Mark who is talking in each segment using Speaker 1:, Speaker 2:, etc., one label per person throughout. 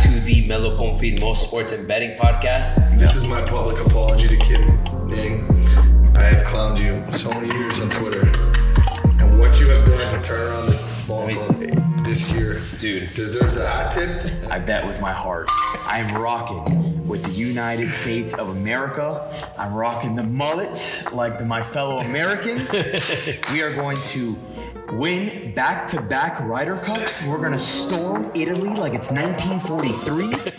Speaker 1: Canelo Confirmó Sports and Betting Podcast.
Speaker 2: This is my public apology to Kim Ning. I have clowned you so many years on Twitter. And what you have done to turn around this ball club this year
Speaker 1: Dude.
Speaker 2: deserves a hot tip.
Speaker 3: I bet with my heart. I'm rocking with the United States of America. I'm rocking the mullet like the, my fellow Americans. we are going to win back to back Ryder Cups. We're going to storm Italy like it's 1943.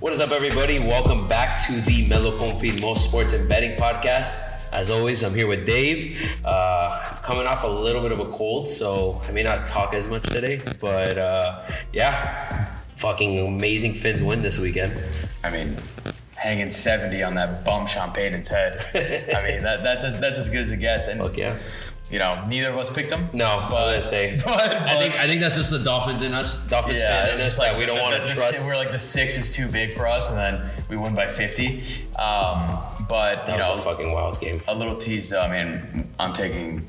Speaker 1: What is up, everybody? Welcome back to the Melo Confirmó Sports and Betting Podcast. As always, I'm here with Dave. Uh, coming off a little bit of a cold, so I may not talk as much today, but uh, yeah, fucking amazing Finns win this weekend.
Speaker 3: I mean, hanging 70 on that bum Sean Payton's head. I mean, that, that's, as, that's as good as it gets. And,
Speaker 1: Fuck yeah.
Speaker 3: you know, neither of us picked him.
Speaker 1: No, I was gonna say.
Speaker 3: but-
Speaker 4: I think I think that's just the Dolphins in us.
Speaker 1: Dolphins fan in us that we don't
Speaker 3: the-
Speaker 1: want
Speaker 3: the-
Speaker 1: to
Speaker 3: the-
Speaker 1: trust.
Speaker 3: We're like the six is too big for us, and then we win by fifty. Um, but you
Speaker 1: That was a
Speaker 3: know,
Speaker 1: fucking wild game
Speaker 3: a little teased. I mean, I'm taking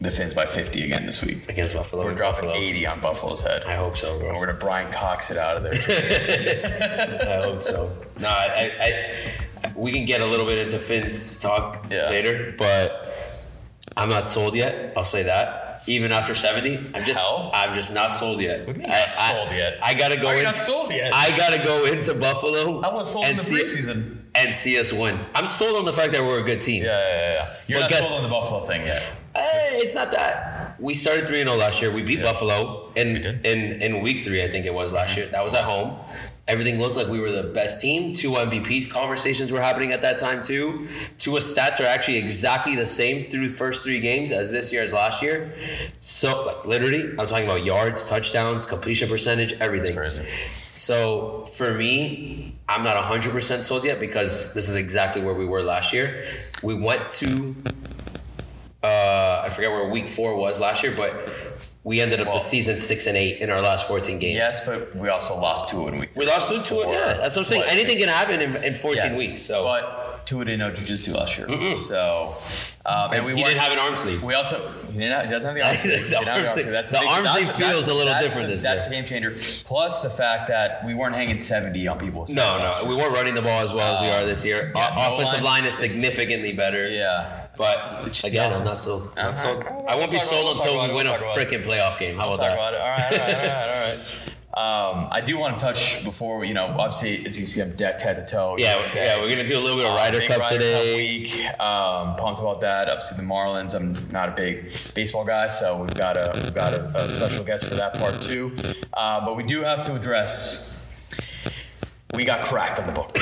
Speaker 3: the Finns by fifty again this week.
Speaker 1: against Buffalo.
Speaker 3: We're dropping
Speaker 1: Buffalo.
Speaker 3: eighty on Buffalo's head.
Speaker 1: I hope so, bro.
Speaker 3: We're gonna Brian Cox it out of there.
Speaker 1: I hope Oh, so. No, I, I, I, we can get a little bit into Finn's talk
Speaker 3: Yeah.
Speaker 1: later, but I'm not sold yet. I'll say that. Even after 70, I'm just,
Speaker 3: Hell?
Speaker 1: I'm just not sold yet.
Speaker 3: do you mean
Speaker 1: I,
Speaker 3: not
Speaker 1: I-
Speaker 3: sold yet?
Speaker 1: I gotta go.
Speaker 3: Are you
Speaker 1: in,
Speaker 3: not sold yet?
Speaker 1: I gotta go into Buffalo.
Speaker 3: I was sold in
Speaker 1: and
Speaker 3: the
Speaker 1: see-
Speaker 3: preseason.
Speaker 1: and see us win. I'm sold on the fact that we're a good team.
Speaker 3: Yeah, yeah, yeah, yeah. You're
Speaker 1: But
Speaker 3: not
Speaker 1: guess-
Speaker 3: sold on the Buffalo thing yet.
Speaker 1: Eh, it's not that we started three and zero last year. We beat Buffalo in
Speaker 3: We did.
Speaker 1: in in week three, I think it was last year. That was at home. Everything looked like we were the best team. Two MVP conversations were happening at that time too. Tua's stats are actually exactly the same through the first three games as this year as last year. So like literally, I'm talking about yards, touchdowns, completion percentage, everything.
Speaker 3: crazy.
Speaker 1: So for me, I'm not 100% sold yet because this is exactly where we were last year. We went to uh, I forget where week four was last year, but we ended up the
Speaker 3: Well-
Speaker 1: season six and eight in our last 14 games.
Speaker 3: Yes, but we also lost two in week.
Speaker 1: We
Speaker 3: three.
Speaker 1: lost to Tua.
Speaker 3: Four.
Speaker 1: Yeah, that's what I'm saying.
Speaker 3: Like,
Speaker 1: Anything can happen in, in 14
Speaker 3: Yes.
Speaker 1: weeks. So
Speaker 3: but Tua didn't know jujitsu last year, so um, and we
Speaker 1: he
Speaker 3: won-
Speaker 1: didn't have an arm sleeve.
Speaker 3: We also he didn't have, he doesn't have the arm sleeve. He
Speaker 1: The
Speaker 3: didn't have
Speaker 1: arm sleeve-
Speaker 3: That's
Speaker 1: the
Speaker 3: big-
Speaker 1: arm
Speaker 3: that's-
Speaker 1: sleeve
Speaker 3: that's-
Speaker 1: feels a little
Speaker 3: that's
Speaker 1: different
Speaker 3: the-
Speaker 1: this
Speaker 3: That's a game changer. Plus the fact that we weren't hanging seventy on people. So
Speaker 1: No,
Speaker 3: that's-
Speaker 1: no, we weren't running the ball as well as we are this year.
Speaker 3: yeah,
Speaker 1: our
Speaker 3: no
Speaker 1: offensive
Speaker 3: line-
Speaker 1: line. is significantly better.
Speaker 3: Yeah.
Speaker 1: But again, I'm not sold. I'm
Speaker 3: All
Speaker 1: not sold.
Speaker 3: right.
Speaker 1: I won't be
Speaker 3: We'll talk about it.
Speaker 1: sold
Speaker 3: We'll
Speaker 1: until
Speaker 3: talk
Speaker 1: we win a
Speaker 3: about it. We'll talk
Speaker 1: freaking playoff game. How about
Speaker 3: Talk
Speaker 1: that?
Speaker 3: about it. All right, all right, all right, all right. Um, I do want to touch before you know. Obviously, as you see, I'm decked head to toe.
Speaker 1: Yeah,
Speaker 3: USA.
Speaker 1: we- yeah, we're gonna do a little bit of Ryder
Speaker 3: Big
Speaker 1: Cup
Speaker 3: Oh, Ryder
Speaker 1: today.
Speaker 3: week. Um, pumped about that. Up to the Marlins. I'm not a big baseball guy, so we've got a we've got a, a special guest for that part too. Uh, but we do have to address. We got cracked on the book.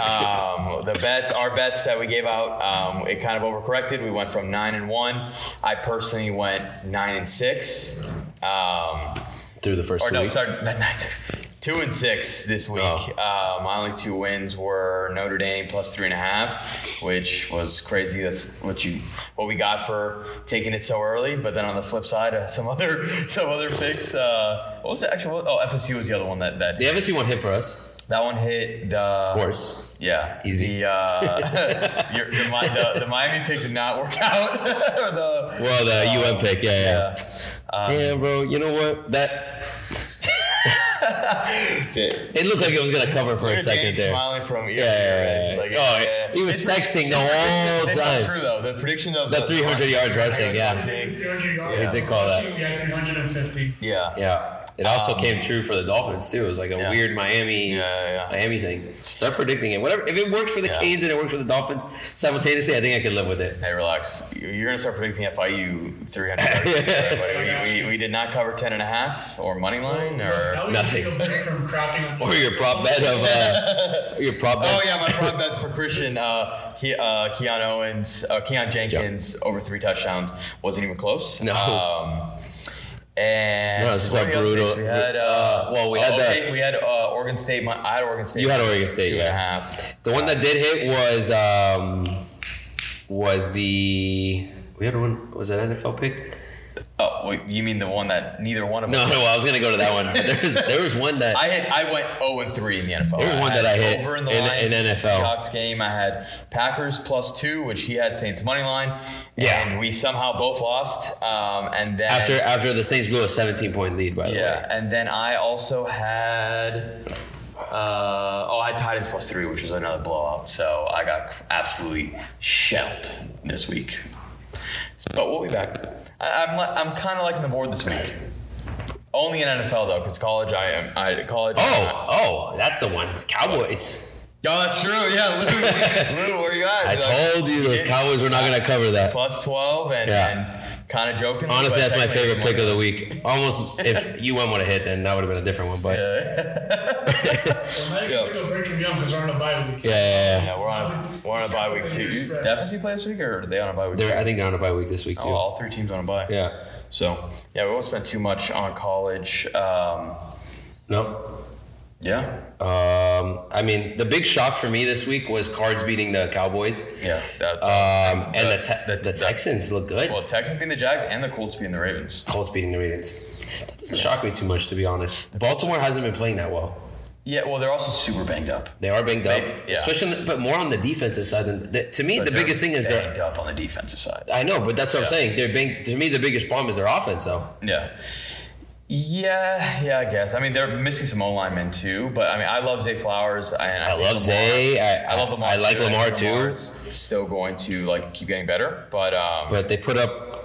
Speaker 3: um, the bets, our bets that we gave out, um, it kind of overcorrected. We went from nine and one. I personally went nine and six. Um,
Speaker 1: Through the first
Speaker 3: or
Speaker 1: two
Speaker 3: no,
Speaker 1: weeks. Oh.
Speaker 3: sorry, not, not six. two and six this week. Uh, my only two wins were Notre Dame plus three and a half, which was crazy. That's what you what we got for taking it so early. But then on the flip side, uh, some other some other picks. Uh, what was it actually? What, oh, FSU was the other one that that
Speaker 1: The FSU one hit for us,
Speaker 3: that one hit. uh,
Speaker 1: of
Speaker 3: The,
Speaker 1: course.
Speaker 3: yeah,
Speaker 1: Easy.
Speaker 3: The, uh, your, your, Mi- the, the Miami pick did not work out. or the,
Speaker 1: Well, the UM pick, yeah, yeah.
Speaker 3: Oh, yeah. Um,
Speaker 1: Damn, bro. You know what? That it looked like it was gonna cover for a second
Speaker 3: Danny's
Speaker 1: there.
Speaker 3: smiling from ear
Speaker 1: Yeah,
Speaker 3: to ear.
Speaker 1: yeah, yeah,
Speaker 3: and
Speaker 1: yeah.
Speaker 3: he's like,
Speaker 1: Oh,
Speaker 3: yeah,
Speaker 1: he was texting the whole
Speaker 3: It's
Speaker 1: time.
Speaker 3: not true though. The prediction of
Speaker 1: The 300 yards rushing, yeah.
Speaker 3: 300 yards.
Speaker 5: 300 yards.
Speaker 1: They did call that.
Speaker 5: Shoot, We had 350.
Speaker 3: Yeah. Yeah.
Speaker 1: Yeah. It also came true for the Dolphins too. It was like a
Speaker 3: um, Yeah.
Speaker 1: weird Miami,
Speaker 3: Yeah, yeah.
Speaker 1: Miami thing. Start predicting it. Whatever. If it works for the
Speaker 3: Yeah.
Speaker 1: Canes and it works for the Dolphins simultaneously, I think I could live with it.
Speaker 3: Hey, relax. You- You're gonna start predicting FIU 300. yards. Everybody, we, we, we did not cover 10 and a half or money line or.
Speaker 5: Now we
Speaker 1: Nothing.
Speaker 5: Feel better from cracking on
Speaker 1: Or your prop bet of uh, your prop bet.
Speaker 3: Oh yeah, my prop bet for Christian, uh, Ke- uh, Keon Owens, uh, Keon Jenkins over three touchdowns wasn't even close.
Speaker 1: No.
Speaker 3: Um, and
Speaker 1: No, it's just
Speaker 3: what
Speaker 1: a
Speaker 3: are the other
Speaker 1: brutal-
Speaker 3: things? We had uh,
Speaker 1: well, we had
Speaker 3: oh,
Speaker 1: that-
Speaker 3: okay, we had uh, Oregon State. My, I had Oregon State.
Speaker 1: You had Oregon State,
Speaker 3: two and a
Speaker 1: yeah.
Speaker 3: half.
Speaker 1: The one that did hit was um, was the we had one was that NFL pick?
Speaker 3: Oh, wait, you mean the one that neither one of
Speaker 1: No,
Speaker 3: us?
Speaker 1: no, I was gonna go to that one. There was there was one that
Speaker 3: I had I went 0 and 3 in the NFL.
Speaker 1: There was one
Speaker 3: had
Speaker 1: that I hit
Speaker 3: over in the
Speaker 1: in-
Speaker 3: Lions,
Speaker 1: in NFL.
Speaker 3: Seahawks game. I had Packers plus two, which he had Saints money line.
Speaker 1: Yeah.
Speaker 3: and we somehow both lost. Um, and then
Speaker 1: after after the Saints blew a 17 point lead. By the
Speaker 3: yeah,
Speaker 1: way,
Speaker 3: and then I also had. Uh, oh, I had Titans plus three, which was another blowout. So I got absolutely shelled this week. But we'll be back. I, I'm li- I'm kind of liking the board this week. Only in NFL though, because college I am I college.
Speaker 1: oh oh, that's the one. Cowboys.
Speaker 3: Yo, that's true. Yeah, Lou, Lou, where you at?
Speaker 1: I
Speaker 3: He's like,
Speaker 1: told you those Cowboys were not gonna cover that.
Speaker 3: plus twelve and,
Speaker 1: Yeah.
Speaker 3: and kind of joking.
Speaker 1: Honestly, that's my favorite pick of the week. Almost if you went would have hit, then that would have been a different one. But yeah,
Speaker 5: So now you
Speaker 3: Yo.
Speaker 5: can go break and yum because we're on a bye week.
Speaker 1: yeah, yeah.
Speaker 3: Yeah, we're on a, we're on a bye week too. You- Deficit play this week, or are they on a bye week?
Speaker 1: They're, I think they're on a bye week this week
Speaker 3: Oh,
Speaker 1: too.
Speaker 3: all three teams on a bye.
Speaker 1: Yeah.
Speaker 3: So yeah, we won't spend too much on college. Um,
Speaker 1: No.
Speaker 3: yeah.
Speaker 1: Um, I mean, the big shock for me this week was Cards beating the Cowboys.
Speaker 3: Yeah. That,
Speaker 1: Um, and the,
Speaker 3: The-
Speaker 1: te-
Speaker 3: the-
Speaker 1: the, Texans look good.
Speaker 3: well, Texans being the Jags and the Colts being the Ravens.
Speaker 1: Colts beating the Ravens. That doesn't shock me too much, to be honest. Baltimore hasn't been playing that well.
Speaker 3: Yeah. Well, they're also super banged up.
Speaker 1: They are banged
Speaker 3: They-
Speaker 1: up,
Speaker 3: yeah.
Speaker 1: especially, on the- but more on the defensive side. Than the, to me,
Speaker 3: But
Speaker 1: the
Speaker 3: they're
Speaker 1: biggest thing is
Speaker 3: banged
Speaker 1: that
Speaker 3: up on the defensive side.
Speaker 1: I know, but that's what I'm
Speaker 3: Yeah.
Speaker 1: saying. They're banged. To me, the biggest problem is their offense, though.
Speaker 3: Yeah. Yeah, yeah, I guess. I mean, they're missing some O linemen too, but I mean, I love Zay Flowers. And I,
Speaker 1: I
Speaker 3: think
Speaker 1: love Zay. I,
Speaker 3: I love Lamar.
Speaker 1: I like
Speaker 3: too.
Speaker 1: Lamar
Speaker 3: think
Speaker 1: too,
Speaker 3: Lamar's Still going to like keep getting better, but um,
Speaker 1: but they put up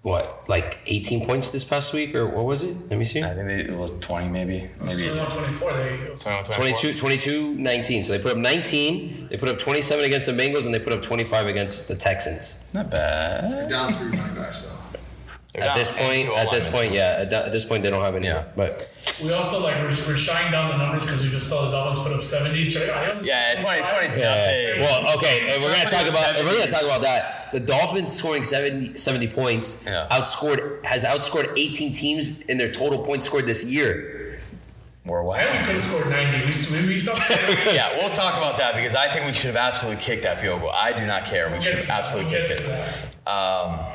Speaker 1: what like 18 points this past week, or what was it? Let me see.
Speaker 3: I think they, it was twenty, maybe, maybe
Speaker 5: Still on 24. There you go.
Speaker 3: 21,
Speaker 1: 22, 22, 19. So they put up 19. They put up 27 against the Bengals, and they put up 25 against the Texans.
Speaker 3: Not bad.
Speaker 2: Down three running backs, so.
Speaker 1: At this point, at this point, yeah, at, that- at this point they don't have any.
Speaker 3: Yeah.
Speaker 1: But
Speaker 5: We also like we're, we're shying down the numbers because we just saw the Dolphins put up 70 straight. I understand.
Speaker 3: Yeah, 20, 20 is
Speaker 1: yeah.
Speaker 3: nothing.
Speaker 1: well, okay, and we're gonna talk about and we're gonna
Speaker 3: 70.
Speaker 1: talk about that. The Dolphins scoring 70, 70 points
Speaker 3: Yeah.
Speaker 1: outscored has outscored 18 teams in their total points scored this year.
Speaker 3: We're
Speaker 5: And we
Speaker 3: away.
Speaker 5: could have scored 90. We still we stopped. we'll
Speaker 3: Yeah, we'll talk about that because I think we should have absolutely kicked that field goal. I do not care. We should
Speaker 5: get
Speaker 3: have
Speaker 5: to-
Speaker 3: absolutely
Speaker 5: we'll get
Speaker 3: kicked
Speaker 5: to
Speaker 3: it.
Speaker 5: that.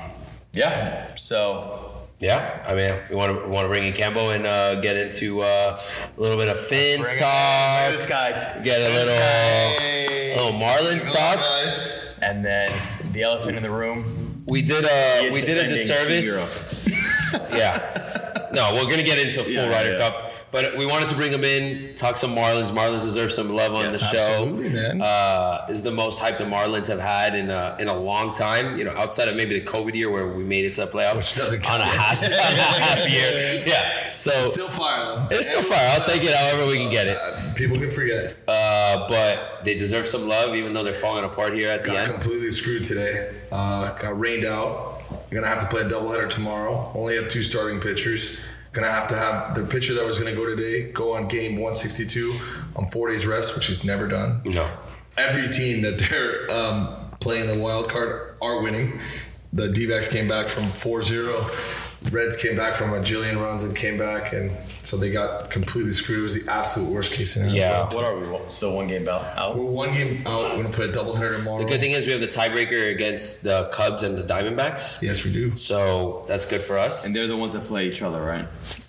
Speaker 3: Yeah. So
Speaker 1: Yeah, I mean, we want to want to bring in Cambo and uh, get into uh, a little bit of Finns
Speaker 3: bring it on. Look at
Speaker 1: talk,
Speaker 3: this guy.
Speaker 1: get a little little Marlins talk.
Speaker 2: guys.
Speaker 3: And then the elephant in the room.
Speaker 1: We did a
Speaker 3: is
Speaker 1: we did a
Speaker 3: defending
Speaker 1: disservice. yeah. No, we're gonna get into full
Speaker 3: Yeah, yeah,
Speaker 1: Ryder
Speaker 3: yeah.
Speaker 1: Cup, but we wanted to bring him in, talk some Marlins. Marlins deserve some love on
Speaker 3: Yes,
Speaker 1: the show.
Speaker 2: absolutely, man.
Speaker 1: Uh, is the most hype the Marlins have had in a, in a long time. You know, outside of maybe the COVID year where we made it to the playoffs,
Speaker 2: Which doesn't
Speaker 1: on a
Speaker 2: count.
Speaker 1: happy, on a happy year. Yeah. So
Speaker 2: Still fire them.
Speaker 1: it's still fire. I'll take it however we can get it.
Speaker 2: Uh, people can forget.
Speaker 1: Uh, but they deserve some love, even though they're falling apart here at the
Speaker 2: Got
Speaker 1: end.
Speaker 2: completely screwed today. Uh, got rained out. You're gonna have to play a doubleheader tomorrow. Only have two starting pitchers. Gonna have to have the pitcher that was gonna go today go on game 162 on four days rest, which is never done.
Speaker 1: No.
Speaker 2: Every team that they're um, playing the wild card are winning. The D-backs came back from 4-0. Reds came back from a jillion runs and came back, and so they got completely screwed. It was the absolute worst case scenario.
Speaker 1: Yeah.
Speaker 3: What are we? Still one game out. out?
Speaker 2: We're one game out. We're gonna play a doubleheader tomorrow.
Speaker 1: The good thing is we have the tiebreaker against the Cubs and the Diamondbacks.
Speaker 2: yes, we do.
Speaker 1: So that's good for us.
Speaker 3: And they're the ones that play each other, right?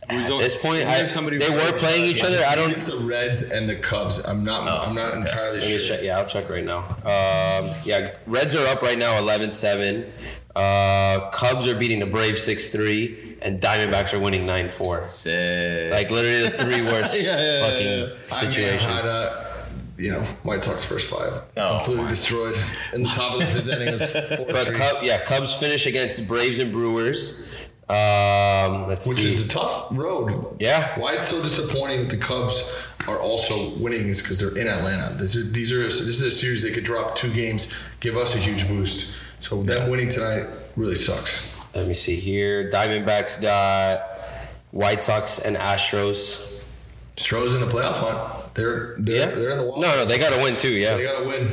Speaker 1: At this point, I, they were playing each other. I don't. Oh.
Speaker 2: It's the Reds and the Cubs. I'm not. I'm not entirely
Speaker 1: Let me
Speaker 2: sure.
Speaker 1: check. Yeah, I'll check right now. Um, yeah, Reds are up right now 11 7. Uh, Cubs are beating the Braves 6 3. And Diamondbacks are winning 9 4.
Speaker 3: Sick.
Speaker 1: Like, literally the three worst fucking
Speaker 2: I mean,
Speaker 1: situations.
Speaker 2: Hanada, uh, you know, White Sox first five
Speaker 3: Oh,
Speaker 2: completely
Speaker 3: my.
Speaker 2: destroyed in the top of the fifth inning. It was four
Speaker 1: But
Speaker 2: three,
Speaker 1: Cub, yeah, Cubs finish against Braves and Brewers. Um, let's
Speaker 2: which
Speaker 1: see.
Speaker 2: is a tough road.
Speaker 1: Yeah.
Speaker 2: Why it's so disappointing that the Cubs are also winning is because they're in Atlanta. These are these are this is a series they could drop two games, give us a huge boost. So them winning tonight really sucks.
Speaker 1: Let me see here. Diamondbacks got White Sox and Astros.
Speaker 2: Stroh's in the playoff hunt. They're they're
Speaker 1: Yeah,
Speaker 2: they're in the wild.
Speaker 1: No, no, they got to win too.
Speaker 2: They
Speaker 1: Yeah.
Speaker 2: gotta win.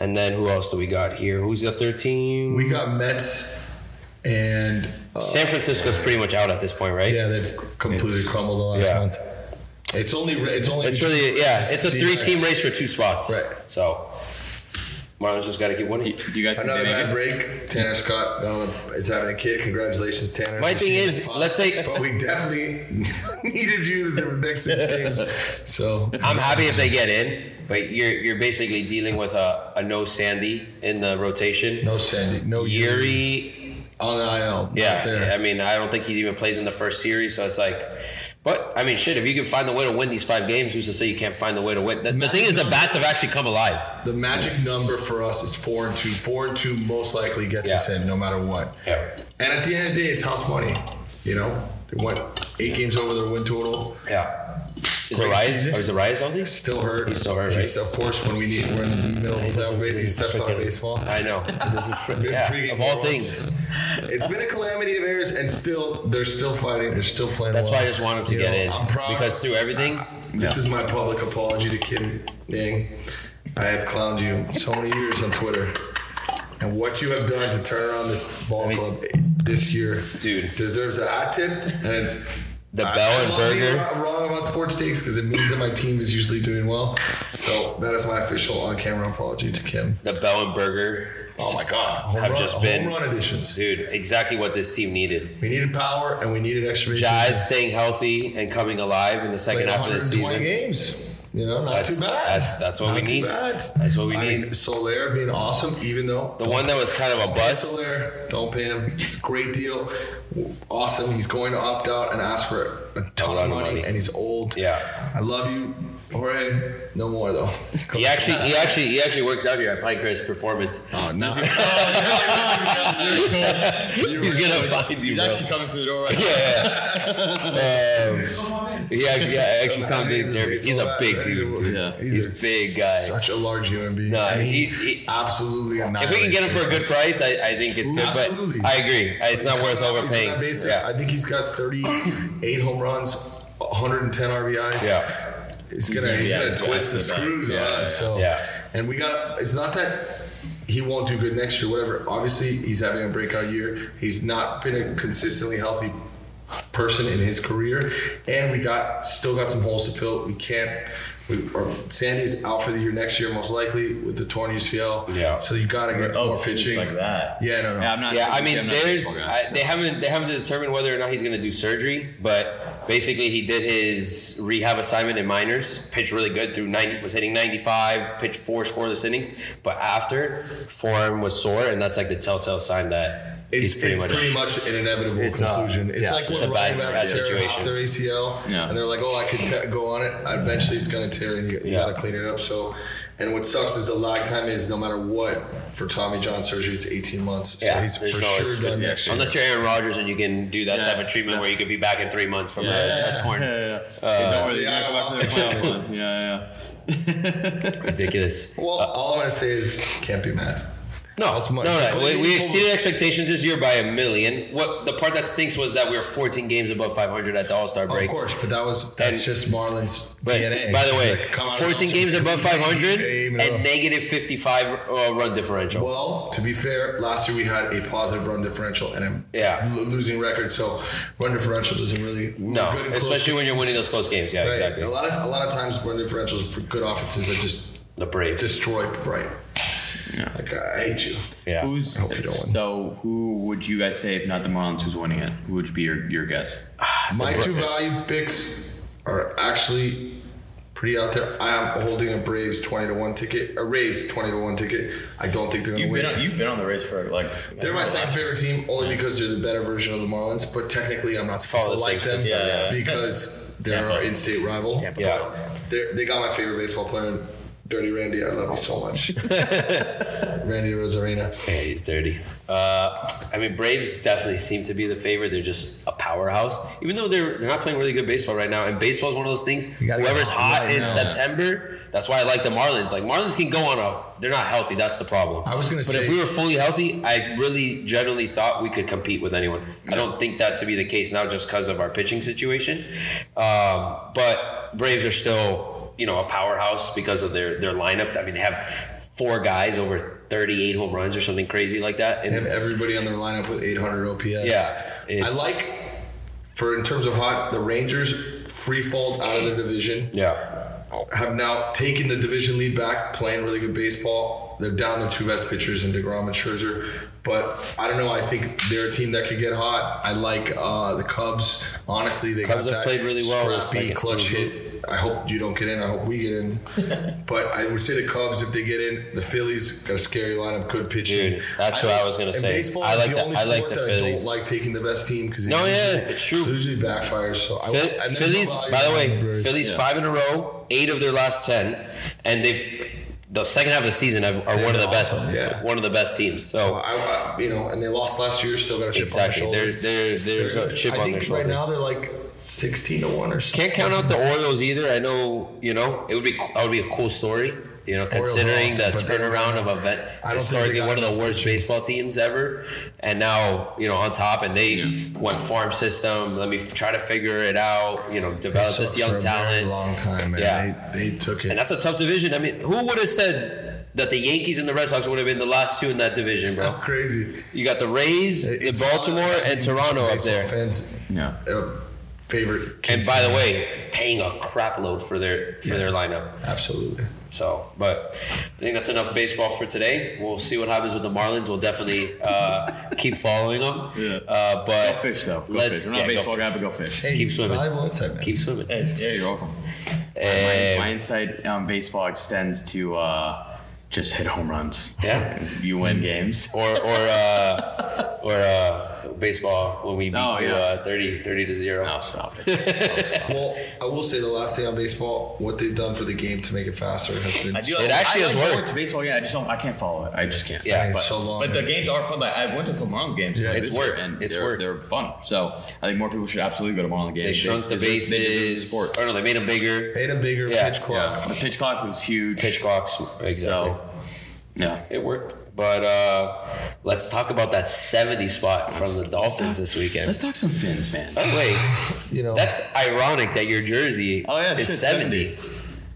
Speaker 1: And then who else do we got here? Who's the third team?
Speaker 2: We got Mets and uh,
Speaker 1: San Francisco's pretty much out at this point, right?
Speaker 2: yeah, they've completely crumbled the last
Speaker 1: yeah.
Speaker 2: month. It's only it's only
Speaker 1: It's really yeah. It's a
Speaker 2: deep-
Speaker 1: three-team race for two spots.
Speaker 2: Right.
Speaker 1: So Marlins just got to keep
Speaker 6: Do
Speaker 1: winning.
Speaker 6: do you guys think
Speaker 2: Another
Speaker 6: they make
Speaker 2: bad
Speaker 6: it?
Speaker 2: break. Tanner Scott now is having a kid. Congratulations, Tanner.
Speaker 1: My
Speaker 2: Your
Speaker 1: thing
Speaker 2: season's
Speaker 1: is,
Speaker 2: fine.
Speaker 1: let's say
Speaker 2: But we definitely needed you the next six games. So
Speaker 1: I'm happy if they get in, but you're you're basically dealing with a, a no Sandy in the rotation.
Speaker 2: no Sandy, no Yuri
Speaker 1: Yuri,
Speaker 2: on the IL.
Speaker 1: yeah.
Speaker 2: out there.
Speaker 1: I mean, I don't think he even plays in the first series, so it's like. But I mean, shit. If you can find the way to win these five games, who's to say you can't find the way to win? The, the thing is, the bats have actually come alive.
Speaker 2: The magic number for us is four and two. Four and two most likely gets us
Speaker 1: Yeah.
Speaker 2: in, no matter what.
Speaker 1: Yeah.
Speaker 2: And at the end of the day, it's house money. You know, they went eight games over their win total.
Speaker 1: Yeah. Is
Speaker 2: Great
Speaker 1: Arias?
Speaker 2: season.
Speaker 1: Is Arias healthy?
Speaker 2: Still hurt.
Speaker 1: He's still hurt,
Speaker 2: He's, of course, when we need, we're in the middle of that. He steps on
Speaker 1: freaking-
Speaker 2: baseball.
Speaker 1: I know. Yeah,
Speaker 2: Yeah,
Speaker 1: of all things.
Speaker 2: It's been a calamity of errors, and still they're still fighting. They're still playing.
Speaker 1: That's
Speaker 2: well.
Speaker 1: why I just want him to
Speaker 2: You
Speaker 1: get
Speaker 2: know,
Speaker 1: in
Speaker 2: I'm proud.
Speaker 1: because through everything,
Speaker 2: this is my public apology to Kim Ning. I have clowned you so many years on Twitter, and what you have done to turn around this ball club this year,
Speaker 1: Dude.
Speaker 2: deserves a hat tip and.
Speaker 1: the
Speaker 2: I-
Speaker 1: Bell
Speaker 2: I
Speaker 1: and
Speaker 2: love being
Speaker 1: Burger.
Speaker 2: wro- wrong about sports takes because it means that my team is usually doing well. So that is my official on-camera apology to Kim.
Speaker 1: The Bell and Burger.
Speaker 2: Oh my God! Home
Speaker 1: Have
Speaker 2: run-
Speaker 1: just
Speaker 2: home
Speaker 1: been-
Speaker 2: run additions.
Speaker 1: Dude, exactly what this team needed.
Speaker 2: We needed power and we needed extra bases.
Speaker 1: Jazz staying healthy and coming alive in the
Speaker 2: Played
Speaker 1: second half of the
Speaker 2: 120
Speaker 1: season.
Speaker 2: games. You know, not
Speaker 1: That's-
Speaker 2: too bad.
Speaker 1: that's- that's what
Speaker 2: Not
Speaker 1: we
Speaker 2: too
Speaker 1: need.
Speaker 2: bad.
Speaker 1: That's what we
Speaker 2: I
Speaker 1: need.
Speaker 2: mean, Solaire being awesome, even though
Speaker 1: The one that was kind of a bust.
Speaker 2: Solaire, don't pay him. It's a great deal. Awesome. He's going to opt out and ask for a ton
Speaker 1: lot
Speaker 2: of
Speaker 1: of
Speaker 2: money,
Speaker 1: money.
Speaker 2: and he's old.
Speaker 1: Yeah.
Speaker 2: I love you, Jorge. No more though.
Speaker 1: He actually, he actually, he actually works out here at Pinecrest Performance.
Speaker 2: Oh, no.
Speaker 1: He's gonna find you,
Speaker 6: He's
Speaker 1: bro.
Speaker 6: actually coming through the door right now.
Speaker 1: Yeah,
Speaker 5: Come on in.
Speaker 1: yeah, Um, yeah. Actually, sounds big. there. He's a big dude. dude.
Speaker 6: Yeah.
Speaker 1: He's a big guy.
Speaker 2: Such a large human being.
Speaker 1: No,
Speaker 2: and he,
Speaker 1: he- he-
Speaker 2: absolutely.
Speaker 1: If we can get him for a good price, I, I think it's good.
Speaker 2: Absolutely.
Speaker 1: But I agree, I- it's not worth
Speaker 2: He's got
Speaker 1: overpaying.
Speaker 2: a base-
Speaker 1: Yeah.
Speaker 2: I think he's got 38 home runs, 110 RBIs.
Speaker 1: Yeah.
Speaker 2: He's gonna he's
Speaker 6: Yeah,
Speaker 2: gonna
Speaker 6: he's
Speaker 2: twist the
Speaker 6: got-
Speaker 2: screws
Speaker 6: yeah,
Speaker 2: on
Speaker 6: yeah,
Speaker 2: us. So
Speaker 1: yeah.
Speaker 2: and we got it's not that he won't do good next year, whatever. Obviously he's having a breakout year. He's not been a consistently healthy person in his career. And we got still got some holes to fill. We can't we or Sandy's out for the year next year most likely with the torn UCL.
Speaker 1: Yeah.
Speaker 2: So you gotta get
Speaker 6: Oh,
Speaker 2: more
Speaker 6: shit, it's
Speaker 2: pitching.
Speaker 6: like that.
Speaker 2: Yeah, no, no.
Speaker 6: Yeah, I'm not
Speaker 1: Yeah,
Speaker 6: sure
Speaker 1: I
Speaker 6: if
Speaker 1: mean,
Speaker 6: I'm not a
Speaker 1: there's
Speaker 6: baseball guy.
Speaker 1: I, they haven't they haven't determined whether or not he's going to do surgery, but basically he did his rehab assignment in minors, pitched really good through ninety, was hitting ninety five, pitched four scoreless innings, but after forearm was sore, and that's like the telltale sign that
Speaker 2: It's,
Speaker 1: he's pretty
Speaker 2: it's
Speaker 1: much
Speaker 2: pretty much an inevitable
Speaker 1: It's a-
Speaker 2: conclusion. it's
Speaker 1: yeah,
Speaker 2: like
Speaker 1: it's
Speaker 2: when
Speaker 1: a
Speaker 2: running
Speaker 1: bad-
Speaker 2: backs
Speaker 1: bad
Speaker 2: tear
Speaker 1: situation.
Speaker 2: off their ACL,
Speaker 6: Yeah.
Speaker 2: and they're like, "Oh, I could te- go on it." Eventually, it's going to tear, and you, you
Speaker 1: Yeah.
Speaker 2: got to clean it up. So, and what sucks is the lag time is no matter what for Tommy John surgery, it's eighteen months. So
Speaker 1: Yeah,
Speaker 2: he's for
Speaker 1: there's no
Speaker 2: sure
Speaker 1: excuse.
Speaker 2: done next year.
Speaker 1: unless you're Aaron Rodgers and you can do that
Speaker 6: Yeah,
Speaker 1: type of treatment where you could be back in three months from a, a torn.
Speaker 6: Yeah, yeah.
Speaker 1: Uh,
Speaker 6: Hey, don't worry,
Speaker 2: yeah,
Speaker 6: yeah,
Speaker 2: I lost
Speaker 6: yeah, yeah.
Speaker 1: Ridiculous.
Speaker 2: Well, all I'm going to say is can't be mad.
Speaker 1: No,
Speaker 2: That's
Speaker 1: no,
Speaker 2: much.
Speaker 1: no. We, we
Speaker 2: Unbelievable.
Speaker 1: exceeded expectations this year by a million. What the part that stinks was that we were 14 games above 500 at the All Star break.
Speaker 2: Of course, but that was that's
Speaker 1: And-
Speaker 2: just Marlins
Speaker 1: But
Speaker 2: DNA.
Speaker 1: by the
Speaker 2: It's
Speaker 1: way,
Speaker 2: like, come on,
Speaker 1: 14
Speaker 2: Nelson,
Speaker 1: games
Speaker 2: come
Speaker 1: above
Speaker 2: on.
Speaker 1: 500
Speaker 2: Game, no.
Speaker 1: and negative 55 uh, run differential.
Speaker 2: Well, to be fair, last year we had a positive run differential and a
Speaker 1: Yeah.
Speaker 2: lo- losing record, so run differential doesn't really we were
Speaker 1: no,
Speaker 2: good in close
Speaker 1: especially when you're
Speaker 2: games.
Speaker 1: winning those close games. Yeah,
Speaker 2: Right.
Speaker 1: exactly.
Speaker 2: A lot of a lot of times run differentials for good offenses that just
Speaker 1: The Braves.
Speaker 2: destroy right. Like I hate you.
Speaker 1: yeah.
Speaker 6: Who's
Speaker 2: I hope you don't win.
Speaker 6: so? Who would you guys say if not the Marlins who's winning it? Who would be your, your guess?
Speaker 2: My two value picks are actually pretty out there. I am holding a Braves twenty to one ticket, a Rays twenty to one ticket. I don't think they're gonna
Speaker 6: You've
Speaker 2: win.
Speaker 6: been on, you've been on the race for like
Speaker 2: They're my second favorite team only because they're the better version of the Marlins, but technically I'm not supposed
Speaker 1: Follow
Speaker 2: to
Speaker 1: the
Speaker 2: like
Speaker 1: same
Speaker 2: them
Speaker 1: system,
Speaker 6: yeah.
Speaker 2: because they're
Speaker 6: Tampa.
Speaker 2: our in-state rival.
Speaker 6: Tampa.
Speaker 1: Yeah.
Speaker 2: They're, they got my favorite baseball player, Dirty Randy. I love you so much. Randy Rosarena.
Speaker 1: Yeah, he's dirty. Uh, I mean, Braves definitely seem to be the favorite. They're just a powerhouse, even though they're they're not playing really good baseball right now. And baseball is one of those things.
Speaker 2: gotta get
Speaker 1: Whoever's
Speaker 2: hot
Speaker 1: hot
Speaker 2: right
Speaker 1: in
Speaker 2: now.
Speaker 1: September, that's why I like the Marlins. Like Marlins can go on a. They're not healthy. That's the problem.
Speaker 2: I was gonna
Speaker 1: but if
Speaker 2: say-
Speaker 1: we were fully healthy, I really generally thought we could compete with anyone. I don't think that to be the case now, just because of our pitching situation. Um, but Braves are still, you know, a powerhouse because of their their lineup. I mean, they have. Four guys over 38 home runs or something crazy like that.
Speaker 2: They
Speaker 1: And
Speaker 2: have everybody on their lineup with 800 OPS.
Speaker 1: Yeah,
Speaker 2: I
Speaker 1: it's-
Speaker 2: like, for in terms of hot, the Rangers free falls out of their division.
Speaker 1: Yeah.
Speaker 2: have now taken the division lead back, playing really good baseball. ball. They're down their two best pitchers in DeGrom and Scherzer. But I don't know. I think they're a team that could get hot. I like uh, the Cubs. Honestly, they
Speaker 1: Cubs have
Speaker 2: got that
Speaker 1: played really well in the
Speaker 2: scrappy
Speaker 1: second.
Speaker 2: clutch hit. I hope you don't get in. I hope we get in. but I would say the Cubs if they get in. The Phillies got a scary lineup, good pitching.
Speaker 1: Dude, that's what I was gonna
Speaker 2: and
Speaker 1: say.
Speaker 2: Baseball
Speaker 1: I
Speaker 2: is
Speaker 1: like
Speaker 2: the,
Speaker 1: the-
Speaker 2: only
Speaker 1: I like
Speaker 2: sport
Speaker 1: the
Speaker 2: that I
Speaker 1: Phillies.
Speaker 2: don't like taking the best team because
Speaker 1: No, yeah,
Speaker 2: usually,
Speaker 1: it's true.
Speaker 2: Usually backfires. So I,
Speaker 1: Phil-
Speaker 2: Oh, and there's no
Speaker 1: Phillies,
Speaker 2: value
Speaker 1: by the
Speaker 2: in
Speaker 1: way,
Speaker 2: Brewers.
Speaker 1: Phillies
Speaker 2: Yeah.
Speaker 1: five in a row, eight of their last ten, and they've the second half of the season have, are
Speaker 2: They've
Speaker 1: one of the
Speaker 2: been awesome,
Speaker 1: best,
Speaker 2: yeah.
Speaker 1: one of the best teams.
Speaker 2: So
Speaker 1: So,
Speaker 2: Oh, I, I- you know, and they lost last year. Still got a chip
Speaker 1: exactly,
Speaker 2: on their
Speaker 1: they're,
Speaker 2: shoulder.
Speaker 1: they're, there's a chip
Speaker 2: I
Speaker 1: on
Speaker 2: think
Speaker 1: their
Speaker 2: right
Speaker 1: shoulder.
Speaker 2: now they're like sixteen to one or something.
Speaker 1: Can't count out the Orioles either. I know you know it would be that would be a cool story. You know,
Speaker 2: Orioles are
Speaker 1: considering
Speaker 2: awesome,
Speaker 1: the
Speaker 2: but they don't
Speaker 1: turnaround
Speaker 2: have-
Speaker 1: of event,
Speaker 2: I don't think they
Speaker 1: historically
Speaker 2: got
Speaker 1: one of
Speaker 2: enough
Speaker 1: the worst baseball teams ever, and now you know on top, and they went farm system. Let me f- try to figure it out. You know, develop uh, this young talent.
Speaker 2: long time, man.
Speaker 1: Yeah.
Speaker 2: They, they took it.
Speaker 1: And that's a tough division. I mean, who would have said that the Yankees and the Red Sox would have been the last two in that division, bro?
Speaker 2: crazy.
Speaker 1: You got the Rays, the
Speaker 2: It's-
Speaker 1: Baltimore, and Toronto up
Speaker 2: Baseball
Speaker 1: there.
Speaker 2: Fans,
Speaker 3: Yeah.
Speaker 2: uh, favorite.
Speaker 1: And
Speaker 2: case.
Speaker 1: by the way, paying a crap load for their for
Speaker 2: Yeah.
Speaker 1: their lineup.
Speaker 2: absolutely.
Speaker 1: So, but I think that's enough baseball for today. We'll see what happens with the Marlins. We'll definitely uh, keep following them.
Speaker 3: Yeah.
Speaker 1: Uh, but
Speaker 3: Go fish though. Go
Speaker 1: let's-
Speaker 3: fish. We're not
Speaker 1: yeah,
Speaker 3: a
Speaker 1: go
Speaker 3: baseball guy,
Speaker 1: fish.
Speaker 3: but go fish.
Speaker 2: Hey,
Speaker 1: Keep swimming.
Speaker 2: Valuable insight, man.
Speaker 1: Keep swimming.
Speaker 3: Yeah, you're welcome.
Speaker 1: Eh,
Speaker 3: my, my insight on baseball extends to uh, just hit home runs.
Speaker 1: Yeah.
Speaker 3: you win games.
Speaker 1: or or uh, or uh, baseball when we beat
Speaker 3: Oh,
Speaker 1: you
Speaker 3: yeah.
Speaker 1: uh, 30, 30 to zero.
Speaker 3: No, stop it.
Speaker 2: well, I will say the last thing on baseball, what they've done for the game to make it faster has been.
Speaker 7: I do.
Speaker 1: It actually
Speaker 3: I
Speaker 1: has
Speaker 3: like
Speaker 1: worked.
Speaker 3: To baseball, yeah. I just don't. I can't follow it. I just can't.
Speaker 1: Yeah.
Speaker 2: it's
Speaker 3: but-
Speaker 2: so long.
Speaker 7: But the games are fun. Like I went to a couple Marlins games.
Speaker 2: Yeah,
Speaker 7: like,
Speaker 1: it's
Speaker 7: this year,
Speaker 1: worked.
Speaker 7: And
Speaker 1: It's
Speaker 7: they're,
Speaker 1: worked.
Speaker 7: They're fun. So
Speaker 3: I think more people should absolutely go to Marlon games.
Speaker 1: They shrunk the
Speaker 3: deserve- they deserve the
Speaker 1: bases.
Speaker 3: support.
Speaker 1: Or no, they made them bigger.
Speaker 2: made a bigger
Speaker 1: Yeah.
Speaker 2: pitch clock.
Speaker 3: Yeah, the pitch clock was huge.
Speaker 1: Pitch clocks. Exactly.
Speaker 3: So, yeah.
Speaker 1: It worked. But uh, let's talk about that 70 spot from the Dolphins this weekend.
Speaker 3: Let's talk some fins, man.
Speaker 1: Oh, wait.
Speaker 2: You know,
Speaker 1: That's ironic that your jersey
Speaker 3: Oh, yeah,
Speaker 1: is
Speaker 3: shit,
Speaker 1: 70.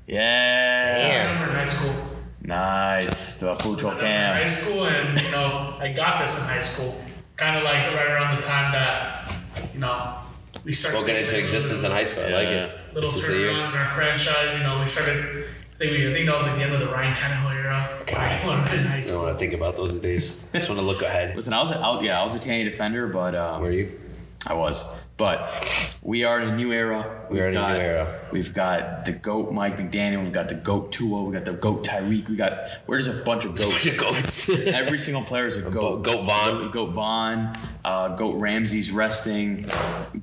Speaker 3: Yeah.
Speaker 5: I
Speaker 1: Damn.
Speaker 5: remember in high school.
Speaker 3: Nice. The
Speaker 5: I
Speaker 3: Pucho
Speaker 5: remember in high
Speaker 3: cam.
Speaker 5: school, and you know, I got this in high school, kind of like right around the time that you know we started
Speaker 1: Spoken into existence in high school. I like it.
Speaker 5: Little
Speaker 1: This was the year.
Speaker 5: turnaround in our franchise. You know, we started. I think, we, I think that was like the end of the Ryan Tannehill era. I wanted in high
Speaker 1: I don't
Speaker 5: school.
Speaker 1: want to think about those days. I just want to look ahead.
Speaker 3: Listen, I was, I was yeah, I was a Tanny defender, but um,
Speaker 1: Were you?
Speaker 3: I was. But we are in a new era.
Speaker 1: We are in a new
Speaker 3: got-
Speaker 1: era.
Speaker 3: We've got the goat Mike McDaniel. We've got the goat Tua. We got the goat Tyreek. We got we're just a bunch of goats.
Speaker 1: Goats.
Speaker 3: Every single player is a goat.
Speaker 1: Goat Vaughn.
Speaker 3: Goat Vaughn. Uh, goat Ramsey's resting.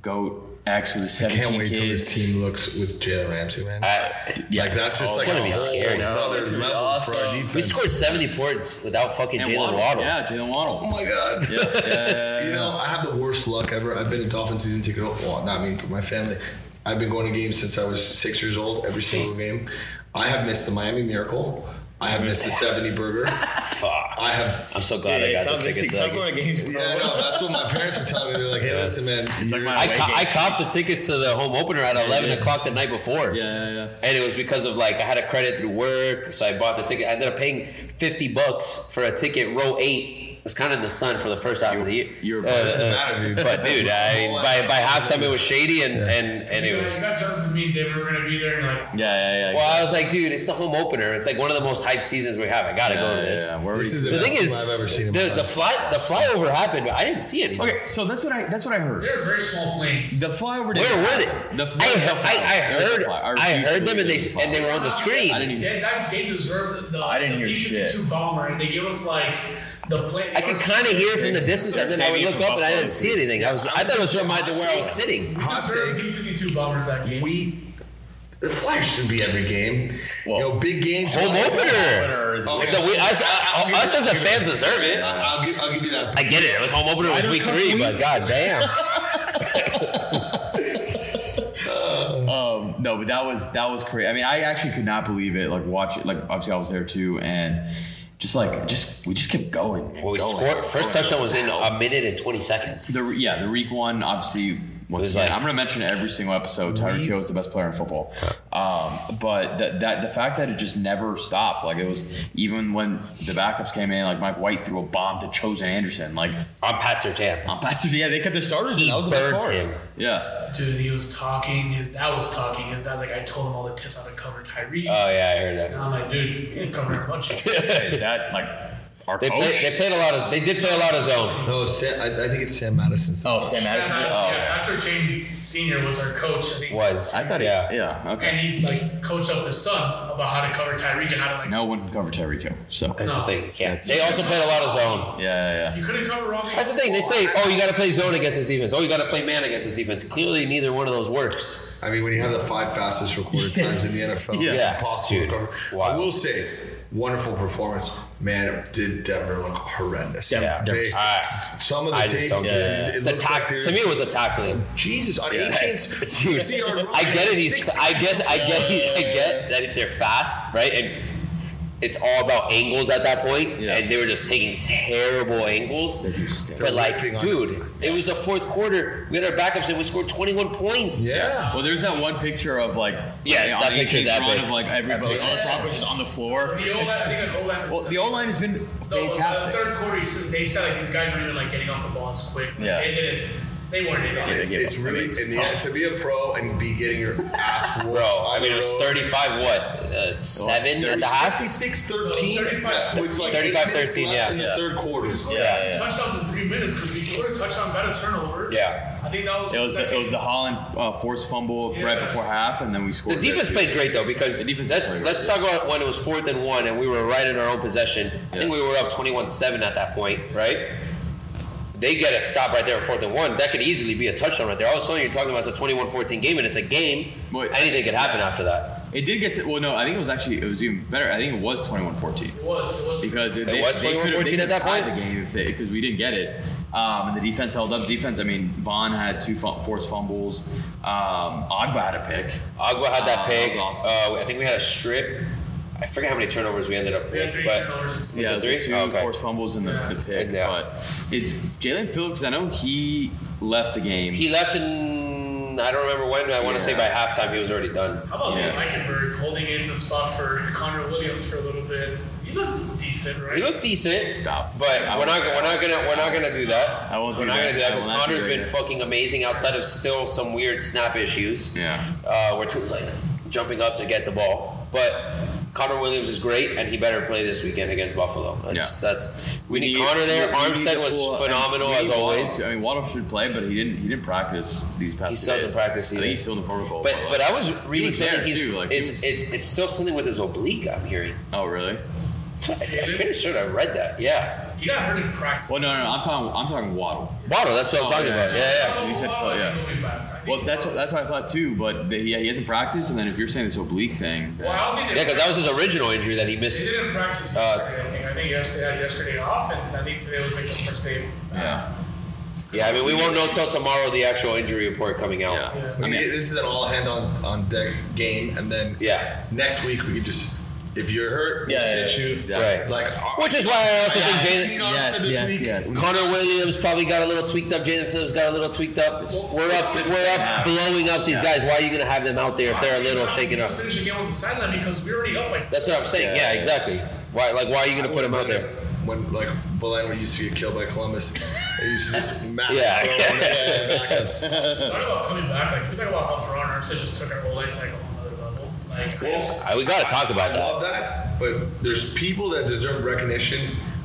Speaker 3: Goat X with a seventeen
Speaker 2: can't wait
Speaker 3: kids.
Speaker 2: till this team looks with Jalen Ramsey, man.
Speaker 1: I,
Speaker 2: Like that's just
Speaker 1: Oh,
Speaker 2: like
Speaker 1: it's
Speaker 2: a
Speaker 1: gonna be scary. Oh,
Speaker 2: whole other level for our defense.
Speaker 1: we scored 70 points without fucking
Speaker 3: And
Speaker 1: Jalen
Speaker 3: Waddle.
Speaker 1: Waddle.
Speaker 3: Yeah, Jalen
Speaker 2: Oh
Speaker 3: Waddle.
Speaker 2: my god.
Speaker 3: Yeah, yeah, yeah, yeah,
Speaker 2: You know, I have the worst luck ever. I've been a Dolphin season ticket. Well, not me, but my family. I've been going to games since I was six years old. Every single game. I have missed the Miami Miracle. I have missed the seventy burger.
Speaker 1: Fuck.
Speaker 2: I have.
Speaker 1: I'm so
Speaker 7: yeah,
Speaker 1: glad I
Speaker 7: it
Speaker 1: got the
Speaker 7: sounds like
Speaker 1: tickets.
Speaker 7: six.
Speaker 1: to that
Speaker 7: I'm
Speaker 1: game.
Speaker 7: going to games.
Speaker 2: Yeah, I know. That's what my parents were telling me. They're like, "Hey, listen, man.
Speaker 3: like
Speaker 2: you're-
Speaker 3: my-
Speaker 1: I,
Speaker 3: Away
Speaker 1: co- I
Speaker 3: games.
Speaker 1: copped the tickets to the home opener at 11
Speaker 3: did.
Speaker 1: o'clock the night before.
Speaker 3: yeah, yeah.
Speaker 1: And it was because of like I had a credit through work, so I bought the ticket. I ended up paying fifty bucks for a ticket, row eight. It was kind of in the sun for the first half of the year.
Speaker 3: you were-
Speaker 1: Uh,
Speaker 2: Doesn't
Speaker 1: uh,
Speaker 2: matter, dude.
Speaker 1: But dude, I by by halftime it was shady, and and and it
Speaker 5: You
Speaker 1: was.
Speaker 5: got Justin, me, and David were gonna be there, and like
Speaker 3: Yeah, yeah, yeah.
Speaker 1: Well, I was like, dude, it's the home opener. It's like one of the most hyped seasons we have. I gotta
Speaker 3: yeah,
Speaker 1: go to
Speaker 3: yeah,
Speaker 1: this.
Speaker 3: yeah. We're
Speaker 2: This
Speaker 3: already-
Speaker 2: is the,
Speaker 1: The
Speaker 2: best
Speaker 1: thing
Speaker 2: thing
Speaker 1: is,
Speaker 2: I've ever seen. In my
Speaker 1: the, the
Speaker 2: life.
Speaker 1: fly the flyover happened, but I didn't see anything.
Speaker 3: okay. So that's what I that's what I heard.
Speaker 5: they're very small planes.
Speaker 3: The flyover. did
Speaker 1: Where
Speaker 3: not
Speaker 1: were they?
Speaker 3: happen. The
Speaker 1: I,
Speaker 3: fly- the fly-
Speaker 1: I, I
Speaker 3: there was a
Speaker 1: heard
Speaker 3: fly.
Speaker 1: I
Speaker 3: refuse to
Speaker 1: heard them and they
Speaker 3: believe there was a
Speaker 1: and they
Speaker 3: fly.
Speaker 1: were on the screen.
Speaker 5: I didn't even. That game deserved the.
Speaker 3: I didn't hear
Speaker 5: the B-52
Speaker 3: shit.
Speaker 5: bomber, and they gave us like the plane.
Speaker 1: I could kind of hear it from the distance, and then I would
Speaker 3: Xavier
Speaker 1: look
Speaker 3: from
Speaker 1: up and I
Speaker 3: Buffalo,
Speaker 1: didn't see
Speaker 3: dude.
Speaker 1: anything. I was, I thought it was from my, the where I was sitting.
Speaker 2: Hot
Speaker 5: Deserved
Speaker 2: take.
Speaker 5: B-52 E bombers that game.
Speaker 2: we the Flyers should be every game. you know, big games.
Speaker 1: Home opener. Like the, we, us, uh, us as the fans deserve it.
Speaker 2: I'll, give, I'll give you that.
Speaker 1: I get it. It was home opener. It was week three, but god damn.
Speaker 3: Um, no, but that was that was crazy. I mean, I actually could not believe it. Like watch it. Like obviously, I was there too, and just like just we just kept going. and
Speaker 1: Well, we
Speaker 3: going.
Speaker 1: scored. First touchdown was in a minute and twenty seconds.
Speaker 3: The yeah, the week one obviously
Speaker 1: It
Speaker 3: Once
Speaker 1: was
Speaker 3: again,
Speaker 1: like-
Speaker 3: I'm going to mention every single episode. Tyreek Hill is the best player in football, um, but that, that the fact that it just never stopped. Like it was even when the backups came in. Like Mike White threw a bomb to Chosen Anderson. Like
Speaker 1: on Pat Sertan.
Speaker 3: on pass, yeah, they kept their starters.
Speaker 1: He
Speaker 3: and that was the best
Speaker 1: burned
Speaker 3: part.
Speaker 1: him.
Speaker 3: Yeah,
Speaker 5: Dude, he was talking. His dad was talking. His dad's like, I told him all the tips on how to cover Tyree.
Speaker 1: Oh yeah, I heard that.
Speaker 5: and I'm like, dude, you didn't cover a bunch of
Speaker 3: Is that like our
Speaker 1: They
Speaker 3: coach.
Speaker 1: played. They played a lot of. They did play a lot of zone.
Speaker 2: No, Sam, I, I think it's Sam Madison's.
Speaker 8: Oh, Sam
Speaker 5: Sam
Speaker 8: Madison.
Speaker 5: Madison,
Speaker 8: Oh,
Speaker 5: yeah, Patrick Chain Senior was our coach. I think.
Speaker 1: Was
Speaker 3: I thought,
Speaker 1: yeah.
Speaker 3: yeah, yeah, okay.
Speaker 5: And he like coached up his son about how to cover Tyreek and how to like.
Speaker 3: No one can cover Tyreek Hill. So yeah,
Speaker 1: That's the
Speaker 5: No.
Speaker 1: thing. you Can't. They also played a lot of zone.
Speaker 3: yeah, yeah.
Speaker 5: You couldn't cover Robbie.
Speaker 1: That's the thing. They say, oh, you got to play zone against this defense. Oh, you got to play man against this defense. Clearly, neither one of those works.
Speaker 2: I mean, when you have the five fastest recorded times in the NFL, it's
Speaker 1: Yeah.
Speaker 2: impossible
Speaker 1: Dude,
Speaker 2: to cover.
Speaker 1: wow.
Speaker 2: I will say, wonderful performance. Man, did Denver look horrendous?
Speaker 1: Yeah.
Speaker 2: They-
Speaker 1: I,
Speaker 2: some of the
Speaker 1: I
Speaker 2: tape,
Speaker 1: just don't get
Speaker 2: is-
Speaker 1: it.
Speaker 2: it
Speaker 1: The
Speaker 2: looks
Speaker 1: tack-
Speaker 2: like they're-
Speaker 1: to me, it was the tackling.
Speaker 2: Jesus on
Speaker 1: Yeah.
Speaker 2: 18 60 yard run.
Speaker 1: I get it. He's. I guess. I get. I get that they're fast, right? And it's all about angles at that point,
Speaker 3: Yeah.
Speaker 1: and they were just taking terrible angles.
Speaker 2: They're
Speaker 1: But like,
Speaker 2: riffing on
Speaker 1: dude, it was the fourth quarter. We had our backups, and we scored 21 points.
Speaker 2: Yeah.
Speaker 3: Well, there's that one picture of like
Speaker 1: Yes,
Speaker 3: on
Speaker 1: that
Speaker 3: the
Speaker 1: picture's
Speaker 3: 18th run
Speaker 1: epic.
Speaker 3: of like Oh,
Speaker 8: But
Speaker 3: everybody.
Speaker 8: all the Broncos just on the floor.
Speaker 5: The O line, I think an O line.
Speaker 3: Well, the O line has been
Speaker 5: No, the
Speaker 3: fantastic.
Speaker 5: third quarter, you see- they said like these guys weren't even like getting off the ball as quick. Like,
Speaker 3: Yeah.
Speaker 5: They didn't. They weren't in it.
Speaker 2: It's,
Speaker 3: gave
Speaker 2: it's
Speaker 3: up.
Speaker 2: really
Speaker 3: It's
Speaker 2: in the
Speaker 3: tough.
Speaker 2: end to be a pro and be getting your ass whooped.
Speaker 1: Bro, I
Speaker 2: on
Speaker 1: mean,
Speaker 2: the
Speaker 1: it was
Speaker 2: road.
Speaker 1: 35, what? Uh, seven
Speaker 2: It
Speaker 1: at
Speaker 2: was
Speaker 1: the half?
Speaker 2: 56
Speaker 5: No,
Speaker 2: 13.
Speaker 5: it was 35.
Speaker 2: with like
Speaker 1: 35,
Speaker 2: eight minutes
Speaker 1: 13,
Speaker 2: left
Speaker 1: yeah.
Speaker 2: In the
Speaker 1: Yeah.
Speaker 2: third quarter.
Speaker 5: Yeah,
Speaker 3: yeah, yeah.
Speaker 5: Touchdowns in three minutes because we scored a touchdown, got a turnover.
Speaker 1: Yeah.
Speaker 5: I think that was.
Speaker 3: It was the,
Speaker 5: second.
Speaker 3: it was the Holland uh, forced fumble right
Speaker 5: Yeah.
Speaker 3: before half, and then we scored.
Speaker 1: The defense
Speaker 3: there, too.
Speaker 1: played great, though, because
Speaker 3: The defense
Speaker 1: let's,
Speaker 3: played
Speaker 1: let's talk about when it was fourth and one and we were right in our own possession. I think we
Speaker 3: Yeah.
Speaker 1: were up 21 7 at that point, right? They get a stop right there at fourth and one. That could easily be a touchdown right there. All of a sudden, you're talking about it's a 21 14 game and it's a game.
Speaker 3: Wait.
Speaker 1: Anything could happen after that.
Speaker 3: It did get to. Well, no, I think it was actually it was even better. I think it was 21-14.
Speaker 5: It was. It was.
Speaker 3: because it
Speaker 1: was 21-14 at that point?
Speaker 3: The game because we didn't get it, um, and the defense held up. Defense. I mean, Vaughn had two fu- forced fumbles. Um, Ogba had a pick.
Speaker 1: Agua had that
Speaker 3: Ah, that
Speaker 1: pick.
Speaker 3: was awesome.
Speaker 1: Uh, I think we had a strip. I forget how many turnovers we ended up
Speaker 5: We had
Speaker 1: with,
Speaker 5: three
Speaker 1: but
Speaker 5: turnovers.
Speaker 1: was
Speaker 3: yeah,
Speaker 1: it
Speaker 3: it was
Speaker 1: three?
Speaker 3: two
Speaker 1: Oh, okay.
Speaker 3: forced fumbles and the,
Speaker 5: Yeah.
Speaker 3: the pick.
Speaker 1: Yeah.
Speaker 3: But is Jalen Phillips? I know he left the game.
Speaker 1: he left in. I don't remember when. I want to say by halftime he was already done.
Speaker 5: How about
Speaker 3: Yeah.
Speaker 5: Liam Eichenberg holding in the spot for Connor Williams for a little bit? He looked decent, right?
Speaker 1: He looked decent.
Speaker 3: Stop.
Speaker 1: But
Speaker 3: I
Speaker 1: we're
Speaker 3: won't
Speaker 1: not.
Speaker 3: say
Speaker 1: We're not gonna. We're not gonna do that.
Speaker 3: I won't
Speaker 1: We're
Speaker 3: do
Speaker 1: not
Speaker 3: that.
Speaker 1: gonna do that
Speaker 3: I
Speaker 1: because
Speaker 3: will not do
Speaker 1: Connor's
Speaker 3: that
Speaker 1: been
Speaker 3: either.
Speaker 1: fucking amazing outside of still some weird snap issues.
Speaker 3: yeah.
Speaker 1: Uh, where two like jumping up to get the ball, but. Connor Williams is great, and he better play this weekend against Buffalo. That's,
Speaker 3: Yeah.
Speaker 1: that's we need
Speaker 3: He-
Speaker 1: Connor there.
Speaker 3: we- we need
Speaker 1: Armstead
Speaker 3: the
Speaker 1: was
Speaker 3: full- and
Speaker 1: phenomenal
Speaker 3: we need
Speaker 1: as
Speaker 3: Waddle
Speaker 1: always.
Speaker 3: to- I mean, Waddle should play, but he didn't. He didn't practice these past.
Speaker 1: He
Speaker 3: two
Speaker 1: still
Speaker 3: days.
Speaker 1: doesn't practice
Speaker 3: I
Speaker 1: either.
Speaker 3: think he's still in the protocol.
Speaker 1: But
Speaker 3: like-
Speaker 1: but I was reading
Speaker 3: was
Speaker 1: something.
Speaker 3: there,
Speaker 1: He's
Speaker 3: too, like, he
Speaker 1: it's,
Speaker 3: was-
Speaker 1: it's it's still something with his oblique. I'm hearing.
Speaker 3: oh really?
Speaker 1: So I, I'm pretty sure I read that. Yeah,
Speaker 5: He got hurt in practice.
Speaker 3: Well, no, no, no. I'm talking. I'm talking Waddle.
Speaker 1: Waddle. That's what I'm
Speaker 3: Oh,
Speaker 1: talking
Speaker 3: yeah,
Speaker 1: about.
Speaker 3: yeah,
Speaker 1: Yeah, yeah.
Speaker 5: Well,
Speaker 3: You said
Speaker 5: well,
Speaker 3: Phil-
Speaker 5: I think
Speaker 3: yeah.
Speaker 5: he'll be back. I think
Speaker 3: Well,
Speaker 5: he
Speaker 3: that's
Speaker 5: will.
Speaker 3: what, that's what I thought too. But the, yeah, he hasn't practiced, and then if you're saying this oblique thing,
Speaker 5: Well, I don't think they
Speaker 1: Yeah, because that was his original injury that he
Speaker 5: They
Speaker 1: missed.
Speaker 5: didn't practice
Speaker 1: Uh,
Speaker 5: yesterday. I think I think yesterday had yesterday off, and I think today was like the first day.
Speaker 3: yeah,
Speaker 1: Yeah, I mean, we won't know till tomorrow the actual injury report coming out.
Speaker 3: yeah.
Speaker 5: Yeah.
Speaker 2: I mean, this is an all hand on, on deck game, and then
Speaker 1: Yeah.
Speaker 2: next week we could just if you're hurt,
Speaker 8: Yeah,
Speaker 2: we'll
Speaker 8: yeah,
Speaker 2: sit
Speaker 8: yeah,
Speaker 2: you.
Speaker 1: exactly. Right.
Speaker 2: Like uh,
Speaker 1: Which is why I also
Speaker 8: Yeah.
Speaker 1: think
Speaker 2: you
Speaker 1: Jalen.
Speaker 2: know, I said this week,
Speaker 1: Connor Williams probably got a little tweaked up. Jalen Phillips got a little tweaked up. We're up, we're up, blowing up these guys. Why are you going to have them out there if they're a little shaken up?
Speaker 5: Finish the game on the sideline because we already up by.
Speaker 1: That's what I'm saying. Yeah, exactly. Why, like, why are you going to put them out there?
Speaker 2: When like Villanova used to get killed by Columbus, he used to just mass
Speaker 1: Yeah.
Speaker 2: throw and, uh, backups.
Speaker 5: Talk about coming back. Like we talk about how Teron Armstead just took our whole line to like a whole other level. Like I just,
Speaker 1: Uh, We got to talk
Speaker 2: I
Speaker 1: about
Speaker 2: love
Speaker 1: that.
Speaker 2: that, but there's people that deserve recognition.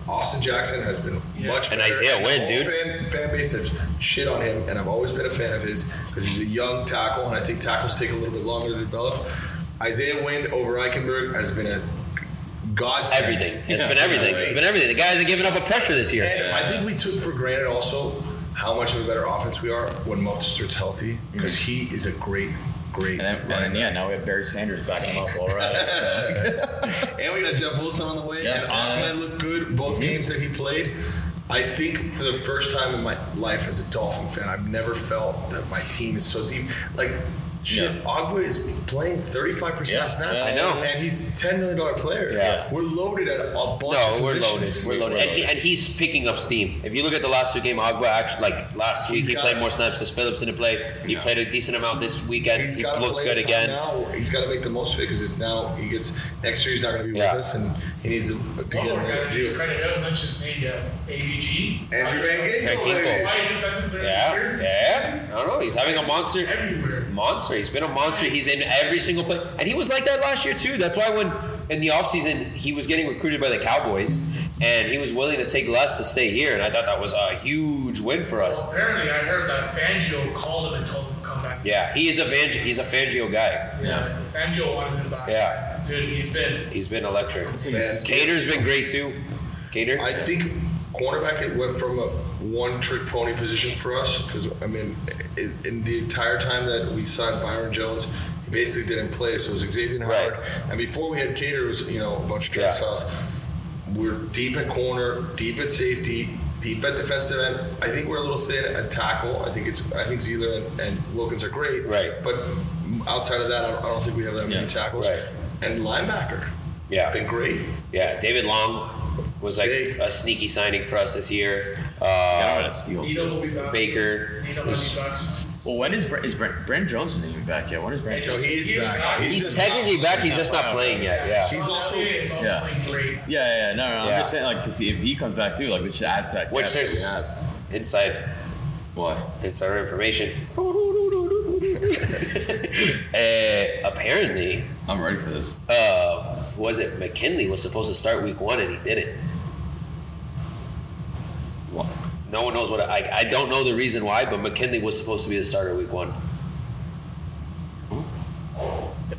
Speaker 2: Austin Jackson has been much
Speaker 1: And
Speaker 2: better.
Speaker 1: Isaiah
Speaker 2: the
Speaker 1: Wynn,
Speaker 2: whole
Speaker 1: dude.
Speaker 2: Fan, fan base has shit on him, and I've always been a fan of his because he's a young tackle, and I think tackles take a little bit longer to develop. Isaiah Wynn over Eichenberg has been a godsend.
Speaker 1: Everything. It's been everything. It's been everything. The guys are giving up a pressure this year.
Speaker 2: And I think we took for granted also how much of a better offense we are when Mostert's healthy because he is a great, great
Speaker 3: Mm. And, then,
Speaker 2: running
Speaker 3: and then, yeah, now we have Barry Sanders backing him up. All right.
Speaker 2: back. And we got Jeff Wilson on the way.
Speaker 8: Yeah,
Speaker 2: and
Speaker 8: uh,
Speaker 2: Ahmed looked good both games that he played. I think for the first time in my life as a Dolphin fan, I've never felt that my team is so deep. Like Shit, Ogba is playing 35%
Speaker 3: Yeah,
Speaker 2: of snaps.
Speaker 3: yeah, I
Speaker 1: know.
Speaker 2: And he's a $10 million player.
Speaker 1: Yeah.
Speaker 2: We're loaded at a bunch
Speaker 1: No,
Speaker 2: of
Speaker 1: we're loaded.
Speaker 2: positions.
Speaker 1: We're loaded. And, he, and he's picking up steam. If you look at the last two games, Agua actually, like last week,
Speaker 2: He's
Speaker 1: he
Speaker 2: got-
Speaker 1: played more snaps because Phillips didn't play. He played a decent amount this weekend.
Speaker 2: He's
Speaker 1: he
Speaker 2: got to
Speaker 1: looked
Speaker 2: play
Speaker 1: good
Speaker 2: time
Speaker 1: again.
Speaker 2: now. He's got to make the most of it because it's now he gets next year. He's not going to be
Speaker 1: Yeah.
Speaker 2: with us, and he needs to, to get
Speaker 5: One more guy
Speaker 2: another
Speaker 5: that gets
Speaker 2: deal.
Speaker 5: credit. I haven't mentioned his name yet. AVG.
Speaker 2: Andrew Van
Speaker 1: Van
Speaker 2: Ginkel.
Speaker 1: Ginkel.
Speaker 2: baby.
Speaker 5: Why defensive player of the
Speaker 1: Yeah,
Speaker 5: year?
Speaker 1: yeah. I don't know. He's having a monster.
Speaker 5: Everywhere.
Speaker 1: monster. He's been a monster. He's in every single play. And he was like that last year, too. That's why when in the offseason he was getting recruited by the Cowboys and he was willing to take less to stay here. And I thought that was a huge win for us.
Speaker 5: Apparently, I heard that Fangio called him and told him to come back.
Speaker 1: Yeah, he is a Van, he's a Fangio guy.
Speaker 5: Yeah. Fangio wanted him back.
Speaker 1: Yeah.
Speaker 5: Dude, he's been.
Speaker 1: He's been electric.
Speaker 2: Man,
Speaker 1: Cater's been great too. Cater.
Speaker 2: I think cornerback it went from a one trick pony position for us because I mean, in, in the entire time that we signed Byron Jones, he basically didn't play. So it was Xavier Howard, and before we had Cater, it was you know a bunch of dress
Speaker 1: Yeah.
Speaker 2: house. We're deep at corner, deep at safety, deep at defensive end. I think we're a little thin at tackle. I think it's I think Zeeler and, and Wilkins are great,
Speaker 1: Right.
Speaker 2: But outside of that, I don't, I don't think we have that many
Speaker 3: Yeah.
Speaker 2: tackles.
Speaker 1: Right.
Speaker 2: And linebacker,
Speaker 1: Yeah.
Speaker 2: been great.
Speaker 1: Yeah. David Long was like
Speaker 2: Big.
Speaker 1: a sneaky signing for us this year.
Speaker 3: Yeah,
Speaker 1: Uh,
Speaker 3: that's steal.
Speaker 5: Nito will be back.
Speaker 1: Baker.
Speaker 5: Nito will be back.
Speaker 3: Well, when is Brent, is Brent, Brent Jones isn't even back yet? When is Brent?
Speaker 5: Hey,
Speaker 2: No, he is
Speaker 5: He is
Speaker 2: back.
Speaker 5: back.
Speaker 1: He's technically back, he's just not playing yet. Yeah.
Speaker 2: He's
Speaker 5: Sean
Speaker 2: also-
Speaker 5: Elliott is also
Speaker 3: Yeah.
Speaker 5: playing great.
Speaker 3: Yeah, yeah, yeah, no, no. no,
Speaker 1: Yeah.
Speaker 3: I'm just saying, like, because if he comes back too, like, it just adds to that.
Speaker 1: Which
Speaker 3: depth
Speaker 1: there's
Speaker 3: we have.
Speaker 1: inside
Speaker 3: what?
Speaker 1: insider information. uh, apparently,
Speaker 3: I'm ready for this.
Speaker 1: uh, was it McKinley was supposed to start week one and he didn't.
Speaker 3: What?
Speaker 1: No one knows what I, I don't know the reason why, but McKinley was supposed to be the starter week one.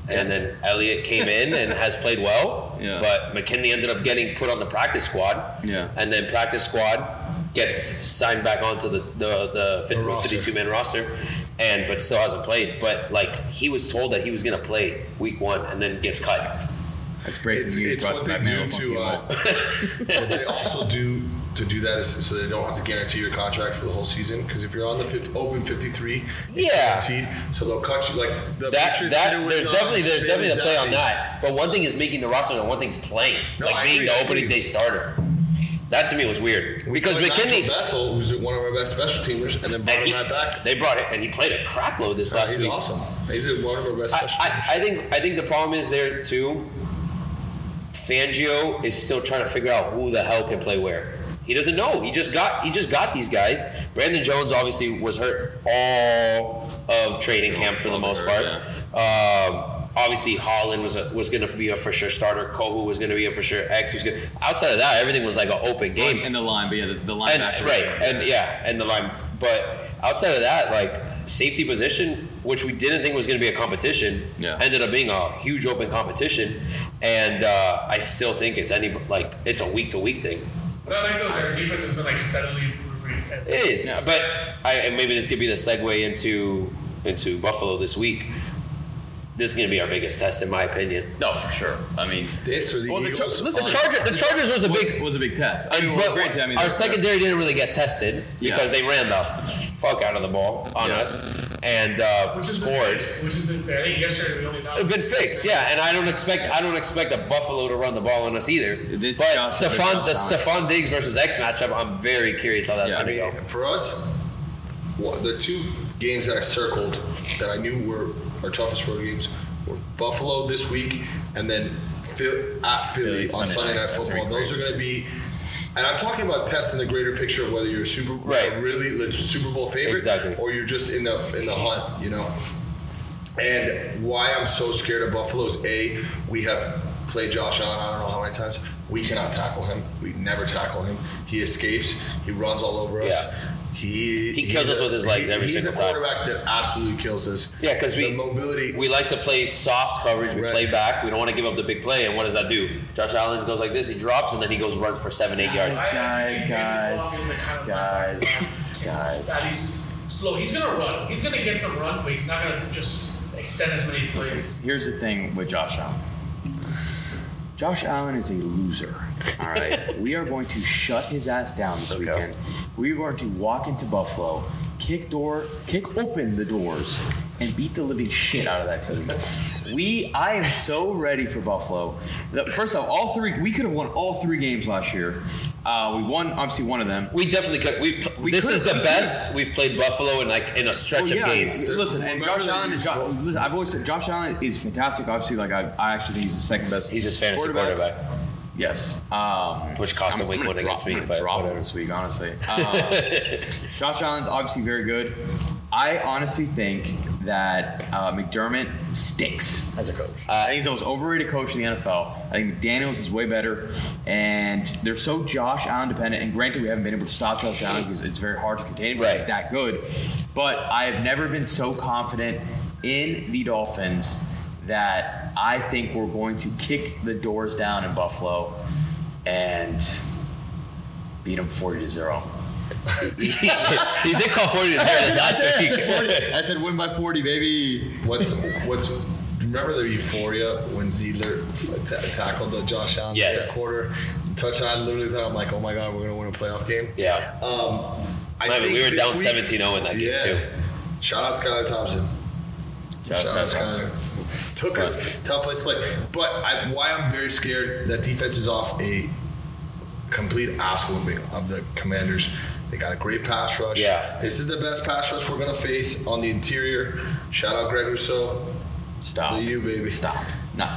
Speaker 1: And then Elliott came in and has played well,
Speaker 3: Yeah.
Speaker 1: but McKinley ended up getting put on the practice squad.
Speaker 3: Yeah.
Speaker 1: And then practice squad gets signed back onto the the, the,
Speaker 2: The roster.
Speaker 1: 52 man roster, and but still hasn't played. But like he was told that he was gonna play week one, and then gets cut.
Speaker 3: That's breaking
Speaker 2: It's,
Speaker 3: news
Speaker 2: it's
Speaker 3: brought
Speaker 2: what
Speaker 3: to
Speaker 2: they
Speaker 3: that
Speaker 2: do
Speaker 3: man on
Speaker 2: to.
Speaker 3: Monkey
Speaker 2: Uh,
Speaker 3: Ball.
Speaker 1: uh,
Speaker 2: what they also do to do that is so they don't have to guarantee your contract for the whole season. Because if you're on the 50, open 53, it's
Speaker 1: Yeah.
Speaker 2: guaranteed. So they'll cut you like the
Speaker 1: That,
Speaker 2: Patriots
Speaker 1: that
Speaker 2: did it with,
Speaker 1: there's
Speaker 2: uh,
Speaker 1: definitely there's
Speaker 2: Bailey
Speaker 1: definitely a play on
Speaker 2: Zappi.
Speaker 1: that. But one thing is making the roster, and one thing's playing,
Speaker 2: No,
Speaker 1: like
Speaker 2: I
Speaker 1: being
Speaker 2: agree,
Speaker 1: the
Speaker 2: I
Speaker 1: opening
Speaker 2: agree.
Speaker 1: day starter. That to me was weird
Speaker 2: We
Speaker 1: because
Speaker 2: played
Speaker 1: McKinley
Speaker 2: Nigel Bethel, who's one of our best special teamers, and then brought
Speaker 1: and he-
Speaker 2: him right back.
Speaker 1: they brought it, and he played a crap load this last
Speaker 2: He's
Speaker 1: week.
Speaker 2: awesome. He's one of our best
Speaker 1: I,
Speaker 2: special teamers.
Speaker 1: I, I think I think the problem is there too. Fangio is still trying to figure out who the hell can play where. He doesn't know. He just got he just got these guys. Brandon Jones obviously was hurt all of training camp for the most part. Um, obviously Holland was a, was going to be a for sure starter. Kohu was going to be a for sure X. Was gonna, outside of that, everything was like an open game
Speaker 3: in the line, but yeah, the, the
Speaker 1: and
Speaker 3: linebacker.
Speaker 1: right and yeah and the line but outside of that like safety position which we didn't think was going to be a competition
Speaker 3: Yeah.
Speaker 1: ended up being a huge open competition and uh, i still think it's any like it's a week to week thing
Speaker 5: But I like those. Our defense has been like steadily improving. every-
Speaker 1: it is but I, and maybe this could be the segue into into buffalo this week this is going to be our biggest test in my opinion
Speaker 3: No, for sure. I mean,
Speaker 2: this or the
Speaker 3: Well, the
Speaker 2: Eagles.
Speaker 3: Chargers-
Speaker 1: listen charger the chargers was a
Speaker 3: was,
Speaker 1: big
Speaker 3: was a big test. I
Speaker 1: I
Speaker 3: mean,
Speaker 1: mean,
Speaker 3: well,
Speaker 1: but
Speaker 3: great. I mean,
Speaker 1: our
Speaker 3: they're-
Speaker 1: secondary didn't really get tested
Speaker 3: Yeah.
Speaker 1: because they ran the fuck out of the ball on
Speaker 3: Yeah.
Speaker 1: us and uh,
Speaker 5: Which has been
Speaker 1: scored.
Speaker 5: fixed, Which has been fair. I think yesterday we only lost.
Speaker 1: It's been fixed, yeah, and I don't expect I don't expect a Buffalo to run the ball on us either.
Speaker 3: It's
Speaker 1: but
Speaker 3: Josh-
Speaker 1: Stephon the
Speaker 3: Josh
Speaker 1: Stephon Diggs versus X matchup, I'm very curious how that's
Speaker 3: Yeah, I
Speaker 1: going to
Speaker 2: I
Speaker 1: go.
Speaker 2: mean, for us, well, the two games that I circled that I knew were our toughest road games were Buffalo this week and then Phil, at Philly,
Speaker 3: Philly,
Speaker 2: on
Speaker 3: Sunday
Speaker 2: Sunday
Speaker 3: night.
Speaker 2: Night
Speaker 3: That's gonna
Speaker 2: Football.
Speaker 3: be
Speaker 2: Those are going to be. And I'm talking about testing the greater picture of whether you're a Super Bowl,
Speaker 1: Right.
Speaker 2: really leg- Super Bowl favorite,
Speaker 1: Exactly.
Speaker 2: or you're just in the in the hunt, you know. And why I'm so scared of Buffalo is a we have played Josh Allen. I don't know how many times we cannot tackle him. We never tackle him. He escapes. He runs all over us.
Speaker 1: Yeah.
Speaker 2: He
Speaker 1: He kills
Speaker 2: he's
Speaker 1: us with his legs every
Speaker 2: he's
Speaker 1: single
Speaker 2: a
Speaker 1: time.
Speaker 2: quarterback that absolutely kills us.
Speaker 1: Yeah, 'cause we-
Speaker 2: the mobility.
Speaker 1: We like to play soft coverage. We
Speaker 2: Right.
Speaker 1: play back. We don't want to give up the big play. And what does that do? Josh Allen goes like this. He drops, and then he goes runs for seven, eight yards.
Speaker 5: I- I think
Speaker 3: Guys,
Speaker 5: David Block is the kind of
Speaker 3: guys,
Speaker 5: linebacker that
Speaker 3: guys.
Speaker 5: is- That he's slow. He's gonna run. He's gonna get some run, but he's not gonna just extend as many plays.
Speaker 3: Listen, here's the thing with Josh Allen. Josh Allen is a loser. All right. we are going to shut his ass down this weekend. We are going to walk into Buffalo, kick door, kick open the doors, and beat the living shit out of that team. We, I am so ready for Buffalo. The- First off, all three, we could have won all three games last year. Uh, we won, obviously, one of them.
Speaker 1: We definitely could. We've,
Speaker 3: We
Speaker 1: this
Speaker 3: could.
Speaker 1: is the best we've played Buffalo in like in a
Speaker 3: Oh,
Speaker 1: stretch
Speaker 3: yeah.
Speaker 1: of games.
Speaker 3: Listen, and
Speaker 2: Remember
Speaker 3: Josh
Speaker 2: that
Speaker 3: Allen
Speaker 2: you
Speaker 3: is. Jo- listen, I've always said Josh Allen is fantastic. Obviously, like I, I actually think he's the second best.
Speaker 1: He's his fantasy quarterback,
Speaker 3: Yes. Um,
Speaker 1: which cost him week
Speaker 3: gonna
Speaker 1: one
Speaker 3: drop-
Speaker 1: against
Speaker 3: I'm
Speaker 1: me.
Speaker 3: gonna
Speaker 1: But
Speaker 3: drop him
Speaker 1: whatever.
Speaker 3: this week, honestly. Um, Josh Allen's obviously very good. I honestly think that uh, McDermott stinks.
Speaker 9: as a coach.
Speaker 3: Uh, I think he's the most overrated coach in the NFL. I think Daniels is way better, and they're so Josh Allen dependent. And granted, we haven't been able to stop Josh Allen because it's very hard to contain him. because He's
Speaker 1: Right.
Speaker 3: that good, but I have never been so confident in the Dolphins that I think we're going to kick the doors down in Buffalo and beat them forty to zero.
Speaker 1: he did call forty to zero this last week.
Speaker 3: I said win by forty, baby.
Speaker 2: What's what's remember the euphoria when Ziedler f- ta tackled the Josh Allen
Speaker 1: Yes.
Speaker 2: that quarter touchdown? I literally thought I'm like, oh my god, we're gonna win a playoff game.
Speaker 1: Yeah,
Speaker 2: Um, I
Speaker 1: But
Speaker 2: think
Speaker 1: we were
Speaker 2: this
Speaker 1: down
Speaker 2: week-
Speaker 1: 17-0 in that game
Speaker 2: Yeah.
Speaker 1: too.
Speaker 2: Shout out Skylar Thompson.
Speaker 3: Shout out Skylar
Speaker 2: Skylar. Took us tough place to play, but I, why I'm very scared that defense is off a complete ass whooping of the Commanders. They got a great pass rush.
Speaker 1: Yeah.
Speaker 2: this is the best pass rush we're gonna face on the interior. Shout out Greg Rousseau.
Speaker 3: Stop.
Speaker 2: To you, baby.
Speaker 3: Stop. No.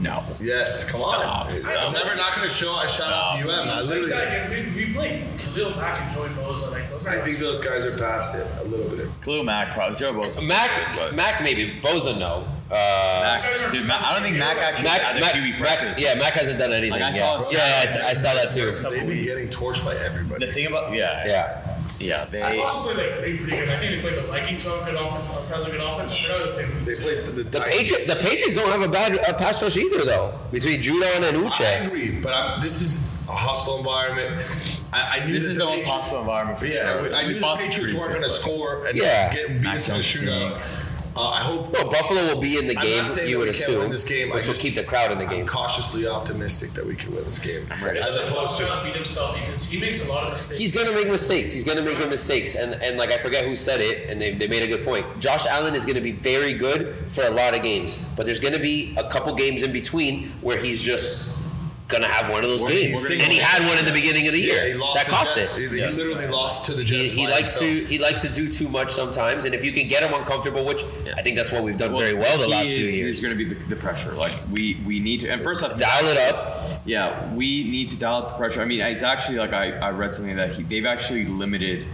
Speaker 3: No.
Speaker 2: Yes, come
Speaker 3: Stop.
Speaker 2: on.
Speaker 3: Stop.
Speaker 2: I'm never not gonna show. I shout out to UM. I literally.
Speaker 5: Like, we, we played Khalil Mack and Joey Bosa. Like, those
Speaker 2: I
Speaker 5: guys-
Speaker 2: think those guys are past it a little bit.
Speaker 3: Khalil Mack probably. Joe Bosa.
Speaker 1: Mac, Mac maybe Boza no. Uh,
Speaker 3: Mac, dude, Mac, I don't think Mac actually
Speaker 1: Mac,
Speaker 3: had the
Speaker 1: Mac,
Speaker 3: QB
Speaker 1: Mac,
Speaker 3: pressures.
Speaker 1: yeah, Mac hasn't done anything.
Speaker 3: Like, I
Speaker 1: yeah,
Speaker 3: saw-
Speaker 1: yeah, yeah, I saw, I saw that too.
Speaker 2: They've been getting torched by everybody.
Speaker 3: The thing about yeah,
Speaker 1: Yeah,
Speaker 3: yeah,
Speaker 5: They
Speaker 3: they
Speaker 5: also played like three pretty good. I think they played the Vikings, who have a good offense. Sounds a good offense. I forgot who they played.
Speaker 2: They played the, the,
Speaker 1: the
Speaker 2: Titans.
Speaker 1: Patriots. The Patriots don't have a bad uh, pass rush either, though. Between Judon and
Speaker 2: I
Speaker 1: Uche,
Speaker 2: agree, but I'm, this is a hostile environment. I, I knew
Speaker 3: this
Speaker 2: that
Speaker 3: is
Speaker 2: the,
Speaker 3: the most
Speaker 2: Patriots,
Speaker 3: hostile environment for
Speaker 2: Yeah,
Speaker 3: sure.
Speaker 2: I knew the
Speaker 3: lost
Speaker 2: Patriots
Speaker 3: three
Speaker 2: weren't going to
Speaker 3: people.
Speaker 2: score and
Speaker 1: Yeah.
Speaker 2: get beat
Speaker 3: Mac
Speaker 2: us in a
Speaker 3: Jones
Speaker 2: shootout.
Speaker 3: stinks.
Speaker 2: Uh, I hope.
Speaker 1: no, Buffalo will be in the
Speaker 2: I'm
Speaker 1: game.
Speaker 2: not saying
Speaker 1: You
Speaker 2: that
Speaker 1: would
Speaker 2: we can't
Speaker 1: assume,
Speaker 2: win this game. I
Speaker 1: which
Speaker 2: just-
Speaker 1: will keep the crowd in the
Speaker 2: I'm
Speaker 1: game.
Speaker 2: cautiously optimistic that we can win this game,
Speaker 1: ready.
Speaker 2: as opposed
Speaker 5: Josh
Speaker 2: to
Speaker 5: Allen beat himself because he makes a lot of mistakes.
Speaker 1: He's gonna make mistakes. He's gonna make mistakes, and and like I forget who said it, and they, they made a good point. Josh Allen is gonna be very good for a lot of games, but there's gonna be a couple games in between where he's just gonna have one of those
Speaker 2: Where he's
Speaker 1: games,
Speaker 2: single.
Speaker 1: and he had one in the beginning of the year
Speaker 2: Yeah, he lost
Speaker 1: that
Speaker 2: to
Speaker 1: cost
Speaker 2: the Jets.
Speaker 1: it.
Speaker 2: He, he literally lost to the
Speaker 1: He,
Speaker 2: Jets.
Speaker 1: he
Speaker 2: by
Speaker 1: likes
Speaker 2: himself.
Speaker 1: to he likes to do too much sometimes, and if you can get him uncomfortable, which I think that's what we've done very well the
Speaker 3: He
Speaker 1: last
Speaker 3: is,
Speaker 1: few
Speaker 3: There's
Speaker 1: years.
Speaker 3: going to be the, the pressure. Like we we need to. And first off,
Speaker 1: Dial it up.
Speaker 3: yeah, we need to dial up the pressure. I mean, it's actually like I, I read something that he, they've actually limited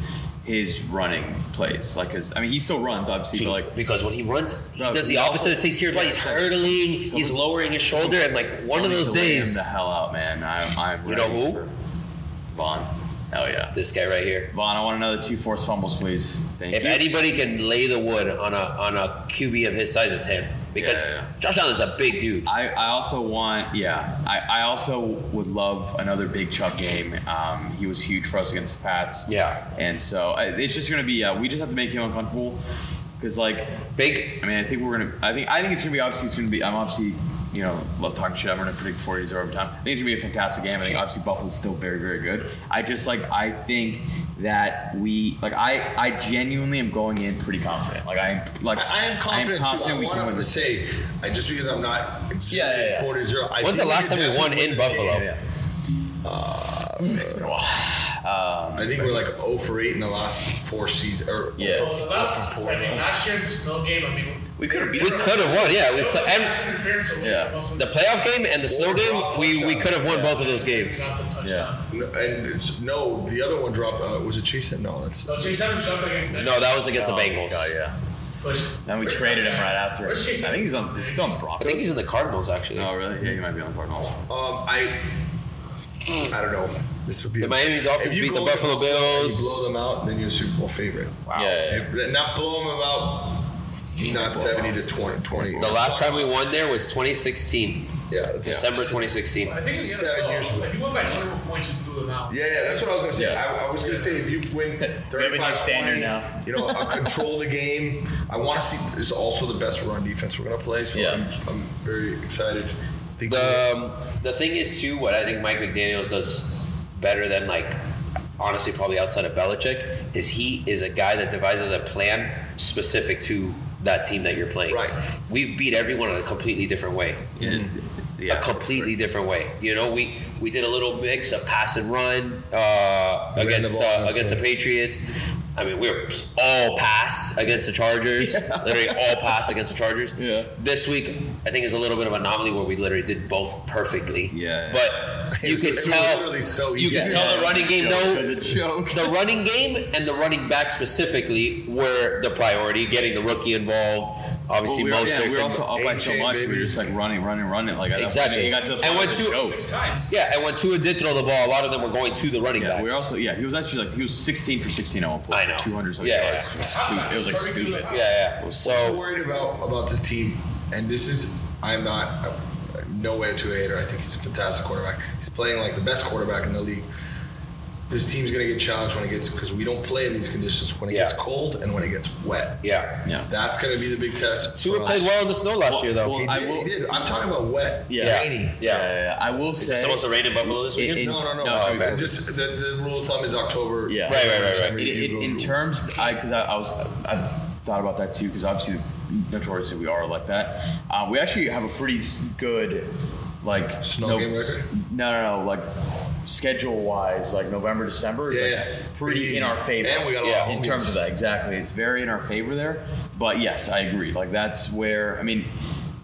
Speaker 3: his running plays. Like his, I mean, he still runs obviously, but like
Speaker 1: because when he runs, he
Speaker 3: No,
Speaker 1: does the
Speaker 3: he
Speaker 1: opposite.
Speaker 3: also-
Speaker 1: It takes care of body. He's
Speaker 3: Yeah.
Speaker 1: hurtling.
Speaker 3: So
Speaker 1: he's
Speaker 3: we-
Speaker 1: lowering his shoulder, and like one of
Speaker 3: somebody
Speaker 1: those
Speaker 3: to lay him
Speaker 1: days,
Speaker 3: the hell out, man. I'm I'm
Speaker 1: You
Speaker 3: ready
Speaker 1: know who?
Speaker 3: for Vaughn. Hell yeah,
Speaker 1: this guy right here.
Speaker 3: Vaughn. I want another two forced fumbles, please. Thank
Speaker 1: If
Speaker 3: you.
Speaker 1: anybody can lay the wood on a on a QB of his size, it's him. Because
Speaker 3: Yeah, yeah.
Speaker 1: Josh Allen's a big dude.
Speaker 3: I, I also want, yeah, I, I also would love another big Chuck game. Um, he was huge for us against the Pats.
Speaker 1: Yeah.
Speaker 3: And so I, it's just going to be, uh, we just have to make him uncomfortable. Because, like,
Speaker 1: Big.
Speaker 3: I mean, I think we're going to, I think I think it's going to be, obviously, it's going to be, I'm obviously, you know, love talking shit. I'm going to predict 40s over time. I think it's going to be a fantastic game. I think, obviously, Buffalo's still very, very good. I just, like, I think that we, like, I, I genuinely am going in pretty confident. Like, I, like,
Speaker 2: I, I am confident. too. I want to
Speaker 3: this
Speaker 2: say, I, just because I'm not it's
Speaker 3: Yeah, yeah, yeah.
Speaker 2: 40 0. I
Speaker 1: When's
Speaker 2: think
Speaker 1: the last
Speaker 2: we
Speaker 1: time
Speaker 2: can
Speaker 1: we won
Speaker 2: definitely
Speaker 1: in
Speaker 2: win this
Speaker 1: Buffalo?
Speaker 2: game.
Speaker 3: It's been a while. Um,
Speaker 2: I think we're like 0 for 8 in the last four seasons. Or oh
Speaker 3: Yeah.
Speaker 5: So for us, I mean, last year in the snow game, I mean,
Speaker 3: We could've
Speaker 1: We could have won. Yeah. We
Speaker 5: It was
Speaker 1: pl-
Speaker 5: a
Speaker 1: and
Speaker 5: pass interference away
Speaker 3: Yeah.
Speaker 5: from us.
Speaker 1: the playoff game and the snow
Speaker 2: Or
Speaker 1: game,
Speaker 2: draw
Speaker 1: we, we
Speaker 2: touchdown.
Speaker 1: could have won both of those games.
Speaker 5: Not the touchdown.
Speaker 3: Yeah.
Speaker 2: and it's, no, the other one dropped. Uh, was it Chase? No, that's. um,
Speaker 5: No, Chase Evans jumped against them.
Speaker 1: No, that was against the Bengals.
Speaker 3: Oh yeah.
Speaker 5: But-
Speaker 3: Then we
Speaker 5: Where's
Speaker 3: traded
Speaker 5: that
Speaker 3: him
Speaker 5: guy?
Speaker 3: right after. I
Speaker 5: Where's Chase
Speaker 3: think he's on.
Speaker 5: Edmonds?
Speaker 3: He's still on
Speaker 1: I
Speaker 3: Broncos.
Speaker 1: think he's in the Cardinals actually.
Speaker 3: Oh really? Yeah, he might be on Cardinals.
Speaker 2: Um, I. I don't know. This would be
Speaker 1: The Miami Dolphins
Speaker 2: If you
Speaker 1: beat the
Speaker 2: go to
Speaker 1: Buffalo
Speaker 2: and
Speaker 1: Bills.
Speaker 2: You blow them out, then you're a Super Bowl favorite.
Speaker 3: Wow. Yeah. yeah,
Speaker 2: If- Not blow them out. Not 70 to 20. 20.
Speaker 1: The last time we won there was 2016,
Speaker 2: Yeah, that's-
Speaker 1: December 2016.
Speaker 5: I think it's
Speaker 2: Sad
Speaker 5: against
Speaker 2: usual.
Speaker 5: If you went by 21 points, you blew them out.
Speaker 2: Yeah, yeah, that's what I was gonna say.
Speaker 3: Yeah.
Speaker 2: I, I was gonna say if you win
Speaker 3: a new
Speaker 2: 35
Speaker 3: standard
Speaker 2: 20,
Speaker 3: now.
Speaker 2: you know, I'll control the game. I want to see this is also the best run defense we're gonna play. So
Speaker 3: Yeah.
Speaker 2: I'm, I'm very excited. I think
Speaker 1: The um, the thing is too, what I think Mike McDaniel's does better than like honestly probably outside of Belichick is he is a guy that devises a plan specific to that team that you're playing.
Speaker 2: Right.
Speaker 1: We've beat everyone in a completely different way.
Speaker 3: It's- yeah.
Speaker 1: a completely different way. You know, we we did a little mix of pass and run uh, against
Speaker 2: ball,
Speaker 1: uh, against the
Speaker 2: so-
Speaker 1: Patriots. I mean, we were all pass against the Chargers. Literally all pass against the Chargers.
Speaker 3: Yeah.
Speaker 1: This week, I think is a little bit of an anomaly where we literally did both perfectly.
Speaker 3: Yeah.
Speaker 1: But
Speaker 2: It
Speaker 1: you
Speaker 2: was- it
Speaker 1: could
Speaker 2: was
Speaker 1: tell.
Speaker 2: literally so
Speaker 1: You
Speaker 2: easy.
Speaker 1: could tell the running game though
Speaker 3: It's a joke.
Speaker 1: the running game and the running back specifically were the priority. Getting the rookie involved,
Speaker 3: Well,
Speaker 1: obviously,
Speaker 3: we were,
Speaker 1: most
Speaker 3: yeah, we were also up by so
Speaker 2: Ancient,
Speaker 3: much. We
Speaker 2: baby.
Speaker 3: were just like running, running, running. Like I-
Speaker 1: Exactly.
Speaker 3: It got to the point
Speaker 1: And
Speaker 3: where
Speaker 1: when
Speaker 3: it was a
Speaker 1: two-
Speaker 3: joke.
Speaker 5: times.
Speaker 1: Yeah, and when Tua did throw the ball, a lot of them were going to the running
Speaker 3: Yeah,
Speaker 1: backs.
Speaker 3: we were also yeah. He was actually like he was 16 for 16 at one point.
Speaker 1: I know.
Speaker 3: 200 something
Speaker 1: Yeah,
Speaker 3: yards.
Speaker 1: yeah.
Speaker 3: It was stu- It was like stupid.
Speaker 1: yeah, yeah.
Speaker 2: I'm
Speaker 1: So
Speaker 2: worried about about this team, and this is I'm not I'm no way to a hater. I think he's a fantastic quarterback. He's playing like the best quarterback in the league. This team's gonna get challenged when it gets because we don't play in these conditions when it
Speaker 1: Yeah.
Speaker 2: gets cold and when it gets wet.
Speaker 1: yeah,
Speaker 3: Yeah.
Speaker 2: That's gonna be the big test.
Speaker 1: Tua
Speaker 2: for us.
Speaker 1: played well in the snow last year though.
Speaker 3: well,
Speaker 2: He
Speaker 3: I
Speaker 2: did,
Speaker 3: will-
Speaker 2: he did. I'm talking about wet,
Speaker 1: yeah.
Speaker 2: rainy.
Speaker 1: yeah, yeah.
Speaker 3: yeah, I will
Speaker 1: Is it
Speaker 3: say.
Speaker 1: supposed to rain in Buffalo this
Speaker 3: in-
Speaker 1: weekend?
Speaker 3: in-
Speaker 2: No, no, no.
Speaker 3: No,
Speaker 2: I-
Speaker 3: October.
Speaker 2: just the, the rule of thumb is October.
Speaker 3: Yeah.
Speaker 1: Right, right, right, right.
Speaker 3: It, it, in terms, I because I, I was I thought about that too because obviously notoriously we are like that. Uh, we actually have a pretty s- good like
Speaker 2: Snow game record?
Speaker 3: s- No, no, no. Like schedule wise, like November, December is
Speaker 2: Yeah,
Speaker 3: like
Speaker 2: yeah.
Speaker 3: pretty
Speaker 2: Pretty
Speaker 3: in our
Speaker 2: easy.
Speaker 3: favor.
Speaker 2: And we got a lot
Speaker 3: yeah,
Speaker 2: of
Speaker 3: in
Speaker 2: home
Speaker 3: terms
Speaker 2: games.
Speaker 3: of that exactly. It's very in our favor there. But yes, I agree. Like that's where I mean.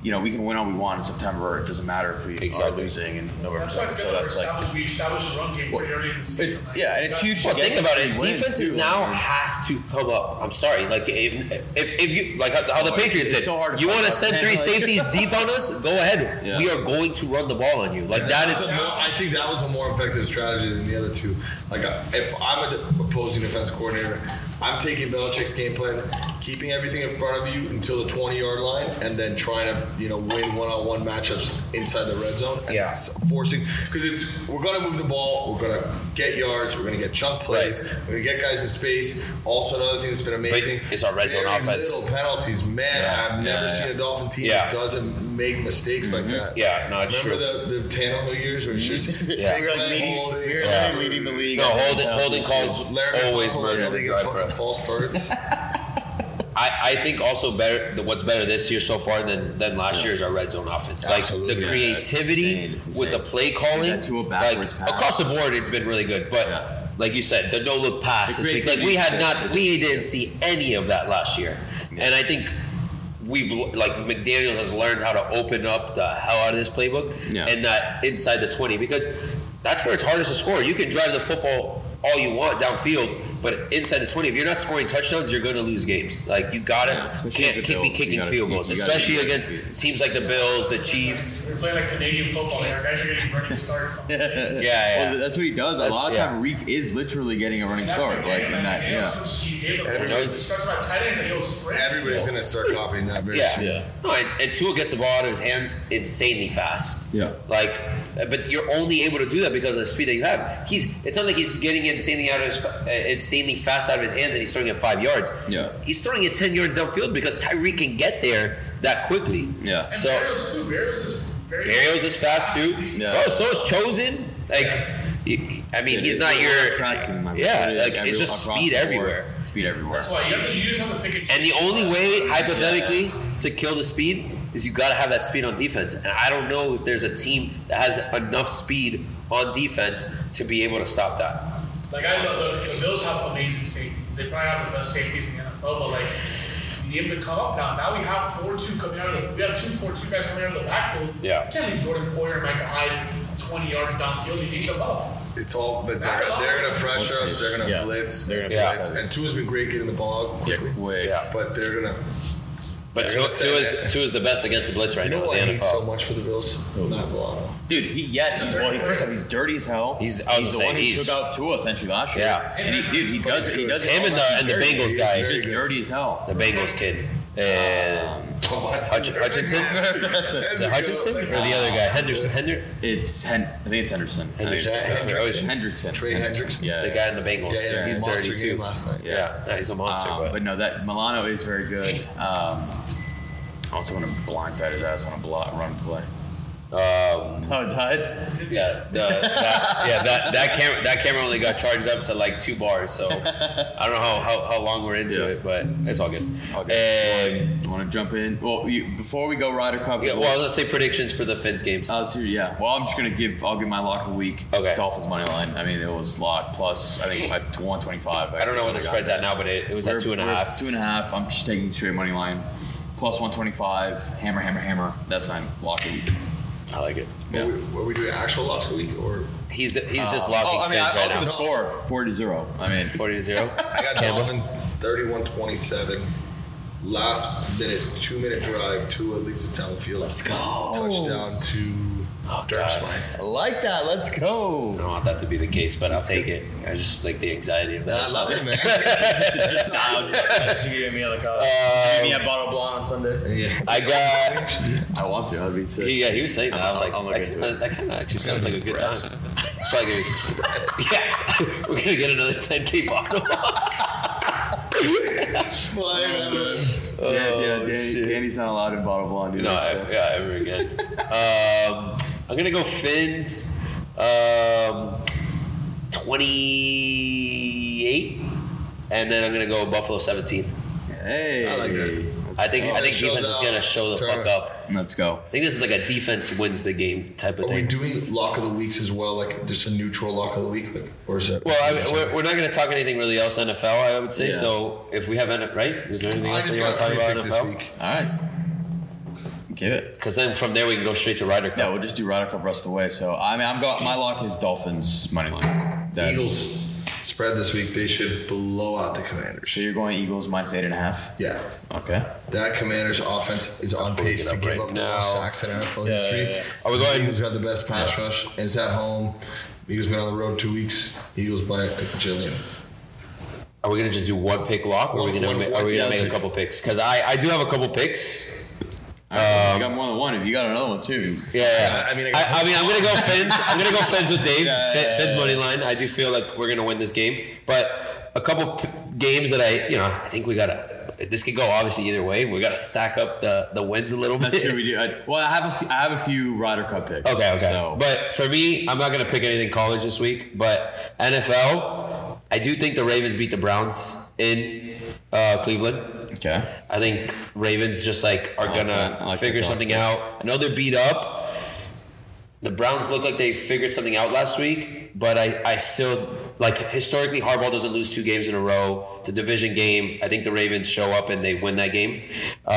Speaker 3: You know, we can win all we want in September. It doesn't matter if we
Speaker 1: Exactly.
Speaker 3: are losing in November.
Speaker 5: That's why it's
Speaker 3: December.
Speaker 5: been
Speaker 3: So that's like,
Speaker 5: established. we established a run game pretty early in the season.
Speaker 3: it's
Speaker 5: like,
Speaker 3: yeah, and it's
Speaker 5: that-
Speaker 3: huge.
Speaker 1: Well,
Speaker 3: to get
Speaker 1: think about it.
Speaker 3: wins,
Speaker 1: Defenses
Speaker 3: too.
Speaker 1: now have to come up. I'm sorry. Like if if, if you like how, how the
Speaker 3: hard.
Speaker 1: Patriots
Speaker 3: It's
Speaker 1: did.
Speaker 3: so hard to
Speaker 1: you
Speaker 3: find
Speaker 1: want to
Speaker 3: out.
Speaker 1: send three
Speaker 3: Like-
Speaker 1: safeties deep on us? Go ahead.
Speaker 3: Yeah.
Speaker 1: We are going to run the ball on you. Like that is.
Speaker 2: So more- I think that was a more effective strategy than the other two. Like, uh, if I'm an opposing defense coordinator, I'm taking Belichick's game plan, keeping everything in front of you until the 20 yard line, and then trying to you know win one on one matchups inside the red zone. And
Speaker 1: Yeah.
Speaker 2: s- forcing because it's we're gonna move the ball, we're gonna get yards, we're gonna get chunk plays, we're gonna get guys in space. Also, another thing that's been amazing
Speaker 1: it's our red zone
Speaker 2: very
Speaker 1: offense.
Speaker 2: Little penalties, man.
Speaker 3: Yeah,
Speaker 2: I've
Speaker 3: yeah,
Speaker 2: never
Speaker 3: yeah.
Speaker 2: seen a Dolphin team
Speaker 1: Yeah. Mm-hmm.
Speaker 2: that doesn't make mistakes like that.
Speaker 1: Yeah, no, it's
Speaker 2: Remember
Speaker 1: true.
Speaker 2: the, the Tannehill years where it's just
Speaker 1: Yeah.
Speaker 2: they
Speaker 1: We
Speaker 3: were, like,
Speaker 2: play
Speaker 3: leading-
Speaker 2: all day.
Speaker 3: we were, like,
Speaker 2: Yeah.
Speaker 3: leading the league.
Speaker 1: No, holding, holding calls
Speaker 2: Larry
Speaker 1: always
Speaker 2: Tunsil led
Speaker 1: murder
Speaker 2: the league in
Speaker 1: drive for
Speaker 2: fucking
Speaker 1: us.
Speaker 2: false starts.
Speaker 1: I, I think also better the- what's better this year so far than than last year is our red zone offense.
Speaker 2: Absolutely.
Speaker 1: Like the
Speaker 2: Yeah,
Speaker 3: it's
Speaker 1: creativity
Speaker 3: insane. It's
Speaker 1: with the
Speaker 3: insane.
Speaker 1: play calling,
Speaker 3: That to a
Speaker 1: like
Speaker 3: backwards pass.
Speaker 1: across the board, it's been really good. But
Speaker 3: Yeah.
Speaker 1: like you said, the no look pass
Speaker 3: The
Speaker 1: this week, like we
Speaker 3: creativity
Speaker 1: had
Speaker 3: is
Speaker 1: not, we didn't see any of that last year, and I think. We've l- like McDaniel's has learned how to open up the hell out of this playbook
Speaker 3: Yeah.
Speaker 1: and that inside the twenty because that's where it's hardest to score. You can drive the football all you want downfield, but inside the twenty, if you're not scoring touchdowns, you're going to lose games. Like you got to
Speaker 3: Yeah, especially
Speaker 1: can't,
Speaker 3: the
Speaker 1: can't be
Speaker 3: Bills. You
Speaker 1: kicking
Speaker 3: gotta-
Speaker 1: field
Speaker 3: you-
Speaker 1: goals,
Speaker 3: you gotta
Speaker 1: especially
Speaker 3: be-
Speaker 1: against teams like the Bills, the Chiefs.
Speaker 5: We play like Canadian football here. Guys are getting running starts. on
Speaker 1: Yeah,
Speaker 5: the
Speaker 1: yeah.
Speaker 3: Well, that's what he does. A
Speaker 1: That's-
Speaker 3: lot of
Speaker 1: yeah.
Speaker 3: time, Reek is literally getting a running start, like in that. Yeah.
Speaker 2: Everybody's-
Speaker 5: Starts my tight ends. Like, yo, sprint.
Speaker 2: Everybody's gonna start copying that very
Speaker 1: Yeah.
Speaker 2: soon.
Speaker 3: Yeah.
Speaker 1: No, and, and Tua gets the ball out of his hands insanely fast.
Speaker 3: Yeah.
Speaker 1: Like, but you're only able to do that because of the speed that you have. He's. It's not like he's getting insanely out of his, uh, insanely fast out of his hands, and he's throwing it five yards.
Speaker 3: Yeah.
Speaker 1: He's throwing it ten yards downfield because Tyreek can get there that quickly.
Speaker 3: Yeah.
Speaker 5: And
Speaker 1: So-
Speaker 5: Barrios too. Barrios is very.
Speaker 1: Barrios is fast too.
Speaker 5: He's-
Speaker 3: Yeah.
Speaker 1: Bro, so is Chosen. Like, y- I mean, he's not your. Yeah, like it's just speed everywhere.
Speaker 3: Speed everywhere.
Speaker 5: That's why you have to. You just have to pick and choose.
Speaker 1: And the only way, hypothetically, to kill the speed is you got to have that speed on defense. And I don't know if there's a team that has enough speed on defense to be able to stop that.
Speaker 5: Like I love look, the Bills have amazing safeties. They probably have the best safeties in the NFL, but like you need them to come up now. Now we have four two coming out of the we have two four two guys coming out of the backfield.
Speaker 1: Yeah.
Speaker 5: You can't leave Jordan Poyer and Micah Hyde twenty yards downfield, you need them up.
Speaker 2: It's all, but they're, they're gonna pressure us. They're gonna
Speaker 3: Yeah.
Speaker 2: blitz.
Speaker 3: They're gonna
Speaker 1: Yeah.
Speaker 2: blitz. And Tua's been great getting the ball out quickly.
Speaker 3: Quick.
Speaker 1: Yeah.
Speaker 2: But they're gonna.
Speaker 1: But
Speaker 2: They're
Speaker 1: two,
Speaker 2: gonna say
Speaker 1: two,
Speaker 2: that.
Speaker 1: is, two is the best against the blitz right
Speaker 2: You know
Speaker 1: now
Speaker 2: what I
Speaker 1: in the
Speaker 2: hate
Speaker 1: NFL.
Speaker 2: so much for the Bills? Not Milano.
Speaker 3: Dude, he yes, he's well. He, first off, he's dirty as hell.
Speaker 1: He's- I was
Speaker 3: he's the
Speaker 1: gonna say,
Speaker 3: one who
Speaker 1: he's-
Speaker 3: took out Tua essentially last year.
Speaker 1: Yeah.
Speaker 3: and he, dude, he does. He does.
Speaker 1: Him and the- and the
Speaker 3: Dirty.
Speaker 1: Bengals
Speaker 3: He's
Speaker 1: guy.
Speaker 3: just dirty as hell.
Speaker 1: the Bengals kid.
Speaker 2: Uh,
Speaker 1: And Hutch- Hutchinson? Is it Hutchinson or the other guy? Henderson. Hender,
Speaker 3: It's Hen- I think it's Henderson. I think it's
Speaker 1: Henderson. Um,
Speaker 2: Hendrickson.
Speaker 3: Hendrickson.
Speaker 2: Trey Hendrickson.
Speaker 3: Yeah.
Speaker 1: The guy in the
Speaker 2: Yeah,
Speaker 1: Bengals.
Speaker 2: yeah, yeah. Uh,
Speaker 1: He's
Speaker 2: Monster
Speaker 1: dirty too.
Speaker 2: game last night.
Speaker 1: Yeah. yeah, he's a monster.
Speaker 3: Um,
Speaker 1: but
Speaker 3: but no, that Milano is very good. Um, I also want to blindside his ass on a block run play. Oh, it died.
Speaker 1: Yeah, the, that, yeah, that that camera that camera only got charged up to like two bars, so I don't know how, how, how long we're into
Speaker 3: Yeah.
Speaker 1: it, but it's all good.
Speaker 3: All
Speaker 1: Um,
Speaker 3: Want to jump in? Well, you, before we go Ryder Cup,
Speaker 1: yeah, well, let's say predictions for the Finns games.
Speaker 3: Oh, so yeah. Well, I'm just gonna give. I'll give my lock of the week.
Speaker 1: Okay.
Speaker 3: Dolphins money line. I mean, it was lock plus. I think like 125.
Speaker 1: I don't know what the spread's at now, but it, it was at two and a half.
Speaker 3: Two and a half. I'm just taking straight money line. Plus 125. Hammer, hammer, hammer. That's my lock of the week.
Speaker 1: I like it.
Speaker 3: Yeah.
Speaker 2: Are, we, are we doing actual locks a week or
Speaker 1: He's the, he's just
Speaker 3: oh,
Speaker 1: locking
Speaker 3: I mean, I,
Speaker 1: Finns
Speaker 3: I'll
Speaker 1: right
Speaker 3: give
Speaker 1: now.
Speaker 3: the score 40 to zero. I mean,
Speaker 1: Forty to zero.
Speaker 2: I got Dolphins 31-27. Last minute, two minute drive. Tua leads his town field. Let's go. Touchdown to
Speaker 1: Oh, God.
Speaker 2: Durham
Speaker 3: I like that. Let's
Speaker 1: I
Speaker 3: go.
Speaker 1: don't want that to be the case, but I'll take it. I just like the anxiety of that.
Speaker 2: it, man.
Speaker 6: Give me like
Speaker 1: Um,
Speaker 6: a, give me a bottle of blonde on Sunday.
Speaker 1: I got.
Speaker 3: I want to. That'd be sick.
Speaker 1: Yeah, he was saying that.
Speaker 3: I'm-
Speaker 1: like,
Speaker 3: I'm looking
Speaker 1: that
Speaker 3: into
Speaker 1: kinda- that kind of actually sounds like a good time. It's probably gonna be. yeah, we're gonna get another 10k bottle.
Speaker 3: yeah, yeah.
Speaker 1: Oh,
Speaker 3: Danny,
Speaker 1: shit.
Speaker 3: Danny's not allowed in bottle blonde. Dude.
Speaker 1: no, I, yeah, ever again. Um, I'm gonna go Finns. Um, 28, and then I'm gonna go Buffalo 17.
Speaker 3: hey.
Speaker 2: I like that.
Speaker 1: I think I
Speaker 2: Oh,
Speaker 1: think
Speaker 2: shows
Speaker 1: defense is
Speaker 2: out.
Speaker 1: gonna show the
Speaker 2: Turn.
Speaker 1: fuck up.
Speaker 3: Let's go.
Speaker 1: I think this is like a defense wins the game type of
Speaker 2: Are Oh, we
Speaker 1: thing.
Speaker 2: doing lock of the weeks as well? Like just a neutral lock of the week, like, or is that?
Speaker 1: Well, I mean, we're, we're not going to talk anything really else NFL. I would say
Speaker 3: Yeah.
Speaker 1: so. If we have NFL, right? Is there anything
Speaker 2: I
Speaker 1: else that
Speaker 2: just
Speaker 1: you
Speaker 2: got
Speaker 1: want
Speaker 2: a
Speaker 1: to talk
Speaker 2: free
Speaker 1: about
Speaker 2: pick
Speaker 1: NFL?
Speaker 2: this week.
Speaker 3: All right. Give it.
Speaker 1: Because then from there we can go straight to Ryder
Speaker 3: Yeah,
Speaker 1: Cup.
Speaker 3: we'll just do Ryder Cup rest of the way. So I mean, I'm going. My lock is Dolphins money line. That's-
Speaker 2: Eagles spread this week. They should blow out the Commanders.
Speaker 3: So you're going Eagles minus eight and a half.
Speaker 2: Yeah,
Speaker 3: Okay.
Speaker 2: that Commanders offense is on pace
Speaker 1: it
Speaker 2: to
Speaker 1: up
Speaker 2: give
Speaker 1: right
Speaker 2: up the
Speaker 1: now.
Speaker 2: most sacks in NFL history.
Speaker 1: Are we going-
Speaker 2: Eagles got the best pass rush, and it's at home. Eagles been on the road two weeks. Eagles by a jillion.
Speaker 1: Are we going to just do one pick lock, or are we going to
Speaker 2: One-
Speaker 1: make, are we
Speaker 3: yeah,
Speaker 1: going to make a
Speaker 3: let's-
Speaker 1: couple picks? Because I I do have a couple picks.
Speaker 3: All right, you got more than one. If you got another one too,
Speaker 1: Yeah, yeah.
Speaker 2: I- I mean, I
Speaker 1: I,
Speaker 2: got-
Speaker 1: I, mean, I'm going to go Fins. I'm going to go Fins with Dave.
Speaker 3: Yeah,
Speaker 1: Fin-
Speaker 3: yeah,
Speaker 1: Fins money line. I do feel like we're going to win this game, but a couple p- games that I you know I think we got to. This could go obviously either way. We got to stack up the the wins a little bit.
Speaker 3: that's true. We do. I, well, I have a few, I have a few Ryder Cup picks.
Speaker 1: Okay, okay.
Speaker 3: So
Speaker 1: But for me, I'm not gonna pick anything college this week. But NFL, I do think the Ravens beat the Browns in uh, Cleveland.
Speaker 3: okay.
Speaker 1: I think Ravens just like are
Speaker 3: I like
Speaker 1: gonna
Speaker 3: that. I like that
Speaker 1: figure
Speaker 3: thought.
Speaker 1: something out. I know they're beat up. The Browns look like they figured something out last week, but I, I still like historically Harbaugh doesn't lose two games in a row. It's a division game. I think the Ravens show up and they win that game. Um,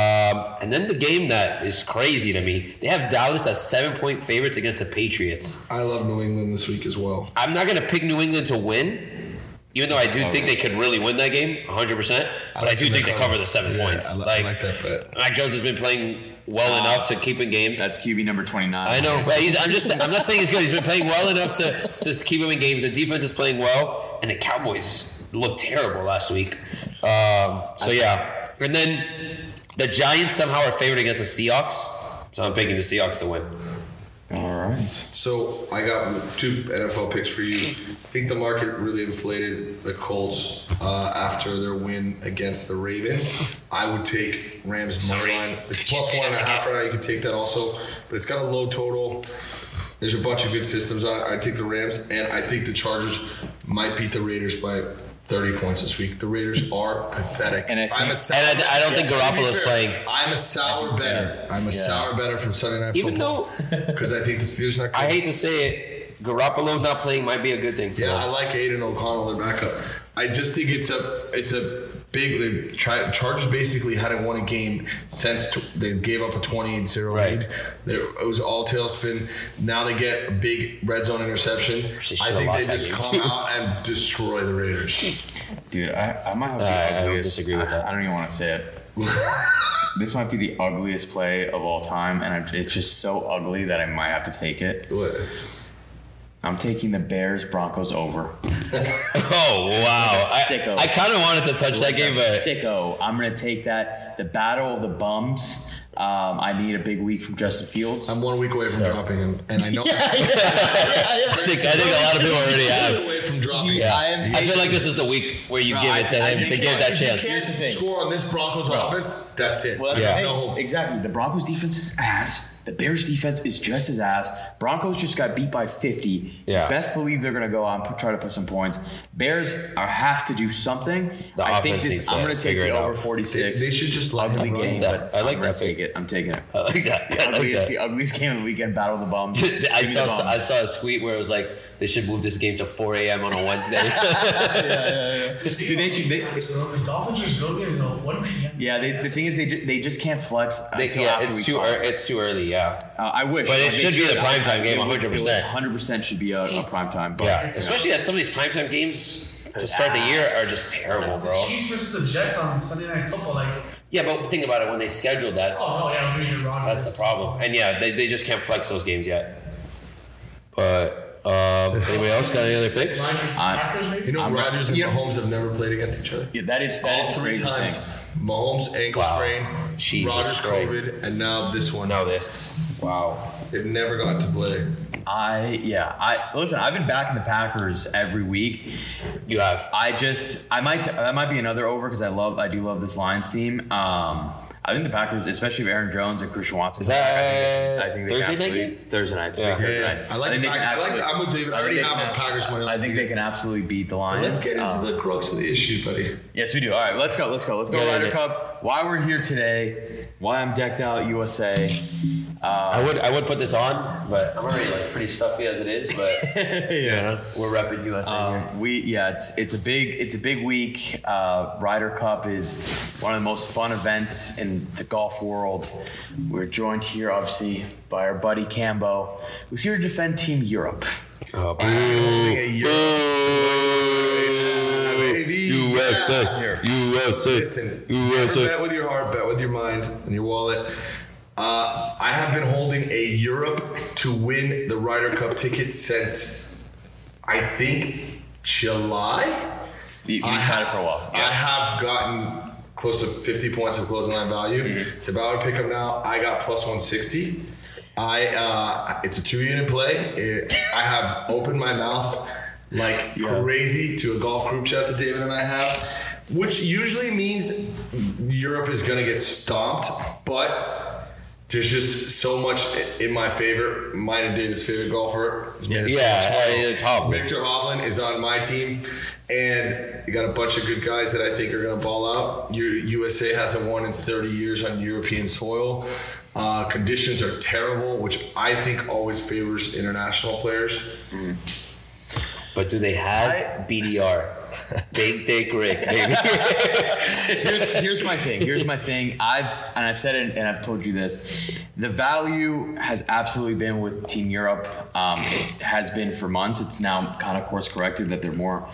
Speaker 1: and then the game that is crazy to me, they have Dallas as seven point favorites against the Patriots.
Speaker 2: I love New England this week as well.
Speaker 1: I'm not going to pick New England to win, even though I do think they could really win that game 100%. But I,
Speaker 2: like
Speaker 1: do
Speaker 2: them
Speaker 1: think
Speaker 2: to
Speaker 1: they
Speaker 2: cover.
Speaker 1: cover the seven
Speaker 2: Yeah,
Speaker 1: points.
Speaker 2: I li- I
Speaker 1: like,
Speaker 2: like that bet.
Speaker 1: Mac Jones has been playing well enough to keep in games.
Speaker 3: That's QB number twenty nine.
Speaker 1: I know, but he's, I'm just I'm not saying he's good. He's been playing well enough to, to keep him in games. The defense is playing well, and the Cowboys looked terrible last week. Um, so yeah, and then the Giants somehow are favored against the Seahawks. So I'm picking the Seahawks to win.
Speaker 3: All right.
Speaker 2: So I got two NFL picks for you. I think the market really inflated the Colts uh, after their win against the Ravens. I would take Rams money line. It's plus one and a half right now. You can take that also, but it's got a low total. There's a bunch of good systems on it. I take the Rams, and I think the Chargers might beat the Raiders by 30 points this week. The Raiders are pathetic.
Speaker 3: And I think-
Speaker 2: I'm a sour,
Speaker 1: And I- I don't think
Speaker 2: Yeah, to be
Speaker 1: Garoppolo's
Speaker 2: fair,
Speaker 1: playing.
Speaker 2: I'm a sour better. I'm a sour better from Sunday Night
Speaker 1: Even
Speaker 2: Football. because I think the Steelers are not.
Speaker 1: I hate to say it, Garoppolo not playing might be a good thing. For
Speaker 2: Yeah,
Speaker 1: them.
Speaker 2: I like Aiden O'Connell, their backup. I just think it's a it's a big. The tri- Chargers basically hadn't won a game since t- they gave up a 28-0
Speaker 1: Right.
Speaker 2: lead. There, it was all tailspin. Now they get a big red zone interception.
Speaker 1: They
Speaker 2: I
Speaker 1: should've
Speaker 2: think they
Speaker 1: lost that
Speaker 2: just
Speaker 1: game, too.
Speaker 2: come out and destroy the Raiders.
Speaker 3: Dude, I, I might have the
Speaker 1: I- I don't
Speaker 3: ugliest-
Speaker 1: disagree with
Speaker 3: I-
Speaker 1: that.
Speaker 3: I don't even want to say it. this might be the ugliest play of all time, and I'm, it's just so ugly that I might have to take it.
Speaker 2: what?
Speaker 3: I'm taking the Bears Broncos over.
Speaker 1: Oh
Speaker 3: Like a
Speaker 1: wow!
Speaker 3: sicko.
Speaker 1: I, I kind of wanted to touch that
Speaker 3: Like
Speaker 1: game,
Speaker 3: a
Speaker 1: but
Speaker 3: sicko. I'm gonna take that. The battle of the bums. Um, I need a big week from Justin Fields.
Speaker 2: I'm one week away from dropping him, and I know
Speaker 1: I think I think a lot of people already have.
Speaker 2: away from dropping.
Speaker 1: Yeah.
Speaker 3: I am
Speaker 1: I feel like this is the week where you
Speaker 3: Bro,
Speaker 1: give
Speaker 3: I-
Speaker 1: it to
Speaker 3: I
Speaker 1: him
Speaker 3: think
Speaker 1: to
Speaker 3: you
Speaker 1: give
Speaker 3: can't-
Speaker 1: that
Speaker 3: if you
Speaker 1: chance.
Speaker 3: Here's the thing.
Speaker 2: Score on this Broncos offense. That's it.
Speaker 3: Well, that's
Speaker 1: Yeah.
Speaker 3: the thing.
Speaker 2: No hope.
Speaker 3: Exactly. The Broncos defense is ass. The Bears defense is just as ass. Broncos just got beat by 50.
Speaker 1: Yeah.
Speaker 3: Best believe they're going to go out and put, try to put some points. Bears are have to do something.
Speaker 1: The
Speaker 3: I think
Speaker 1: offense needs
Speaker 3: this,
Speaker 1: to
Speaker 3: I'm going to take
Speaker 1: figure
Speaker 3: the
Speaker 1: it out.
Speaker 3: over
Speaker 2: They,
Speaker 3: 46.
Speaker 2: they should just let
Speaker 3: ugly
Speaker 2: him
Speaker 3: game,
Speaker 2: run.
Speaker 1: that.
Speaker 3: but
Speaker 1: I like
Speaker 3: I'm gonna
Speaker 1: that
Speaker 3: take it. I'm taking it.
Speaker 1: I like that. I like
Speaker 3: ugliest,
Speaker 1: that.
Speaker 3: the ugliest game of the weekend, Battle of the Bums. Give
Speaker 1: I
Speaker 3: me the
Speaker 1: saw
Speaker 3: bums.
Speaker 1: I saw a tweet where it was like they should move this game to 4 a.m. on a Wednesday.
Speaker 3: Dude, they should- they-
Speaker 5: the Dolphins just go get it at 1 p.m.
Speaker 3: Yeah, they, the thing is, they just, they just can't flex
Speaker 1: They-
Speaker 3: until
Speaker 1: yeah,
Speaker 3: after
Speaker 1: it's
Speaker 3: week
Speaker 1: too
Speaker 3: five.
Speaker 1: ear it's too early. Yeah,
Speaker 3: Uh, I wish,
Speaker 1: But it
Speaker 3: Like, they
Speaker 1: should be the
Speaker 3: I- I-
Speaker 1: primetime game,
Speaker 3: it would- it would
Speaker 1: 100%.
Speaker 3: 100% should be a, a primetime. But
Speaker 1: yeah. Especially that some of these primetime games to start the year are just terrible,
Speaker 5: It's the
Speaker 1: bro.
Speaker 5: Chiefs versus the Jets on Sunday Night Football. Like,
Speaker 1: Yeah, but think about it when they scheduled that.
Speaker 5: oh no, yeah, I was reading Rodgers.
Speaker 1: That's the problem. And yeah, they, they just can't flex those games yet. But um, anybody else got any other picks?
Speaker 5: Rodgers
Speaker 3: I-
Speaker 5: Packers maybe.
Speaker 2: You know,
Speaker 3: I'm-
Speaker 2: Rodgers and
Speaker 3: yeah.
Speaker 2: Mahomes have never played against each other.
Speaker 3: yeah, that is that
Speaker 2: All
Speaker 3: is the
Speaker 2: three
Speaker 3: crazy
Speaker 2: times.
Speaker 3: thing.
Speaker 2: Mahomes ankle
Speaker 1: Wow.
Speaker 2: sprain,
Speaker 1: Jesus
Speaker 2: Rodgers
Speaker 1: Christ.
Speaker 2: COVID, and now this one.
Speaker 1: Now this. Wow.
Speaker 2: They've never gotten to play.
Speaker 3: I yeah. I listen. I've been backing the Packers every week.
Speaker 1: You have.
Speaker 3: I just I might that might be another over because I love I do love this Lions team. Um, I think the Packers, especially if Aaron Jones and Christian Watson,
Speaker 1: Is that
Speaker 3: I think they
Speaker 1: Thursday
Speaker 3: can
Speaker 1: night
Speaker 3: absolutely-
Speaker 1: game?
Speaker 3: Thursday night.
Speaker 1: Yeah.
Speaker 3: Thursday
Speaker 2: Yeah,
Speaker 3: night.
Speaker 2: I like
Speaker 3: think
Speaker 2: the
Speaker 3: they
Speaker 2: Pack-
Speaker 3: can
Speaker 2: I like-
Speaker 3: absolutely-
Speaker 2: I'm with David. I
Speaker 3: think
Speaker 2: already
Speaker 3: they
Speaker 2: have
Speaker 3: can
Speaker 2: a
Speaker 3: abs-
Speaker 2: Packers money
Speaker 3: I
Speaker 2: line
Speaker 3: think uh, they can absolutely beat the Lions.
Speaker 2: Let's get into the crux of the issue, buddy.
Speaker 3: Yes, we do. All right, let's go. Let's go. Let's go.
Speaker 1: Yeah, yeah,
Speaker 3: Ryder
Speaker 1: yeah.
Speaker 3: Cup. Why we're here today. Why I'm decked out USA.
Speaker 1: I would I would put this on, but I'm already like pretty stuffy as it is. But
Speaker 3: yeah.
Speaker 1: we're repping USA.
Speaker 3: Um, we yeah, it's it's a big it's a big week. Uh, Ryder Cup is one of the most fun events in the golf world. We're joined here obviously by our buddy Cambo, who's here to defend Team Europe.
Speaker 1: oh,
Speaker 2: Holding a Euro- USA, Listen, never bet with your heart, bet with your mind and your wallet. Uh, I have been holding a Europe to win the Ryder Cup ticket since I think July.
Speaker 3: You, you've
Speaker 2: I
Speaker 3: had it for a while.
Speaker 2: I have gotten close to 50 points of closing line value.
Speaker 1: Mm-hmm.
Speaker 2: It's about to pick up now. I got plus 160. I uh, it's a two unit play. It, I have opened my mouth like crazy to a golf group chat that David and I have, which usually means Europe is going to get stomped, but there's just so much in my favor. Mine and David's favorite golfer is Magnus
Speaker 1: yeah,
Speaker 2: Carlsen.
Speaker 1: yeah, it's Hovland.
Speaker 2: Victor Hovland is on my team, and you got a bunch of good guys that I think are going to ball out. U- USA hasn't won in 30 years on European soil. Uh, conditions are terrible, which I think always favors international players.
Speaker 1: But do they have BDR? Big Dick Rick, baby.
Speaker 3: here's, here's my thing. Here's my thing. I've and I've said it and I've told you this. The value has absolutely been with Team Europe. Um, it has been for months. It's now kind of course corrected that they're more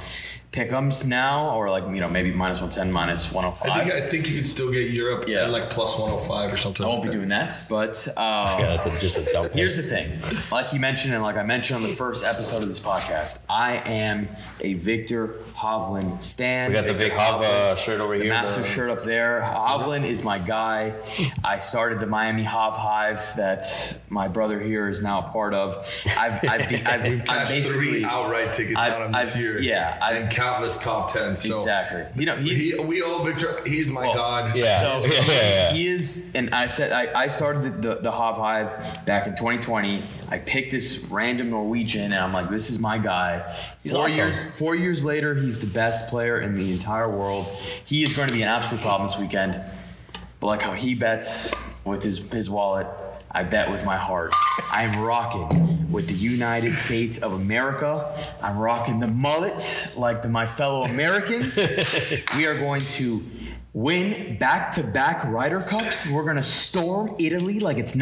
Speaker 3: pickums now, or like you know maybe minus one ten, minus one hundred
Speaker 2: I
Speaker 3: five.
Speaker 2: think I think you could still get Europe
Speaker 3: Yeah.
Speaker 2: at like plus 105 or something.
Speaker 3: I won't be
Speaker 2: like that.
Speaker 3: doing that, but. Um,
Speaker 1: yeah, that's a, just a dumb. pick.
Speaker 3: Here's the thing. Like you mentioned, and like I mentioned on the first episode of this podcast, I am a Victor Hovland stan.
Speaker 1: we got the Vic Hava shirt over
Speaker 3: the
Speaker 1: here.
Speaker 3: master
Speaker 1: bro.
Speaker 3: shirt up there. Hovland is my guy. I started the Miami Hov Hive that my brother here is now a part of. I've, I've, be, I've,
Speaker 2: We've
Speaker 3: I've
Speaker 2: cashed
Speaker 3: basically
Speaker 2: three outright tickets
Speaker 3: I've-
Speaker 2: on him this
Speaker 3: I've-
Speaker 2: year.
Speaker 3: yeah, I've-
Speaker 2: and countless top tens. So
Speaker 3: exactly. You know, he's
Speaker 2: He, we owe Victor. He's my
Speaker 3: Well,
Speaker 2: god.
Speaker 1: Yeah.
Speaker 3: So
Speaker 1: yeah, yeah, yeah.
Speaker 3: he is, and I said I, I started the, the the Hov Hive back in 2020. I picked this random Norwegian, and I'm like, this is my guy. four
Speaker 1: awesome.
Speaker 3: years four years later, he's the best player in the entire world. He is going to be an absolute problem this weekend. But like how he bets with his his wallet, I bet with my heart. I'm rocking with the United States of America. I'm rocking the mullet like the, my fellow Americans. we are going to win back-to-back Ryder Cups. We're going to storm Italy like it's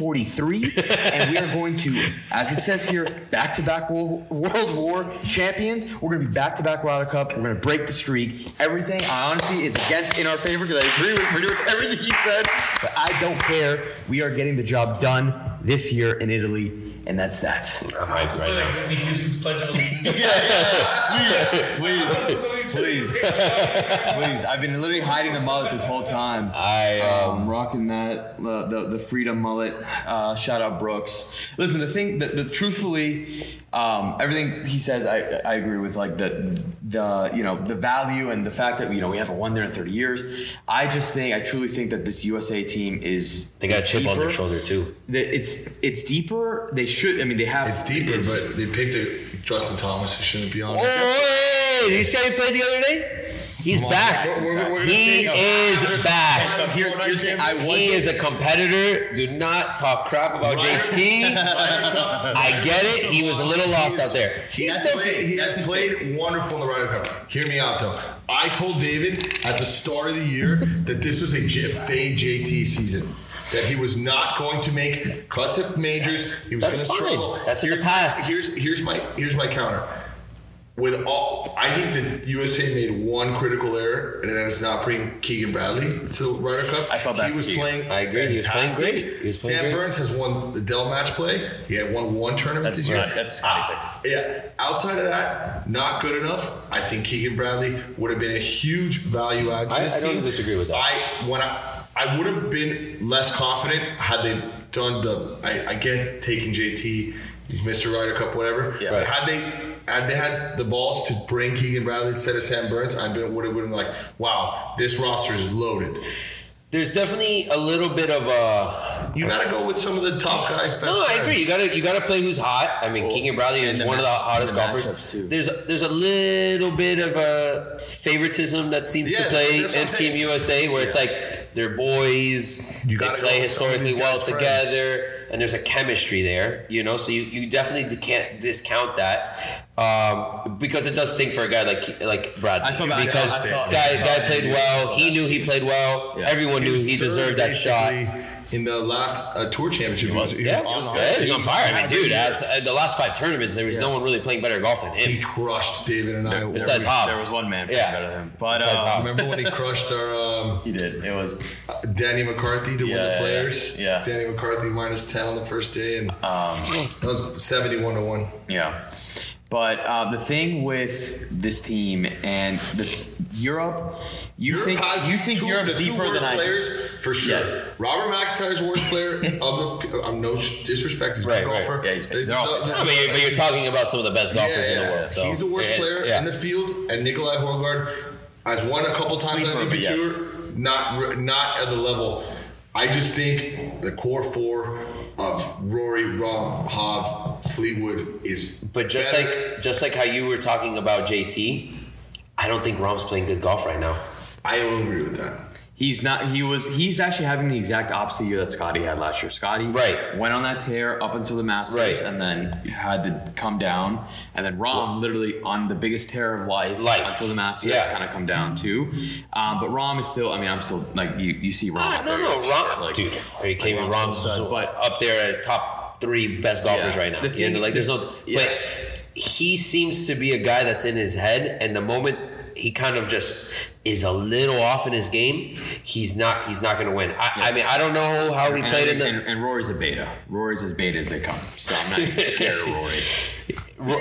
Speaker 3: 1943, and we are going to, as it says here, back-to-back World, World War champions. We're going to be back-to-back Ryder Cup. We're going to break the streak. Everything I honestly is against in our favor because I agree with pretty much everything he said, but I don't care. We are getting the job done this year in Italy, and that's that.
Speaker 1: I'm hyped right
Speaker 5: Like,
Speaker 1: now.
Speaker 5: Whitney Houston's Pledge of Allegiance.
Speaker 3: Yeah, yeah,
Speaker 5: Somebody
Speaker 3: Please. Please, I've been literally hiding the mullet this whole time.
Speaker 1: I, um,
Speaker 3: um, rocking that uh, the the freedom mullet. Uh, shout out Brooks. Listen, the thing, the, the truthfully, um, everything he says, I I agree with. Like the the you know the value and the fact that you know we haven't won there in thirty years. I just think I truly think that this USA team is
Speaker 1: They got a chip on their
Speaker 3: deeper.
Speaker 1: shoulder too.
Speaker 3: That It's it's deeper. They should. I mean, they have.
Speaker 2: It's deeper, but they picked a Justin Thomas who shouldn't be on. it.
Speaker 1: Oh, you see how he played the other day? He's back.
Speaker 2: We're- we're- we're gonna
Speaker 1: he
Speaker 2: see him.
Speaker 1: is back.
Speaker 3: So here's, here's the thing. I was
Speaker 1: He is a competitor. Do not talk crap about JT. I get it. He was a little lost out there.
Speaker 2: He's
Speaker 1: He's
Speaker 2: that's
Speaker 1: still-
Speaker 2: played, he has played wonderful in the Ryder Cup. Hear me out though. I told David at the start of the year that this was a J- fade JT season. That he was not going to make cuts at majors. He was
Speaker 1: That's
Speaker 2: going to
Speaker 1: fine.
Speaker 2: struggle.
Speaker 1: That's in the
Speaker 2: here's,
Speaker 1: past.
Speaker 2: Here's here's my here's my counter. With all, I think that USA made one critical error, and that is not bringing Keegan Bradley to the Ryder Cup. I
Speaker 3: felt bad
Speaker 2: he
Speaker 3: for
Speaker 2: was
Speaker 3: Keegan.
Speaker 2: playing.
Speaker 1: I agree. He was playing
Speaker 2: Fantastic.
Speaker 1: great. He was playing
Speaker 2: Sam
Speaker 1: great.
Speaker 2: Burns has won the Dell match play. He had won one tournament this year.
Speaker 6: Right, that's Scotty Pippen.
Speaker 2: Yeah. Outside of that, not good enough. I think Keegan Bradley would have been a huge value add to
Speaker 1: I-
Speaker 2: this
Speaker 1: I don't
Speaker 2: team.
Speaker 1: disagree with that.
Speaker 2: I when I I would have been less confident had they done the. I, I get taking JT. He's Mr. Ryder Cup, whatever.
Speaker 1: Yeah.
Speaker 2: But had they had they had the balls to bring Keegan Bradley instead of Sam Burns, I would have been like, wow, this roster is loaded.
Speaker 1: There's definitely a little bit of a.
Speaker 2: You got to go with some of the top guys. Best
Speaker 1: No, I
Speaker 2: friends.
Speaker 1: agree. You gotta you gotta play who's hot. I mean, Keegan Bradley is one of the hottest golfers. There's there's a little bit of a favoritism that seems to
Speaker 2: Yeah,
Speaker 1: play
Speaker 2: that's what
Speaker 1: in
Speaker 2: I'm saying.
Speaker 1: Team USA, where it's like they're boys.
Speaker 2: You
Speaker 1: they
Speaker 2: gotta
Speaker 1: play
Speaker 2: go with some of
Speaker 1: historically
Speaker 2: these
Speaker 1: well
Speaker 2: guys' friends.
Speaker 1: together, and there's a chemistry there. You know, so you, you definitely d- can't discount that. Um, because it does stink for a guy like like Bradley.
Speaker 3: I felt bad.
Speaker 1: because
Speaker 3: I felt- I
Speaker 1: guy
Speaker 3: felt
Speaker 1: guy
Speaker 3: bad.
Speaker 1: played well. He knew he played well. Everyone knew
Speaker 2: was
Speaker 1: he
Speaker 2: third,
Speaker 1: deserved that shot.
Speaker 2: basically, In the last uh, tour championship, he was, he was
Speaker 1: Yeah,
Speaker 2: on
Speaker 1: yeah,
Speaker 2: fire.
Speaker 1: he's on fire. I mean, dude, that's, uh, the last five tournaments, there was no one really playing better golf than
Speaker 2: He
Speaker 1: him.
Speaker 2: crushed David and I.
Speaker 1: Besides
Speaker 2: Every-
Speaker 1: Hoff.
Speaker 3: there was one man
Speaker 1: Yeah.
Speaker 3: better than him, but
Speaker 1: Besides
Speaker 3: uh,
Speaker 1: Hoff.
Speaker 2: Remember when he crushed our um,
Speaker 3: he did. It was
Speaker 2: Danny McCarthy to win
Speaker 3: Yeah,
Speaker 2: the
Speaker 3: yeah,
Speaker 2: players?
Speaker 3: yeah.
Speaker 2: Danny McCarthy minus ten on the first day, and that was seventy-one to one.
Speaker 3: Yeah. But uh, the thing with this team and the, Europe, you
Speaker 2: Europe
Speaker 3: think
Speaker 2: has
Speaker 3: you think
Speaker 2: two,
Speaker 3: Europe
Speaker 2: the two
Speaker 3: deeper
Speaker 2: worst
Speaker 3: than I. do.
Speaker 2: players for sure.
Speaker 3: Yes.
Speaker 2: Robert McIntyre's worst player of the. I'm no sh- disrespect. He's a
Speaker 1: Right,
Speaker 2: good
Speaker 1: right.
Speaker 2: golfer.
Speaker 3: Yeah, he's-
Speaker 2: This is
Speaker 3: they're all-
Speaker 2: the-
Speaker 1: I mean, but you're talking about some of the best golfers in the world. So.
Speaker 2: He's the worst
Speaker 1: And-
Speaker 2: player
Speaker 1: yeah.
Speaker 2: in the field, and Nikolai Horgard has won a couple times on
Speaker 3: Sleeper,
Speaker 2: the
Speaker 3: but
Speaker 2: MVP
Speaker 3: yes.
Speaker 2: tour. Not re- not at the level. I just think the core four of Rory, Rom, Hov, Fleetwood is.
Speaker 1: but just
Speaker 2: better.
Speaker 1: like just like how you were talking about JT, I don't think Rom's playing good golf right now.
Speaker 2: I will agree with that.
Speaker 3: He's not. He was. He's actually having the exact opposite year that Scotty had last year. Scotty
Speaker 1: Right.
Speaker 3: went on that tear up until the Masters,
Speaker 1: Right.
Speaker 3: and then had to come down. And then Rom literally on the biggest tear of life,
Speaker 1: Life.
Speaker 3: until the Masters,
Speaker 1: Yeah.
Speaker 3: kind of come down too. Um, but Rom is still. I mean, I'm still like you. You see Rom.
Speaker 1: Ah,
Speaker 3: up
Speaker 1: no,
Speaker 3: there,
Speaker 1: no, Rom,
Speaker 3: like-
Speaker 1: dude, are you kidding me?
Speaker 3: Rom's
Speaker 1: Rom's
Speaker 3: a stud, but-
Speaker 1: up there at top three best golfers
Speaker 3: Yeah.
Speaker 1: right now.
Speaker 3: The
Speaker 1: You know,
Speaker 3: thing-
Speaker 1: like, there's no,
Speaker 3: yeah.
Speaker 1: but he seems to be a guy that's in his head, and the moment he kind of just is a little off in his game, he's not, he's not going to win. I, I mean, I don't know how he
Speaker 3: And,
Speaker 1: played in
Speaker 3: and,
Speaker 1: the.
Speaker 3: and, and Rory's a beta. Rory's as beta as they come. So I'm not even scared of Rory.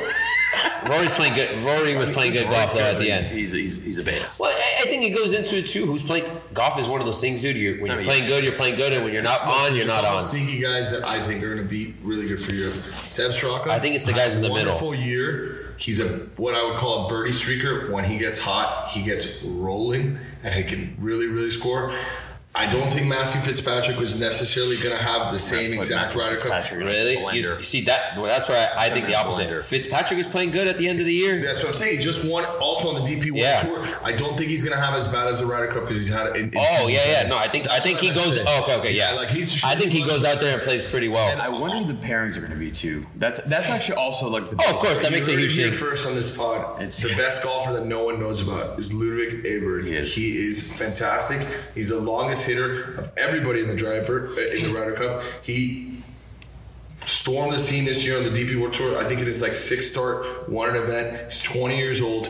Speaker 1: Rory's playing good. Rory was playing good golf though at the end.
Speaker 3: He's, he's, he's a beta.
Speaker 1: Well, I- I think it goes into it too. Who's playing golf is one of those things, dude. You're, when
Speaker 3: No,
Speaker 1: you're
Speaker 3: Oh, yeah.
Speaker 1: playing good, you're playing good, and when you're not on, you're
Speaker 2: There's a
Speaker 1: not
Speaker 2: couple
Speaker 1: on.
Speaker 2: Sneaky guys that I think are going to be really good for Europe. Seb Straka.
Speaker 1: I think it's the guys
Speaker 2: had
Speaker 1: in
Speaker 2: a
Speaker 1: the middle.
Speaker 2: Wonderful year. He's a what I would call a birdie streaker. When he gets hot, he gets rolling, and he can really, really score. I don't think Matthew Fitzpatrick was necessarily going to have the same exact Ryder Cup.
Speaker 1: Really? You
Speaker 3: Blender.
Speaker 1: see that? Well, that's why I, I think the opposite.
Speaker 3: Blender.
Speaker 1: Fitzpatrick is playing good at the end of the year.
Speaker 2: That's what I'm saying. He Just one also on the DP World
Speaker 1: Yeah.
Speaker 2: Tour. I don't think he's going to have as bad as a Ryder Cup as he's had. In, in
Speaker 1: Oh
Speaker 2: season
Speaker 1: yeah, yeah.
Speaker 2: play.
Speaker 1: No, I think I
Speaker 2: That's
Speaker 1: think
Speaker 2: what
Speaker 1: he
Speaker 2: I'm
Speaker 1: goes.
Speaker 2: saying.
Speaker 1: Oh, okay, okay, yeah.
Speaker 2: like he's.
Speaker 1: I think he goes out there and plays pretty well.
Speaker 3: I wonder who the parents are going to be too. That's that's actually also like the.
Speaker 1: Oh, of course, that makes a
Speaker 2: You heard it
Speaker 1: huge
Speaker 2: here
Speaker 1: thing.
Speaker 2: First on this pod,
Speaker 3: It's-
Speaker 2: the best golfer that no one knows about is Ludwig Aberg.
Speaker 3: He is.
Speaker 2: He is fantastic. He's the longest hitter of everybody in the driver in the Ryder Cup. He stormed the scene this year on the DP World Tour. I think it is like six start, one an event. He's 20 years old.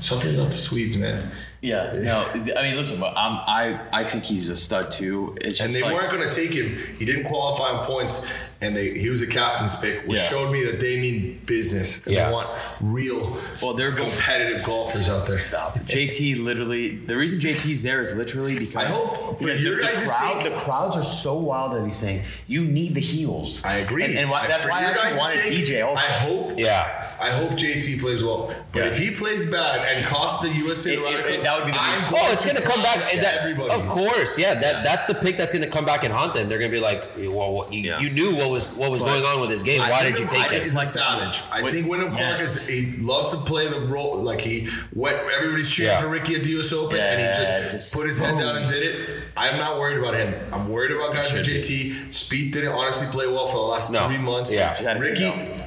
Speaker 2: Something about the Swedes, man.
Speaker 6: Yeah.
Speaker 3: No, I mean, listen, but I'm, I I think he's a stud too. It's
Speaker 2: And
Speaker 3: just
Speaker 2: they
Speaker 3: like,
Speaker 2: weren't going to take him. He didn't qualify on points, and they he was a captain's pick, which
Speaker 3: Yeah.
Speaker 2: showed me that they mean business. And
Speaker 1: Yeah.
Speaker 2: They want real,
Speaker 3: Well, they're go-
Speaker 2: competitive golfers out there.
Speaker 3: Stop. JT literally. The reason JT's there is literally because
Speaker 2: I hope for
Speaker 3: because
Speaker 2: your
Speaker 3: the, the
Speaker 2: guys'
Speaker 3: crowd,
Speaker 2: sake-
Speaker 3: the crowds are so wild at these things. You need the heels.
Speaker 2: I agree.
Speaker 3: And, and why,
Speaker 2: I-
Speaker 3: that's
Speaker 2: for
Speaker 3: why I
Speaker 2: your guys'
Speaker 3: actually wanted
Speaker 2: sake,
Speaker 3: DJ. Also.
Speaker 2: I hope.
Speaker 1: Yeah.
Speaker 2: I hope JT plays well. But
Speaker 3: Yeah.
Speaker 2: if he plays bad and costs the USA
Speaker 3: It-
Speaker 2: the
Speaker 3: it-
Speaker 2: Ryder
Speaker 3: it-
Speaker 2: Cup,
Speaker 3: that would be the
Speaker 2: I'm
Speaker 3: reason.
Speaker 1: Oh, it's gonna come back.
Speaker 2: Yeah,
Speaker 1: and that,
Speaker 2: everybody.
Speaker 1: Of course, yeah. That that's the pick that's gonna come back and haunt them. They're gonna be like, well, what, you,
Speaker 3: Yeah.
Speaker 1: you knew what was what was going on with this game.
Speaker 2: I
Speaker 1: Why
Speaker 2: think
Speaker 1: did you
Speaker 2: Wyndham
Speaker 1: take
Speaker 2: Clark
Speaker 1: it?
Speaker 2: Is a
Speaker 3: Like-
Speaker 2: savage. I
Speaker 3: Wait,
Speaker 2: think Wyndham Clark is
Speaker 3: yes.
Speaker 2: he loves to play the role. Like he went, everybody's cheering
Speaker 1: Yeah.
Speaker 2: for Ricky at the U.S. Open, and he
Speaker 3: Yeah,
Speaker 2: just,
Speaker 3: just-
Speaker 2: put his head down and did it. I'm not worried about him. I'm worried about guys like JT. Speed didn't honestly play well for the last
Speaker 1: No.
Speaker 2: three months.
Speaker 1: Yeah. You
Speaker 3: gotta figure
Speaker 2: Ricky.
Speaker 3: it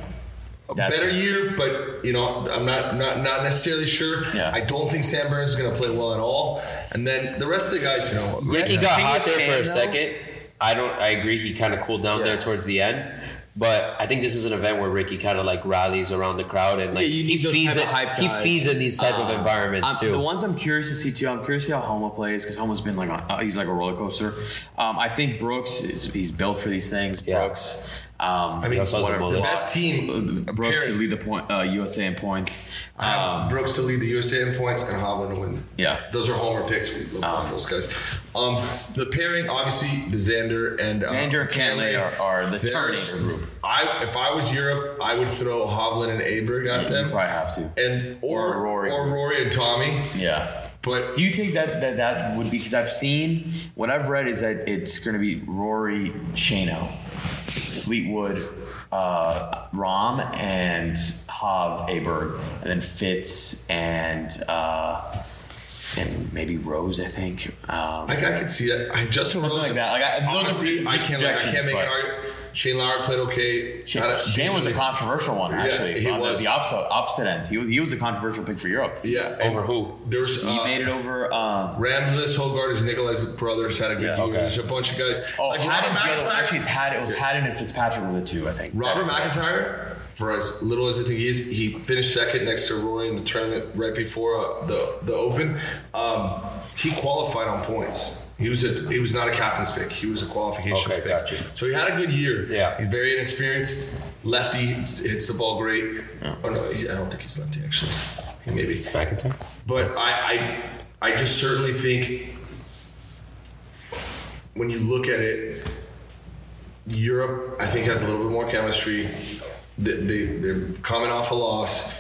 Speaker 2: A
Speaker 3: That's
Speaker 2: better
Speaker 3: it.
Speaker 2: year, but you know, I'm not not not necessarily sure.
Speaker 3: Yeah.
Speaker 2: I don't think Sam Burns is going to play well at all. And then the rest of the guys, you know,
Speaker 1: Ricky
Speaker 3: Yeah.
Speaker 1: got
Speaker 3: Thing
Speaker 1: hot
Speaker 3: with
Speaker 1: there for a
Speaker 3: Sam, though-
Speaker 1: second. I don't. I agree. He kind of cooled down there
Speaker 3: Yeah.
Speaker 1: towards the end. But I think this is an event where Ricky kind of like rallies around the crowd and like
Speaker 3: Yeah, you
Speaker 1: he
Speaker 3: need those
Speaker 1: feeds
Speaker 3: type
Speaker 1: it.
Speaker 3: of hype
Speaker 1: He
Speaker 3: guys.
Speaker 1: feeds in these type of
Speaker 3: Uh,
Speaker 1: environments
Speaker 3: I'm-
Speaker 1: too.
Speaker 3: The ones I'm curious to see too. I'm curious to see how Homa plays because Homa's been like on, uh, he's like a roller coaster. Um, I think Brooks is he's built for these things.
Speaker 1: Yeah.
Speaker 3: Brooks. Um, uh,
Speaker 2: I mean,
Speaker 1: also has a
Speaker 2: the
Speaker 1: bullet.
Speaker 2: best team.
Speaker 3: Brooks to
Speaker 2: apparently,
Speaker 3: lead the point uh, USA in points.
Speaker 2: I have Brooks to lead the USA in points and Hovland to win.
Speaker 3: Um, Yeah.
Speaker 2: Those are homer picks. We love both those guys. Um, the pairing, obviously, the Xander and uh,
Speaker 3: Xander and Cantlay are- are the
Speaker 2: they're-
Speaker 3: Terminator group.
Speaker 2: I, if I was Europe, I would throw Hovland and Aberg
Speaker 3: You
Speaker 2: at them,
Speaker 3: probably have to.
Speaker 2: and or,
Speaker 3: Or Rory.
Speaker 2: or Rory and Tommy.
Speaker 3: Yeah.
Speaker 2: But
Speaker 3: Do you think that that, that would be because I've seen what I've read is that it's going to be Rory, Shano, Fleetwood, uh, Rom, and Hav Aberg, and then Fitz and uh, and maybe Rose. I think. Um,
Speaker 2: I, I could see that. I just
Speaker 3: Something
Speaker 2: throw
Speaker 3: like
Speaker 2: some-
Speaker 3: that. Like, I- those are
Speaker 2: honestly,
Speaker 3: just
Speaker 2: I can't. Like, I can't make an
Speaker 3: projections,
Speaker 2: argument. Shane Lowry played okay.
Speaker 3: Shane,
Speaker 2: Had a
Speaker 3: Shane was a
Speaker 2: decently-
Speaker 3: controversial one, actually.
Speaker 2: he
Speaker 3: on the-
Speaker 2: was.
Speaker 3: The opposite, opposite ends. He was he was a controversial pick for Europe.
Speaker 2: Yeah.
Speaker 1: Over who?
Speaker 2: There's
Speaker 3: He
Speaker 2: uh,
Speaker 3: made it over. Um,
Speaker 2: Rambless, Hogard is Nikolai's brothers had a good
Speaker 3: Yeah,
Speaker 2: year.
Speaker 1: okay.
Speaker 2: There's a bunch of guys.
Speaker 3: Oh,
Speaker 2: like Robert
Speaker 3: Haddon's the other one.
Speaker 2: McIntyre.
Speaker 3: Actually, it's Haddon. It was Haddon and Fitzpatrick were the two, I think.
Speaker 2: Robert
Speaker 3: Yeah.
Speaker 2: McIntyre, for as little as I think he is, he finished second next to Rory in the tournament right before uh, the the Open. Um, he qualified on points. He was a, he was not a captain's pick. He was a qualification
Speaker 1: Okay,
Speaker 2: pick.
Speaker 1: gotcha.
Speaker 2: So he had a good year.
Speaker 1: Yeah.
Speaker 2: he's very inexperienced. Lefty hits the ball great. Oh no, he, I don't think he's lefty actually. He may be.
Speaker 1: McIntyre.
Speaker 2: But I, I, I just certainly think when you look at it, Europe, I think, has a little bit more chemistry. They, they, they're coming off a loss.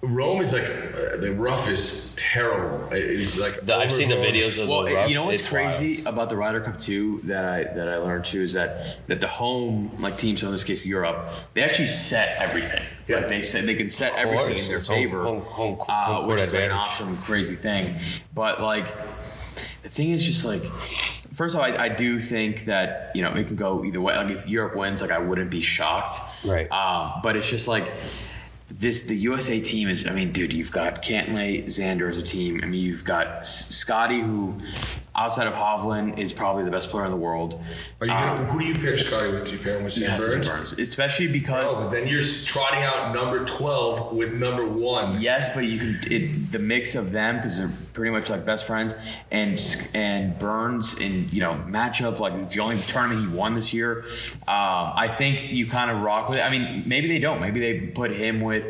Speaker 2: Rome is like, uh, the rough is terrible. It- It's like,
Speaker 1: The- I've seen the
Speaker 2: overgrown.
Speaker 1: videos of
Speaker 3: Well,
Speaker 1: the rough.
Speaker 3: you know what's
Speaker 1: It's wild.
Speaker 3: crazy about the Ryder Cup too that I that I learned too is that that the home like teams, so in this case Europe, they actually set everything.
Speaker 2: Yeah.
Speaker 3: Like they said they can set everything in their
Speaker 1: It's home-
Speaker 3: favor,
Speaker 1: home- home-
Speaker 3: uh,
Speaker 1: home
Speaker 3: which
Speaker 1: court
Speaker 3: is like an
Speaker 1: advantage.
Speaker 3: awesome crazy thing. But like the thing is just like. First of all, I, I do think that you know it can go either way. Like if Europe wins, like I wouldn't be shocked.
Speaker 1: Right.
Speaker 3: Um, but it's just like this the USA team is. I mean, dude, you've got Cantlay, Xander as a team. I mean, you've got S- Scotty, who outside of Hovland is probably the best player in the world.
Speaker 2: Are you gonna, who do you pair Scotty with? Do you pair him with Sam
Speaker 3: Yeah, it's
Speaker 2: Burns?
Speaker 3: Burns. especially because
Speaker 2: Oh, but then you're trotting out number 12 with number one.
Speaker 3: yes, but you can it, the mix of them because they're pretty much like best friends and S- and Burns and you know matchup like it's the only tournament he won this year. Um, I think you kind of rock with. it. I mean, maybe they don't. Maybe they put him with.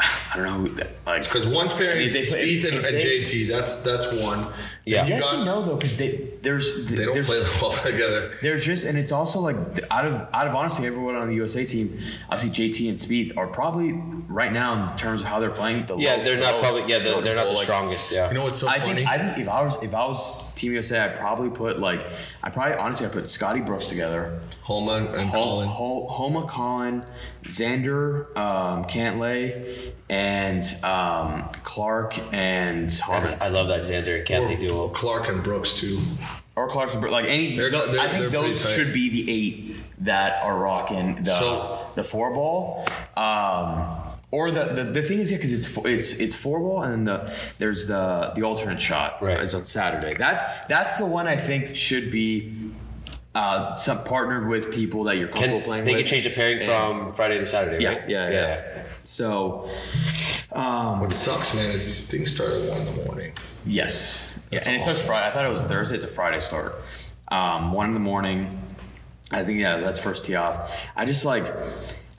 Speaker 3: I don't know who that, like
Speaker 2: Because one pairing is
Speaker 3: If they play-
Speaker 2: Spieth and,
Speaker 3: if
Speaker 2: and
Speaker 3: they-
Speaker 2: JT. That's that's one.
Speaker 1: Yeah.
Speaker 2: You
Speaker 3: yes
Speaker 2: got-
Speaker 3: and no though because they there's
Speaker 2: They don't
Speaker 3: there's,
Speaker 2: play well together.
Speaker 3: There's just and it's also like out of out of honestly everyone on the USA team, obviously JT and Speed are probably right now in terms of how they're playing. The
Speaker 1: Yeah,
Speaker 3: low-
Speaker 1: they're not
Speaker 3: lows,
Speaker 1: probably. Yeah, they're,
Speaker 3: low to
Speaker 1: they're not
Speaker 3: low,
Speaker 1: the
Speaker 3: like-
Speaker 1: strongest. Yeah.
Speaker 2: You know what's so
Speaker 3: I
Speaker 2: funny?
Speaker 3: think I think if I was if I was Team USA, I'd probably put like I probably honestly I put Scotty Brooks together,
Speaker 2: Homa and, and
Speaker 3: Hol-
Speaker 2: Colin.
Speaker 3: Hol- Homa Colin, Xander, um, Cantlay, and um, Clark and Harmon.
Speaker 1: That's- I love that Xander and Cantley
Speaker 2: Or
Speaker 1: duo.
Speaker 2: Clark and Brooks too.
Speaker 3: or Clarkson, but like any,
Speaker 2: They're go- they're-
Speaker 3: I think
Speaker 2: they're pretty
Speaker 3: those
Speaker 2: tight.
Speaker 3: should be the eight that are rocking the
Speaker 2: So-
Speaker 3: the four ball. Um, or the, the, the thing is yeah because it's fo- it's it's four ball and the there's the the alternate shot
Speaker 1: Right.
Speaker 3: is on Saturday that's that's the one I think should be uh, some partnered with people that you're comfortable
Speaker 1: Can,
Speaker 3: playing
Speaker 1: they
Speaker 3: with
Speaker 1: can change the pairing
Speaker 3: And-
Speaker 1: from Friday to Saturday,
Speaker 3: yeah,
Speaker 1: right?
Speaker 3: yeah yeah yeah so
Speaker 2: What sucks, man, is these things start at one in the morning.
Speaker 3: Yes. Yeah, and it starts Friday. I thought it was Thursday. It's a Friday start. Um, one in the morning. I think yeah, that's first tee off. I just like,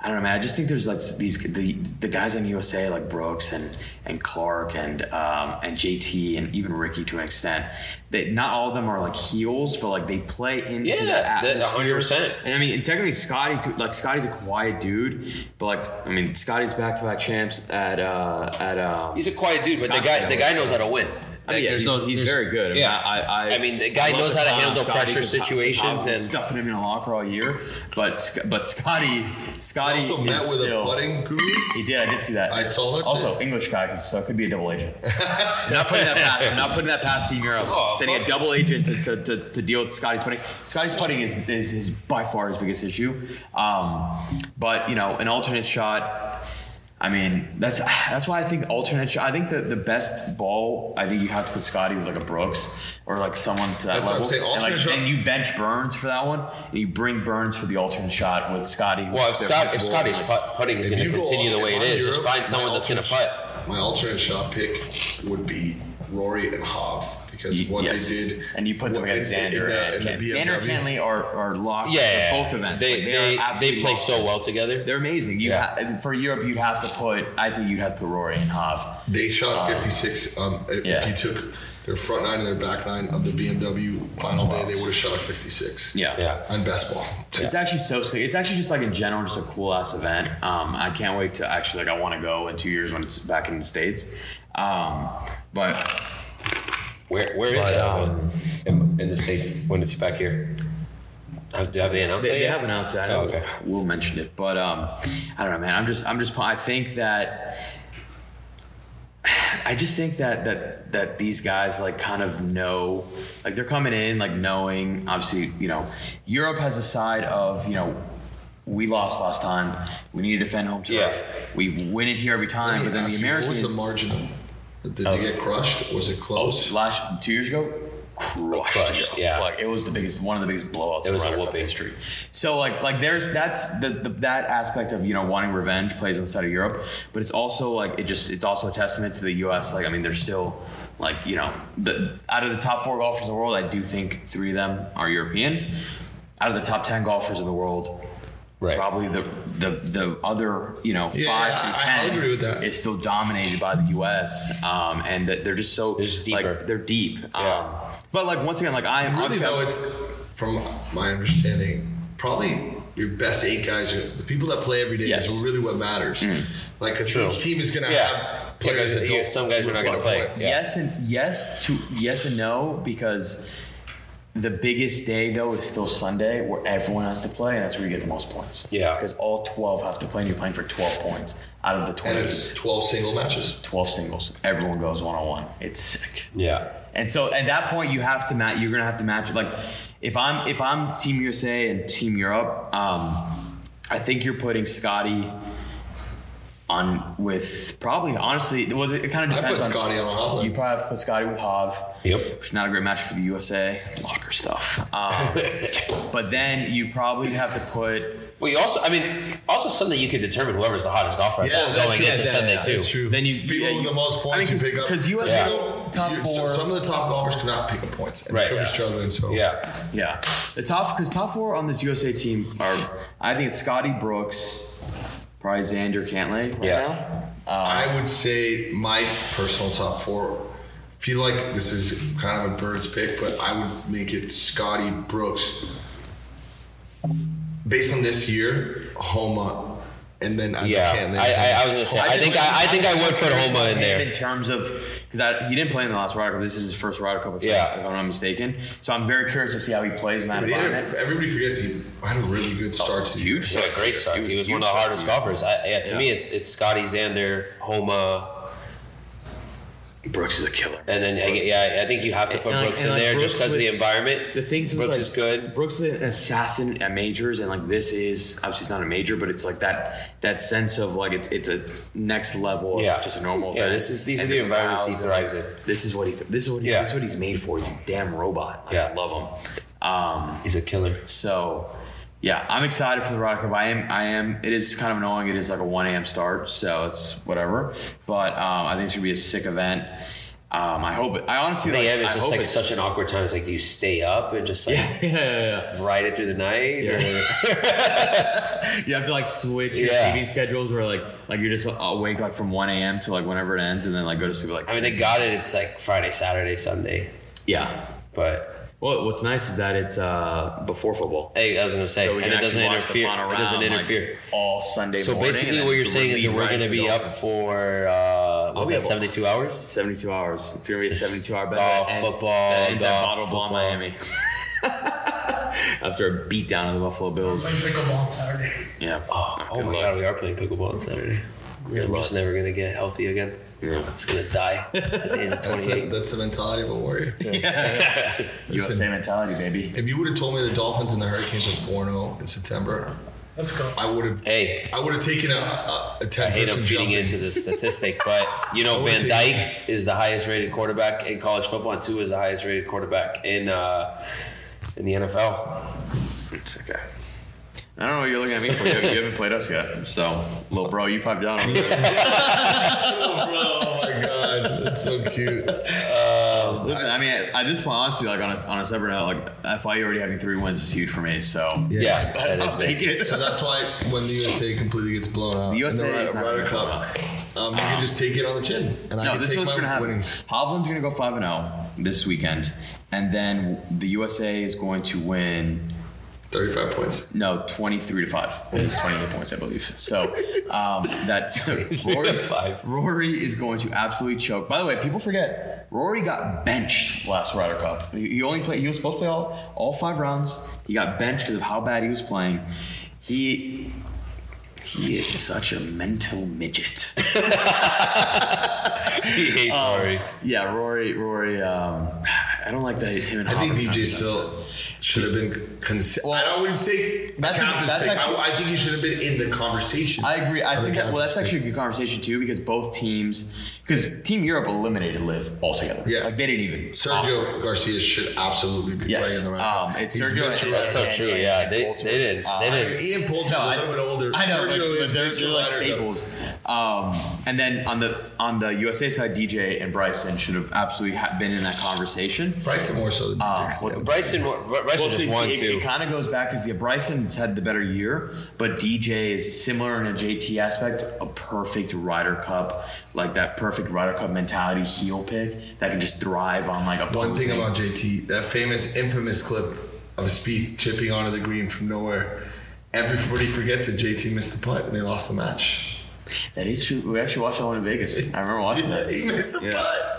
Speaker 3: I don't know, man. I just think there's like these the the guys on USA like Brooks and and Clark and um, and JT and even Ricky to an extent. They not all of them are like heels, but like they play into
Speaker 1: Yeah,
Speaker 3: that
Speaker 1: that-
Speaker 3: atmosphere.
Speaker 1: 100%.
Speaker 3: And I mean, and technically Scotty too, like Scotty's a quiet dude, but like I mean, Scotty's back to back champs at uh at um.
Speaker 1: He's a quiet dude, but the guy the guy knows how to win.
Speaker 3: I mean, yeah,
Speaker 1: There's
Speaker 3: he's,
Speaker 1: no-
Speaker 3: he's
Speaker 1: there's-
Speaker 3: very good. I mean,
Speaker 1: yeah.
Speaker 3: I, I,
Speaker 1: I mean, the guy
Speaker 3: love
Speaker 1: knows how to
Speaker 3: clown
Speaker 1: handle
Speaker 3: Scotty
Speaker 1: pressure
Speaker 3: because Top-
Speaker 1: situations
Speaker 3: Top's
Speaker 1: and-
Speaker 3: stuffing him in a locker all year. But Sc- but Scotty Scotty
Speaker 2: also
Speaker 3: is
Speaker 2: met with
Speaker 3: still,
Speaker 2: a putting guru.
Speaker 3: He did. I did see that.
Speaker 2: I saw it.
Speaker 3: Also, English guy, 'cause- so it could be a double agent. Oh, I'm not putting that past. I'm not putting that past Team Europe. Sending a double agent to, to, to, to deal with Scotty's putting. Scotty's putting is, is is by far his biggest issue. Um, but you know, an alternate shot. I mean, that's that's why I think alternate shot. I think that the best ball. I think you have to put Scotty with like a Brooks or like someone to that
Speaker 2: That's what I'm
Speaker 3: level.
Speaker 2: saying,
Speaker 3: and, like,
Speaker 2: alternate shot-
Speaker 3: and you bench Burns for that one, and you bring Burns for the alternate shot with Scotty. who's
Speaker 1: Well, if, Scott, if
Speaker 3: capable of,
Speaker 1: Scotty's
Speaker 3: like,
Speaker 1: put, putting is
Speaker 2: If
Speaker 1: going to
Speaker 2: you go
Speaker 1: continue the way
Speaker 2: alternate-
Speaker 1: it
Speaker 2: if I'm
Speaker 1: is, just
Speaker 2: Europe,
Speaker 1: find
Speaker 2: my
Speaker 1: someone that's going to
Speaker 2: alternate
Speaker 1: putt.
Speaker 2: My alternate shot pick would be Rory and Hov because of what
Speaker 3: Yes.
Speaker 2: they did.
Speaker 3: And you put them
Speaker 2: what-
Speaker 3: against
Speaker 2: in- in
Speaker 3: Xander
Speaker 2: the-
Speaker 3: and
Speaker 2: in the
Speaker 3: Cantley. Xander
Speaker 2: BMW.
Speaker 3: Cantley are, are locked
Speaker 1: Yeah, yeah,
Speaker 3: for
Speaker 1: yeah.
Speaker 3: both events.
Speaker 1: They
Speaker 3: Like,
Speaker 1: they,
Speaker 3: are
Speaker 1: they,
Speaker 3: absolutely
Speaker 1: play
Speaker 3: locked.
Speaker 1: so well together.
Speaker 3: They're amazing. You
Speaker 1: Yeah.
Speaker 3: ha- for Europe, you'd have to put. I think you'd have to put Rory and Hav.
Speaker 2: They shot 56. Um, if
Speaker 3: yeah.
Speaker 2: if you took their front nine and their back nine of the BMW final day,
Speaker 3: wild.
Speaker 2: they would have shot a 56.
Speaker 1: Yeah.
Speaker 2: On best ball.
Speaker 3: It's actually so sick. It's actually just like in general, just a cool ass event. Um, I can't wait to actually like I want to go in two years when it's back in the states. Um, but
Speaker 1: Where where is
Speaker 3: But,
Speaker 1: that
Speaker 3: um,
Speaker 1: in, in the states when it's back here? Have, have they announced
Speaker 3: they,
Speaker 1: it?
Speaker 3: they
Speaker 1: yet?
Speaker 3: have announced it. I know
Speaker 1: Oh, okay.
Speaker 3: Will mentioned it, but um, I don't know, man. I'm just, I'm just. I think that, I just think that that that these guys like kind of know, like they're coming in like knowing. Obviously, you know, Europe has a side of you know. We lost last time. We need to defend home turf.
Speaker 1: Yeah.
Speaker 3: We win it here every time, but then the
Speaker 2: What was
Speaker 3: Americans
Speaker 2: the margin of? Did
Speaker 1: Oh.
Speaker 2: they get crushed? Was it close?
Speaker 3: last two years ago crushed,
Speaker 1: Crushed,
Speaker 3: Europe.
Speaker 1: yeah.
Speaker 3: like it was the biggest one of the biggest blowouts
Speaker 1: It was
Speaker 3: in
Speaker 1: a
Speaker 3: Ryder Cup
Speaker 1: whooping.
Speaker 3: history so like like there's that's the, the that aspect of you know wanting revenge plays on the side of Europe but it's also like it just it's also a testament to the US like I mean they're still like you know the out of the top four golfers in the world I do think three of them are European out of the top 10 golfers in the world
Speaker 1: Right.
Speaker 3: Probably the, the the other you know
Speaker 2: Yeah,
Speaker 3: five
Speaker 2: I-
Speaker 3: through
Speaker 2: I
Speaker 3: ten
Speaker 2: agree with that.
Speaker 3: is still dominated by the U.S. Um, and that they're just so
Speaker 1: They're just deeper.
Speaker 3: like they're deep. Um,
Speaker 1: Yeah.
Speaker 3: But like once again, like I am
Speaker 2: Really
Speaker 3: obviously-
Speaker 2: though, it's from my understanding, probably your best eight guys are the people that play every day
Speaker 3: Yes.
Speaker 2: is really what matters. Like, because
Speaker 1: Hmm. True.
Speaker 2: each team is going to
Speaker 1: Yeah.
Speaker 2: have
Speaker 1: Yeah, guys
Speaker 2: players
Speaker 1: that
Speaker 2: that
Speaker 1: you-
Speaker 2: don't.
Speaker 1: some guys are not going to play. Yeah.
Speaker 3: yes and yes to yes and no because the biggest day though is still Sunday where everyone has to play and that's where you get the most points.
Speaker 1: Yeah.
Speaker 3: Because all twelve have to play and you're playing for twelve points out of the
Speaker 2: And
Speaker 3: twenty.
Speaker 2: it's 12 single matches.
Speaker 3: 12 singles. Everyone goes one on one. It's sick.
Speaker 1: Yeah.
Speaker 3: And so at that point, you have to match. You're gonna have to match it. Like if I'm if I'm Team USA and Team Europe, um, I think you're putting Scotty on with probably honestly. Well, it kind of
Speaker 2: I put
Speaker 3: depends. on,
Speaker 2: Scotty on a hot
Speaker 3: You probably have to put Scotty with Hav.
Speaker 1: Yep.
Speaker 3: Which is not a great match for the USA locker stuff. Um, but then you probably have to put.
Speaker 1: Well, you also, I mean, also something you could determine whoever's the hottest golfer at that going into Sunday too.
Speaker 2: true.
Speaker 3: Then you-
Speaker 2: people
Speaker 3: yeah,
Speaker 2: with
Speaker 3: you-
Speaker 2: the most
Speaker 3: I mean,
Speaker 2: points you
Speaker 3: 'cause-
Speaker 2: pick up
Speaker 3: 'cause USA top
Speaker 2: you-
Speaker 3: four-
Speaker 2: Some of the top golfers cannot pick up points, and
Speaker 1: Right,
Speaker 2: they're
Speaker 1: yeah.
Speaker 2: struggling. So
Speaker 1: Yeah.
Speaker 3: Yeah, the top because top four on this USA team are I think it's Scotty Brooks, probably Xander Cantlay right
Speaker 1: Yeah.
Speaker 3: now.
Speaker 2: I would say my personal top four. Feel like this is kind of a bird's pick, but I would make it Scotty Brooks. Based on this year, Homa, and then I
Speaker 1: Yeah.
Speaker 2: can't.
Speaker 1: I, I, I was going to say, I,
Speaker 3: just
Speaker 1: think
Speaker 3: went-
Speaker 1: I, I think I
Speaker 3: just
Speaker 1: would
Speaker 3: went
Speaker 1: put
Speaker 3: curious
Speaker 1: Homa
Speaker 3: about
Speaker 1: in
Speaker 3: him
Speaker 1: there.
Speaker 3: in terms of because he didn't play in the last Ryder Cup. This is his first Ryder Cup, if,
Speaker 1: Yeah.
Speaker 3: if I'm not mistaken. So I'm very curious to see how he plays in that
Speaker 2: But he had
Speaker 3: environment.
Speaker 2: a- everybody forgets he had a really good
Speaker 1: Oh,
Speaker 2: start to the year.
Speaker 1: He had a great start. He was, one of the hardest golfers. I, yeah, to me, it's it's Scotty Xander, Homa,
Speaker 3: Brooks is a killer.
Speaker 1: and then I, yeah, I think you have to put
Speaker 3: And like-
Speaker 1: Brooks
Speaker 3: and
Speaker 1: in
Speaker 3: like
Speaker 1: there just
Speaker 3: Brooks
Speaker 1: because of
Speaker 3: with-
Speaker 1: the environment.
Speaker 3: The things with,
Speaker 1: Brooks
Speaker 3: like,
Speaker 1: is good.
Speaker 3: Brooks is an assassin at majors, and like this is obviously it's not a major, but it's like that that sense of like it's it's a next level.
Speaker 1: Yeah.
Speaker 3: of just a normal.
Speaker 1: Yeah,
Speaker 3: event.
Speaker 1: this is these
Speaker 3: And
Speaker 1: are the environments he
Speaker 3: crowds,
Speaker 1: thrives in.
Speaker 3: This is what he. This is what. He,
Speaker 1: Yeah.
Speaker 3: This is what he's made for. He's a damn robot. Like,
Speaker 1: Yeah.
Speaker 3: I love him. Um,
Speaker 1: He's a killer.
Speaker 3: so, yeah, I'm excited for the Ryder Cup. I am. I am. It is kind of annoying. It is like a 1 a.m. start, so it's whatever. But um, I think it's gonna be a sick event. Um, I hope it. I honestly
Speaker 1: In the
Speaker 3: like,
Speaker 1: end, it's
Speaker 3: I
Speaker 1: just
Speaker 3: hope
Speaker 1: like
Speaker 3: it's-
Speaker 1: such an awkward time. It's like, do you stay up and just like
Speaker 3: yeah, yeah,
Speaker 1: ride it through the night? Or-
Speaker 3: yeah. You have to like switch your
Speaker 1: Yeah.
Speaker 3: TV schedules, where like like you're just awake like from 1 a.m. to like whenever it ends, and then like go to sleep. Like
Speaker 1: I mean, they got it. It's like Friday, Saturday, Sunday.
Speaker 3: yeah.
Speaker 1: But
Speaker 3: Well, what's nice is that it's uh, before football,
Speaker 1: hey, I was gonna say,
Speaker 3: So we
Speaker 1: and
Speaker 3: can
Speaker 1: it doesn't
Speaker 3: actually watch the
Speaker 1: interfere.
Speaker 3: final
Speaker 1: It doesn't
Speaker 3: round, like,
Speaker 1: interfere.
Speaker 3: all Sunday.
Speaker 1: so
Speaker 3: morning, and
Speaker 1: basically,
Speaker 3: then
Speaker 1: what you're
Speaker 3: the
Speaker 1: saying is that
Speaker 3: league
Speaker 1: we're
Speaker 3: right
Speaker 1: gonna
Speaker 3: into
Speaker 1: be
Speaker 3: the
Speaker 1: up
Speaker 3: offense.
Speaker 1: for uh, what was
Speaker 3: be
Speaker 1: that
Speaker 3: up all-
Speaker 1: 72 hours?
Speaker 3: 72 hours. It's gonna be a 72 hour bet.
Speaker 1: golf,
Speaker 3: that end-
Speaker 1: football,
Speaker 3: that ends at
Speaker 1: golf,
Speaker 3: Bottle Blonde,
Speaker 1: football.
Speaker 3: Miami. After a beatdown of the Buffalo Bills.
Speaker 5: Like pickleball on Saturday.
Speaker 3: Yeah.
Speaker 1: Oh, oh
Speaker 3: Good
Speaker 1: my
Speaker 3: luck.
Speaker 1: god, we are playing pickleball on Saturday. Yeah, I'm just never gonna get healthy again.
Speaker 3: Yeah.
Speaker 1: It's gonna die at the age of
Speaker 2: That's the,
Speaker 1: 28.
Speaker 2: that's the mentality of a warrior.
Speaker 3: USA mentality, baby.
Speaker 2: If you would have told me the Dolphins and the Hurricanes were 4 0 in September,
Speaker 5: Let's go.
Speaker 2: I would have.
Speaker 1: Hey,
Speaker 2: I would have taken a, a, a
Speaker 1: I
Speaker 2: ten
Speaker 1: hate I'm
Speaker 2: person
Speaker 1: feeding
Speaker 2: jump. in.
Speaker 1: into this statistic, but you know
Speaker 2: wouldn't
Speaker 1: Van
Speaker 2: take
Speaker 1: Dyke is the highest rated quarterback in college football, and two is the highest rated quarterback in uh, in the NFL.
Speaker 3: It's okay. I don't know what you're looking at me for. You, you haven't played us yet. So, little bro, you popped down on me.
Speaker 2: Oh my god, that's so cute.
Speaker 3: Listen, I mean, at this point, honestly, like on a, on a separate note, like FIU already having three wins is huge for me. So,
Speaker 1: Yeah, that is
Speaker 3: I'll take it.
Speaker 2: So that's why when the USA completely gets blown out,
Speaker 3: The USA
Speaker 2: in the
Speaker 3: is not
Speaker 2: Ryder
Speaker 3: gonna blow
Speaker 2: Cup, um, you can just take it on the chin, and I
Speaker 3: No,
Speaker 2: can
Speaker 3: this is
Speaker 2: take
Speaker 3: what's
Speaker 2: my
Speaker 3: going to happen.
Speaker 2: winnings.
Speaker 3: Hovland's going to go 5 and 0 this weekend. And then the USA is going to win,
Speaker 2: Thirty-five points.
Speaker 3: no, 23 to 5. It's 28 points, I believe. So um, that's Rory,
Speaker 1: five.
Speaker 3: Rory is going to absolutely choke. By the way, people forget Rory got benched last Ryder Cup. He he only played, he was supposed to play all, all five rounds. He got benched because of how bad he was playing. He. He is such a mental midget.
Speaker 1: He hates
Speaker 3: Um,
Speaker 1: Rory.
Speaker 3: Yeah, Rory. Rory. Um, I don't like that him and
Speaker 2: I think
Speaker 3: Hovland
Speaker 2: DJ
Speaker 3: combination.
Speaker 2: Still should have been. Cons- I don't wouldn't say
Speaker 3: That's
Speaker 2: that's,
Speaker 3: a- that's
Speaker 2: pick.
Speaker 3: actually-
Speaker 2: I, I think he should have been in the conversation.
Speaker 3: I agree. I
Speaker 2: of the
Speaker 3: think that. Well, that's
Speaker 2: captain's pick.
Speaker 3: actually a good conversation too because both teams, because Team Europe eliminated Live altogether.
Speaker 2: Yeah.
Speaker 3: like they didn't even.
Speaker 2: Sergio
Speaker 3: offer.
Speaker 2: Garcia should absolutely be
Speaker 3: Yes.
Speaker 2: playing in the round.
Speaker 3: Um, it's
Speaker 2: He's
Speaker 3: Sergio
Speaker 2: Mr.
Speaker 3: and-
Speaker 1: That's so
Speaker 3: and-
Speaker 1: true.
Speaker 3: and-
Speaker 1: Yeah,
Speaker 3: and
Speaker 1: they,
Speaker 3: Poulter.
Speaker 1: they didn't. They didn't.
Speaker 2: Ian Poulter's
Speaker 3: No,
Speaker 2: a
Speaker 3: I-
Speaker 2: little bit older.
Speaker 3: I know,
Speaker 2: Sergio
Speaker 3: but,
Speaker 2: is
Speaker 3: but they're,
Speaker 2: Mr.
Speaker 3: they're like
Speaker 2: Ryder Cup.
Speaker 3: staples. Um, and then on the on the USA side, DJ and Bryson should have absolutely ha- been in that conversation.
Speaker 2: Bryson more so than DJ
Speaker 3: Um,
Speaker 2: Garcia.
Speaker 3: what-
Speaker 1: Bryson, Bryson just won
Speaker 3: it,
Speaker 1: too.
Speaker 3: kind of goes back because yeah, Bryson's had the better year, but DJ is similar in a JT aspect, a perfect Ryder Cup, like that perfect Ryder Cup mentality heel pick that can just thrive on like a
Speaker 2: One thing about JT, that famous, infamous clip of Speed chipping onto the green from nowhere. Everybody forgets that JT missed the putt and they lost the match.
Speaker 3: that is true. We actually watched that one in Vegas. I remember watching that.
Speaker 2: he missed the
Speaker 3: Yeah.
Speaker 2: putt.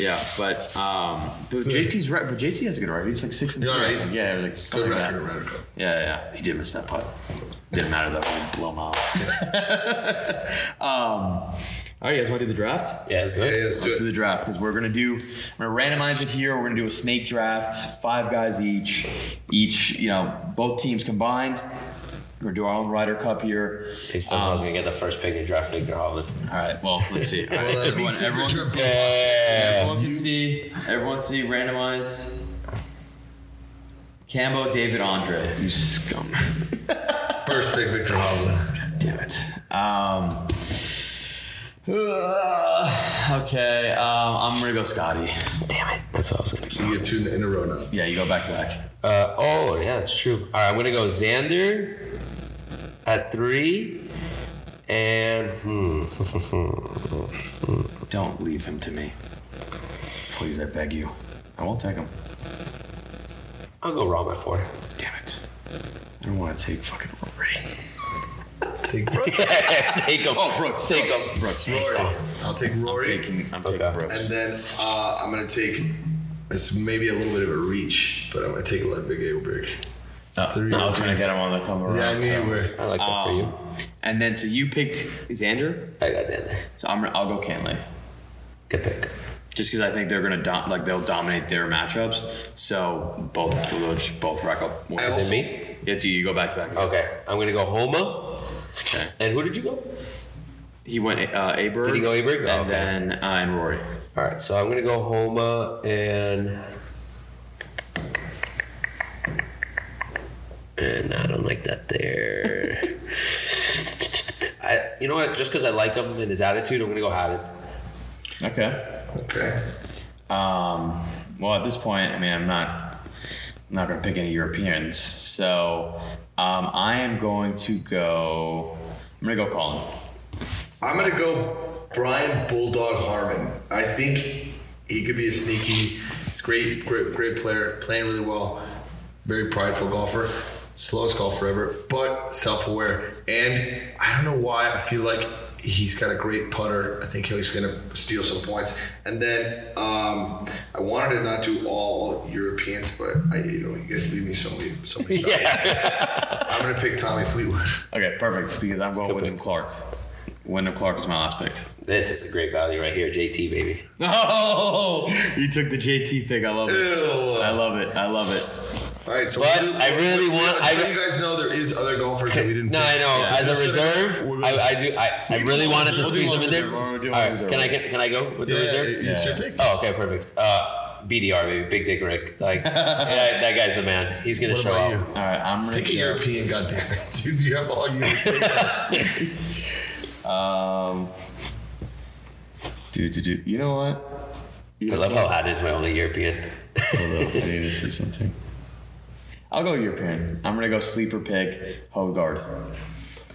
Speaker 3: Yeah, but um, but
Speaker 2: So-
Speaker 3: JT's right. But JT has a good record. He's like six and
Speaker 2: Yeah,
Speaker 3: three. I
Speaker 2: he's-
Speaker 3: think. yeah, or, like
Speaker 2: Good
Speaker 3: something like
Speaker 2: record,
Speaker 3: that.
Speaker 2: Ryder Cup.
Speaker 3: Yeah, yeah. He did miss that putt. Didn't matter that we blow him out. um, all right, you guys want to do the draft?
Speaker 1: Yeah, it's not-
Speaker 2: let's
Speaker 3: Let's do the draft because we're gonna do. I'm gonna randomize it here. We're gonna do a snake draft, five guys each, each you know both teams combined. We're gonna do our own Ryder Cup here.
Speaker 1: He somehow is gonna get the first pick in draft league. Hovland.
Speaker 3: All right. Well, let's see. All right,
Speaker 2: Well, that'd be
Speaker 3: everyone,
Speaker 2: super
Speaker 3: everyone,
Speaker 2: trippy.
Speaker 1: Yeah.
Speaker 3: everyone can see. Everyone see. Randomize. Cambo, David, Andre. You scum.
Speaker 2: First pick, Victor Hovland.
Speaker 3: Damn it. Um. uh, okay. Um. I'm gonna go Scotty.
Speaker 1: Damn it. That's what I was gonna do.
Speaker 2: You get two in a row now.
Speaker 3: Yeah. You go back to back.
Speaker 1: Uh, oh, yeah, that's true. All right, I'm going to go Xander at three. And hmm.
Speaker 3: Don't leave him to me. Please, I beg you. I won't take him.
Speaker 1: I'll go Rom at four.
Speaker 3: Damn it. I don't want to take fucking Rory.
Speaker 2: Take Brooks.
Speaker 1: Take him.
Speaker 3: Oh, Brooks.
Speaker 1: Take
Speaker 3: Brooks,
Speaker 1: him.
Speaker 3: Brooks.
Speaker 2: Rory. I'll take Rory.
Speaker 3: Taking, I'm taking
Speaker 1: Okay.
Speaker 3: Brooks.
Speaker 2: and then uh, I'm going to take, it's maybe a little bit of a reach, but I'm going to take Ludwig Aberg. It's
Speaker 3: Uh,
Speaker 2: three
Speaker 3: I was going to
Speaker 2: rounds.
Speaker 3: get him on the come around.
Speaker 2: Yeah, I knew
Speaker 3: so.
Speaker 2: you were.
Speaker 1: I like that for
Speaker 3: Um,
Speaker 1: you.
Speaker 3: And then, so you picked Xander.
Speaker 1: I got Xander.
Speaker 3: So I'm, I'll go Cantley.
Speaker 1: Good pick.
Speaker 3: Just because I think they're going to dom- like they'll dominate their matchups. So both will just both rack up.
Speaker 2: I
Speaker 3: wins.
Speaker 1: Is
Speaker 2: also-
Speaker 1: it me? Oh.
Speaker 3: Yeah, it's you. You go back to back.
Speaker 1: Okay, I'm going to go Homa.
Speaker 3: Okay.
Speaker 1: And who did you go?
Speaker 3: He went uh, Aberg.
Speaker 1: Did he go Aberg?
Speaker 3: And
Speaker 1: Oh, okay.
Speaker 3: then uh, and Rory.
Speaker 1: All right, so I'm going to go Homa and. And I don't like that there. I, you know what? Just because I like him and his attitude, I'm going to go Haddon.
Speaker 3: Okay.
Speaker 2: Okay.
Speaker 3: Um, well, at this point, I mean, I'm not I'm not going to pick any Europeans, so um, I am going to go. I'm going to go Colin.
Speaker 2: I'm gonna go Brian Bulldog Harmon. I think he could be a sneaky. He's great, great, great player, playing really well. Very prideful golfer, slowest golfer ever, but self-aware. And I don't know why I feel like he's got a great putter. I think he's gonna steal some points. And then um, I wanted to not do all Europeans, but I, you know, you guys leave me so many, so many. I'm gonna pick Tommy Fleetwood.
Speaker 3: Okay, perfect. Because I'm going Wyndham Clark. Wyndham Clark is my last pick.
Speaker 1: This is a great value right here, JT baby.
Speaker 3: Oh, you took the JT pick. I love it.
Speaker 2: Ew.
Speaker 3: I love it. I love it.
Speaker 2: All right, so
Speaker 1: But
Speaker 2: we do-
Speaker 1: I really
Speaker 2: we-
Speaker 1: want-
Speaker 2: just so
Speaker 1: I-
Speaker 2: you guys know there is other golfers that we didn't.
Speaker 1: No, I know.
Speaker 3: Yeah.
Speaker 1: As a
Speaker 2: Just gonna- we're
Speaker 1: reserve,
Speaker 2: gonna-
Speaker 1: I, I do. I, I really wanted to
Speaker 3: We'll do
Speaker 1: squeeze
Speaker 3: one
Speaker 1: him in there.
Speaker 3: reserve. We're doing
Speaker 1: All right,
Speaker 3: reserve.
Speaker 1: can I can, can I go with the
Speaker 2: Yeah,
Speaker 1: reserve?
Speaker 2: it- it's your pick.
Speaker 1: Oh, okay, perfect. Uh, BDR, baby, Big Dick Rick. Like that, that guy's the man. He's gonna
Speaker 2: What
Speaker 1: show
Speaker 2: about
Speaker 1: up.
Speaker 2: you?
Speaker 3: All right, I'm going
Speaker 2: Pick
Speaker 3: to
Speaker 2: a European, goddammit. Dude, you have all you.
Speaker 3: Um, dude, dude, dude, you know what? You
Speaker 1: I love how Haddon "Oh, is my only European.
Speaker 3: this is something. I'll go European. I'm gonna go sleeper pick Hogard.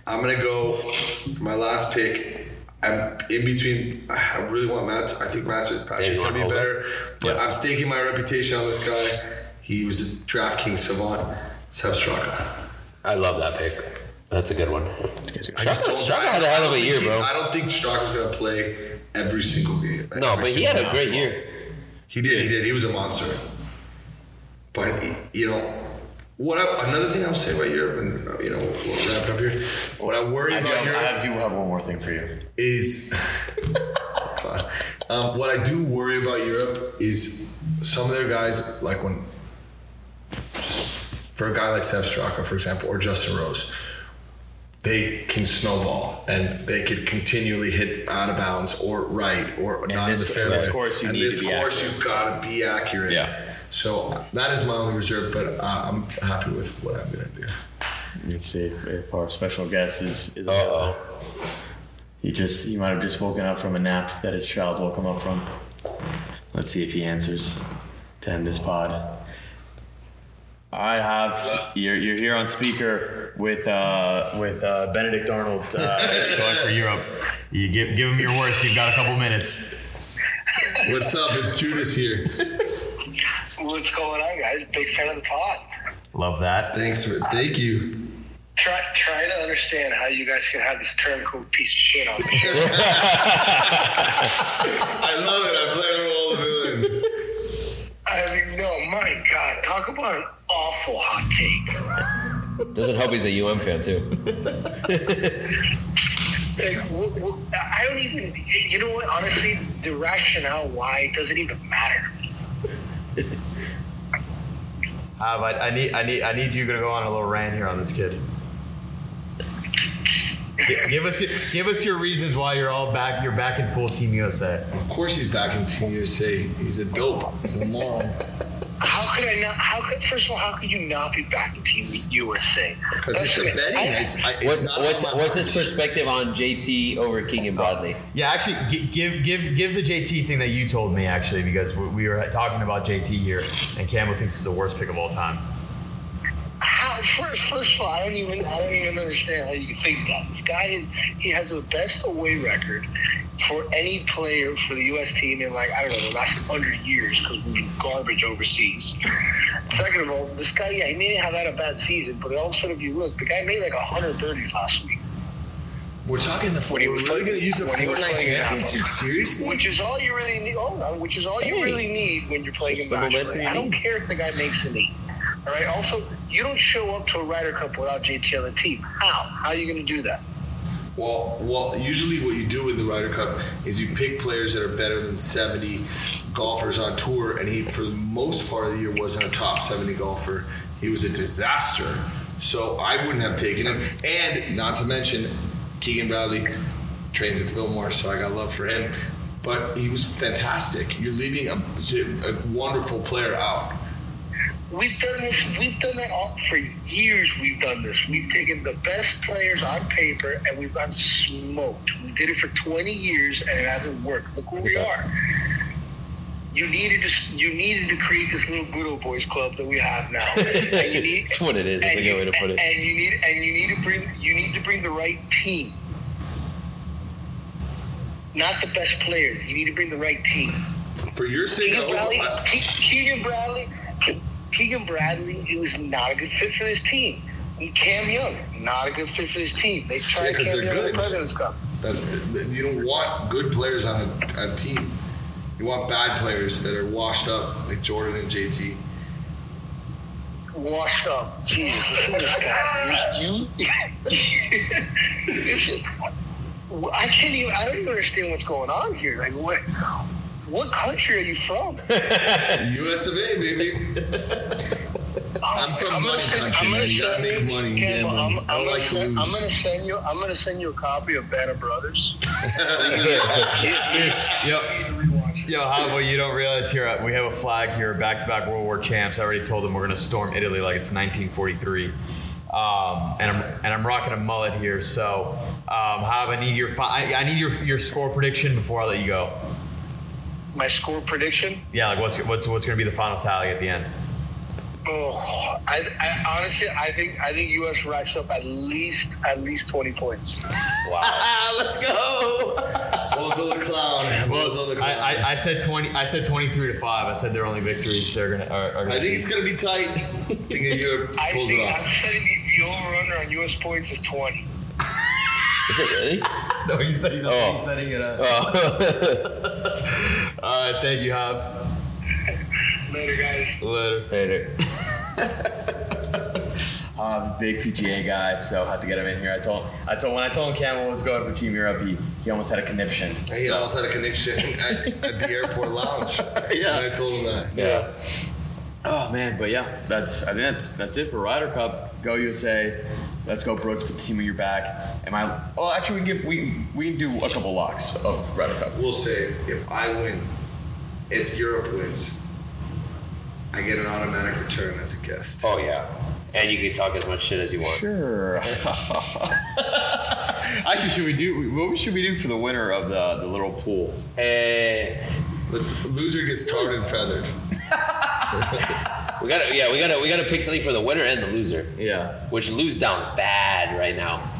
Speaker 2: I'm gonna go for my last pick. I'm in between. I really want Matt. I think Matt
Speaker 1: Yeah,
Speaker 2: Patrick's
Speaker 1: you
Speaker 2: gonna
Speaker 1: want
Speaker 2: be
Speaker 1: Holder?
Speaker 2: better, but
Speaker 1: Yeah.
Speaker 2: I'm staking my reputation on this guy. He was a DraftKings savant. Seb Straka.
Speaker 1: I love that pick. That's a good one.
Speaker 2: just
Speaker 1: Straka,
Speaker 2: don't-
Speaker 1: Straka had a hell of a year,
Speaker 2: He-
Speaker 1: bro.
Speaker 2: I don't think Straka's gonna play every single game.
Speaker 1: No,
Speaker 2: every
Speaker 1: but he
Speaker 2: single
Speaker 1: had a
Speaker 2: round.
Speaker 1: great year.
Speaker 2: He did. He did. He was a monster. But you know, what? I, another thing I'll say about Europe, and uh, you know, we'll wrap it up here. What I worry
Speaker 3: I do,
Speaker 2: about
Speaker 3: have,
Speaker 2: Europe
Speaker 3: I have- do have one more thing for you.
Speaker 2: is God. um, what I do worry about Europe is some of their guys, like when for a guy like Seb Straka, for example, or Justin Rose, they can snowball and they could continually hit out of bounds or right or not
Speaker 3: this-
Speaker 2: in the fairway.
Speaker 3: and this course you
Speaker 2: and
Speaker 3: need
Speaker 2: this
Speaker 3: to be
Speaker 2: course you've got to be accurate.
Speaker 3: Yeah.
Speaker 2: So that is my only reserve, but uh, I'm happy with what I'm gonna do.
Speaker 3: Let's see if, if our special guest is. is
Speaker 1: Uh-oh.
Speaker 3: He just he might have just woken up from a nap that his child woke him up from. Let's see if he answers to end this pod. I have you're, you're here on speaker with uh, with uh, Benedict Arnold uh, going for Europe. You give give him your worst. You've got a couple minutes.
Speaker 2: What's up? It's Judas here.
Speaker 9: What's going on, guys? Big fan of the pod.
Speaker 3: Love that.
Speaker 2: Thanks for thank you.
Speaker 9: Try, trying to understand how you guys can have this term called piece of shit on me.
Speaker 2: I love it. I play the role of villain.
Speaker 9: I mean, no, my God, talk about an awful hot take.
Speaker 1: Doesn't help he's a UM fan too.
Speaker 9: Like, wh- wh- I don't even, you know what? Honestly, the rationale why doesn't even matter.
Speaker 10: Hav, Uh, I, I need I need I need you to go on a little rant here on this kid. Gi- Give us your, give us your reasons why you're all back. You're back in full Team USA.
Speaker 2: Of course, he's back in Team USA. He's a dope. He's a moron.
Speaker 9: How could I not? How could first of all, how could you not be back in Team USA?
Speaker 2: Because it's a
Speaker 9: Listen,
Speaker 2: betting.
Speaker 9: I-
Speaker 2: It's, I, it's
Speaker 1: What's
Speaker 2: not
Speaker 1: what's,
Speaker 2: on my
Speaker 1: what's his
Speaker 2: purse.
Speaker 1: perspective on JT over Keegan Bradley?
Speaker 10: Yeah, actually, gi- give give give the JT thing that you told me actually because we- we were talking about JT here, and Campbell thinks it's the worst pick of all time.
Speaker 9: How, first, first of all, I don't even I don't even understand how you can think that. This guy is he has the best away record for any player for the U.S. team in like I don't know the last hundred years because we've been garbage overseas. Second of all, this guy yeah he may have had a bad season, but all of a sudden if you look, the guy made like 130s last week,
Speaker 2: We're talking the.
Speaker 9: When he
Speaker 2: we're
Speaker 9: was-
Speaker 2: really going to use a
Speaker 9: when he was
Speaker 2: Fortnite
Speaker 9: playing it out.
Speaker 2: championship? Seriously?
Speaker 9: which is all you really need. Hold on, which is all you really need when you're playing in
Speaker 1: It's the momentum
Speaker 9: basketball.
Speaker 1: you
Speaker 9: I don't
Speaker 1: need.
Speaker 9: care if the guy makes an eight. All right. Also, you don't show up to a Ryder Cup without JT on the team. How? How are you going to do that?
Speaker 2: Well, well, usually what you do with the Ryder Cup is you pick players that are better than 70 golfers on tour, and he, for the most part of the year, wasn't a top 70 golfer. He was a disaster. So I wouldn't have taken him. And not to mention, Keegan Bradley trains at the Billmore, so I got love for him. But he was fantastic. You're leaving a, a wonderful player out.
Speaker 9: We've done this. We've done that all for years. We've done this. We've taken the best players on paper and we've gotten smoked. We did it for 20 years and it hasn't worked. Look where we are. you needed to you needed to create this little good old boys club that we have now. And you need,
Speaker 1: That's what it is. That's
Speaker 9: and
Speaker 1: a good
Speaker 9: you-
Speaker 1: way to put it.
Speaker 9: And you need and you need to bring you need to bring the right team, not the best players. You need to bring the right team.
Speaker 2: For your sake, I
Speaker 9: Keegan
Speaker 2: hope-
Speaker 9: Bradley,
Speaker 2: I-
Speaker 9: Ke- Keegan Bradley, Keegan Bradley, he was not a good fit for this team. And Cam Young, not a good fit for this team. They
Speaker 2: Yeah,
Speaker 9: tried
Speaker 2: 'cause
Speaker 9: Cam
Speaker 2: they're
Speaker 9: Young in the
Speaker 2: good.
Speaker 9: President's Cup.
Speaker 2: that's you don't want good players on a, a team. You want bad players that are washed up, like Jordan and JT.
Speaker 9: washed up. Jesus, listen to this guy. You, you- Listen, I can't even. I don't even understand what's going on here. Like, what? What country are you from?
Speaker 2: U.S. of A. Baby. I'm from money
Speaker 9: gonna send-
Speaker 2: country,
Speaker 9: I'm gonna
Speaker 2: man. You gotta
Speaker 9: send-
Speaker 2: make money and
Speaker 9: Campbell,
Speaker 2: gamble.
Speaker 9: I'm,
Speaker 2: I don't
Speaker 9: I'm gonna
Speaker 2: like to
Speaker 9: send- I'm
Speaker 2: lose.
Speaker 9: gonna send you. I'm gonna send you a copy of Banner Brothers.
Speaker 11: Yo, yo, Havo, you don't realize here uh, we have a flag here, back-to-back World War champs. I already told them we're gonna storm Italy like it's 1943. Um, and I'm and I'm rocking a mullet here, so um, Hav, I need your fi- I, I need your your score prediction before I let you go.
Speaker 9: My score prediction.
Speaker 11: Yeah, like what's what's what's gonna be the final tally at the end?
Speaker 9: Oh, I, I honestly, I think I think U.S. racks up at least at least twenty points.
Speaker 2: Bozo the clown. Bozo the clown.
Speaker 11: I, I, I said 20. I said 23 to five. I said their only victories they're gonna. Are, are gonna
Speaker 2: I think it's gonna be tight. I think that Europe
Speaker 9: I
Speaker 2: pulls
Speaker 9: think
Speaker 2: it
Speaker 9: I'm
Speaker 2: off.
Speaker 9: setting the, the over under on U.S. points is twenty.
Speaker 1: Is it really?
Speaker 11: no, he's setting,
Speaker 1: Oh.
Speaker 11: he's setting it up.
Speaker 1: Oh.
Speaker 11: All right, thank you, Hav.
Speaker 9: Later, guys.
Speaker 11: Later.
Speaker 1: Later.
Speaker 3: Uh, big PGA guy, so had to get him in here. I told, I told when I told him Campbell was going for Team Europe, he, he almost had a conniption.
Speaker 2: He almost had a connection at, at the airport lounge. yeah, I told him that.
Speaker 1: Yeah.
Speaker 3: Oh man, but yeah, that's I think that's that's it for Ryder Cup. Go USA. Let's go Brooks. Put the team on your back. Am I? Oh, actually, we can give we we can do a couple locks of Ryder Cup.
Speaker 2: We'll say if I win, if Europe wins, I get an automatic return as a guest.
Speaker 1: Oh yeah. And you can talk as much shit as you want.
Speaker 3: Sure. actually, should we do what should we do for the winner of the the little pool?
Speaker 1: Eh,
Speaker 2: Let's, loser gets tarred and feathered.
Speaker 1: we gotta, yeah, we gotta, we gotta pick something for the winner and the loser.
Speaker 3: Yeah.
Speaker 1: Which lose down bad right now.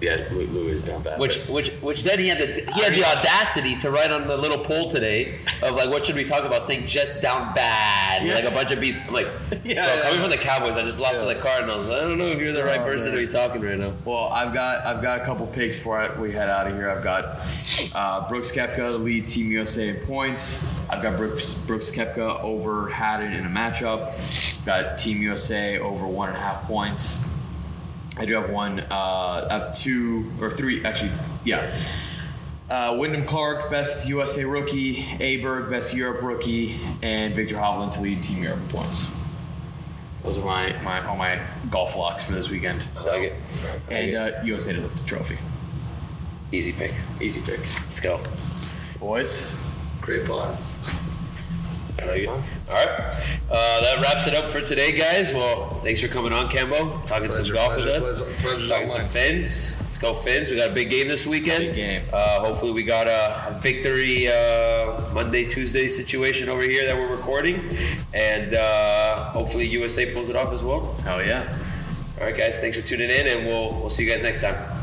Speaker 3: Yeah. Lou, Lou is down bad.
Speaker 1: Which, which, which then he had the he had the audacity to write on the little poll today of like, what should we talk about? Saying Jets down bad, like a bunch of beats. I'm like,
Speaker 3: Yeah,
Speaker 1: bro,
Speaker 3: yeah. Oh,
Speaker 1: coming from the Cowboys, I just lost to the Cardinals. I don't know if you're the right person to be talking right now.
Speaker 3: Well, I've got I've got a couple picks before I, we head out of here. I've got uh, Brooks Koepka to lead Team USA in points. I've got Brooks Brooks Koepka over Haddon in a matchup. Got Team USA over one and a half points. I do have one. Uh, I have two or three actually. Yeah. Uh, Wyndham Clark, best USA rookie. Aberg, best Europe rookie, and Victor Hovland to lead Team Europe in points. Those are my, my all my golf locks for this weekend.
Speaker 1: I like it.
Speaker 3: And uh, USA to lift the trophy.
Speaker 1: Easy pick.
Speaker 3: Easy pick.
Speaker 1: Let's go.
Speaker 3: Boys,
Speaker 2: Great pod.
Speaker 1: I like it. All right. Uh, that wraps it up for today, guys. Well, thanks for coming on, Cambo. Talking
Speaker 2: Pleasure,
Speaker 1: some golf
Speaker 2: pleasure,
Speaker 1: with us.
Speaker 2: pleasure, pleasure's all
Speaker 1: Talking some
Speaker 2: mine.
Speaker 1: fins. Let's go fins. We got a big game this weekend.
Speaker 3: Big game.
Speaker 1: Uh, hopefully, we got a victory uh, Monday, Tuesday situation over here that we're recording, and uh, hopefully USA pulls it off as well.
Speaker 3: hell yeah.
Speaker 1: All right, guys. Thanks for tuning in, and we'll we'll see you guys next time.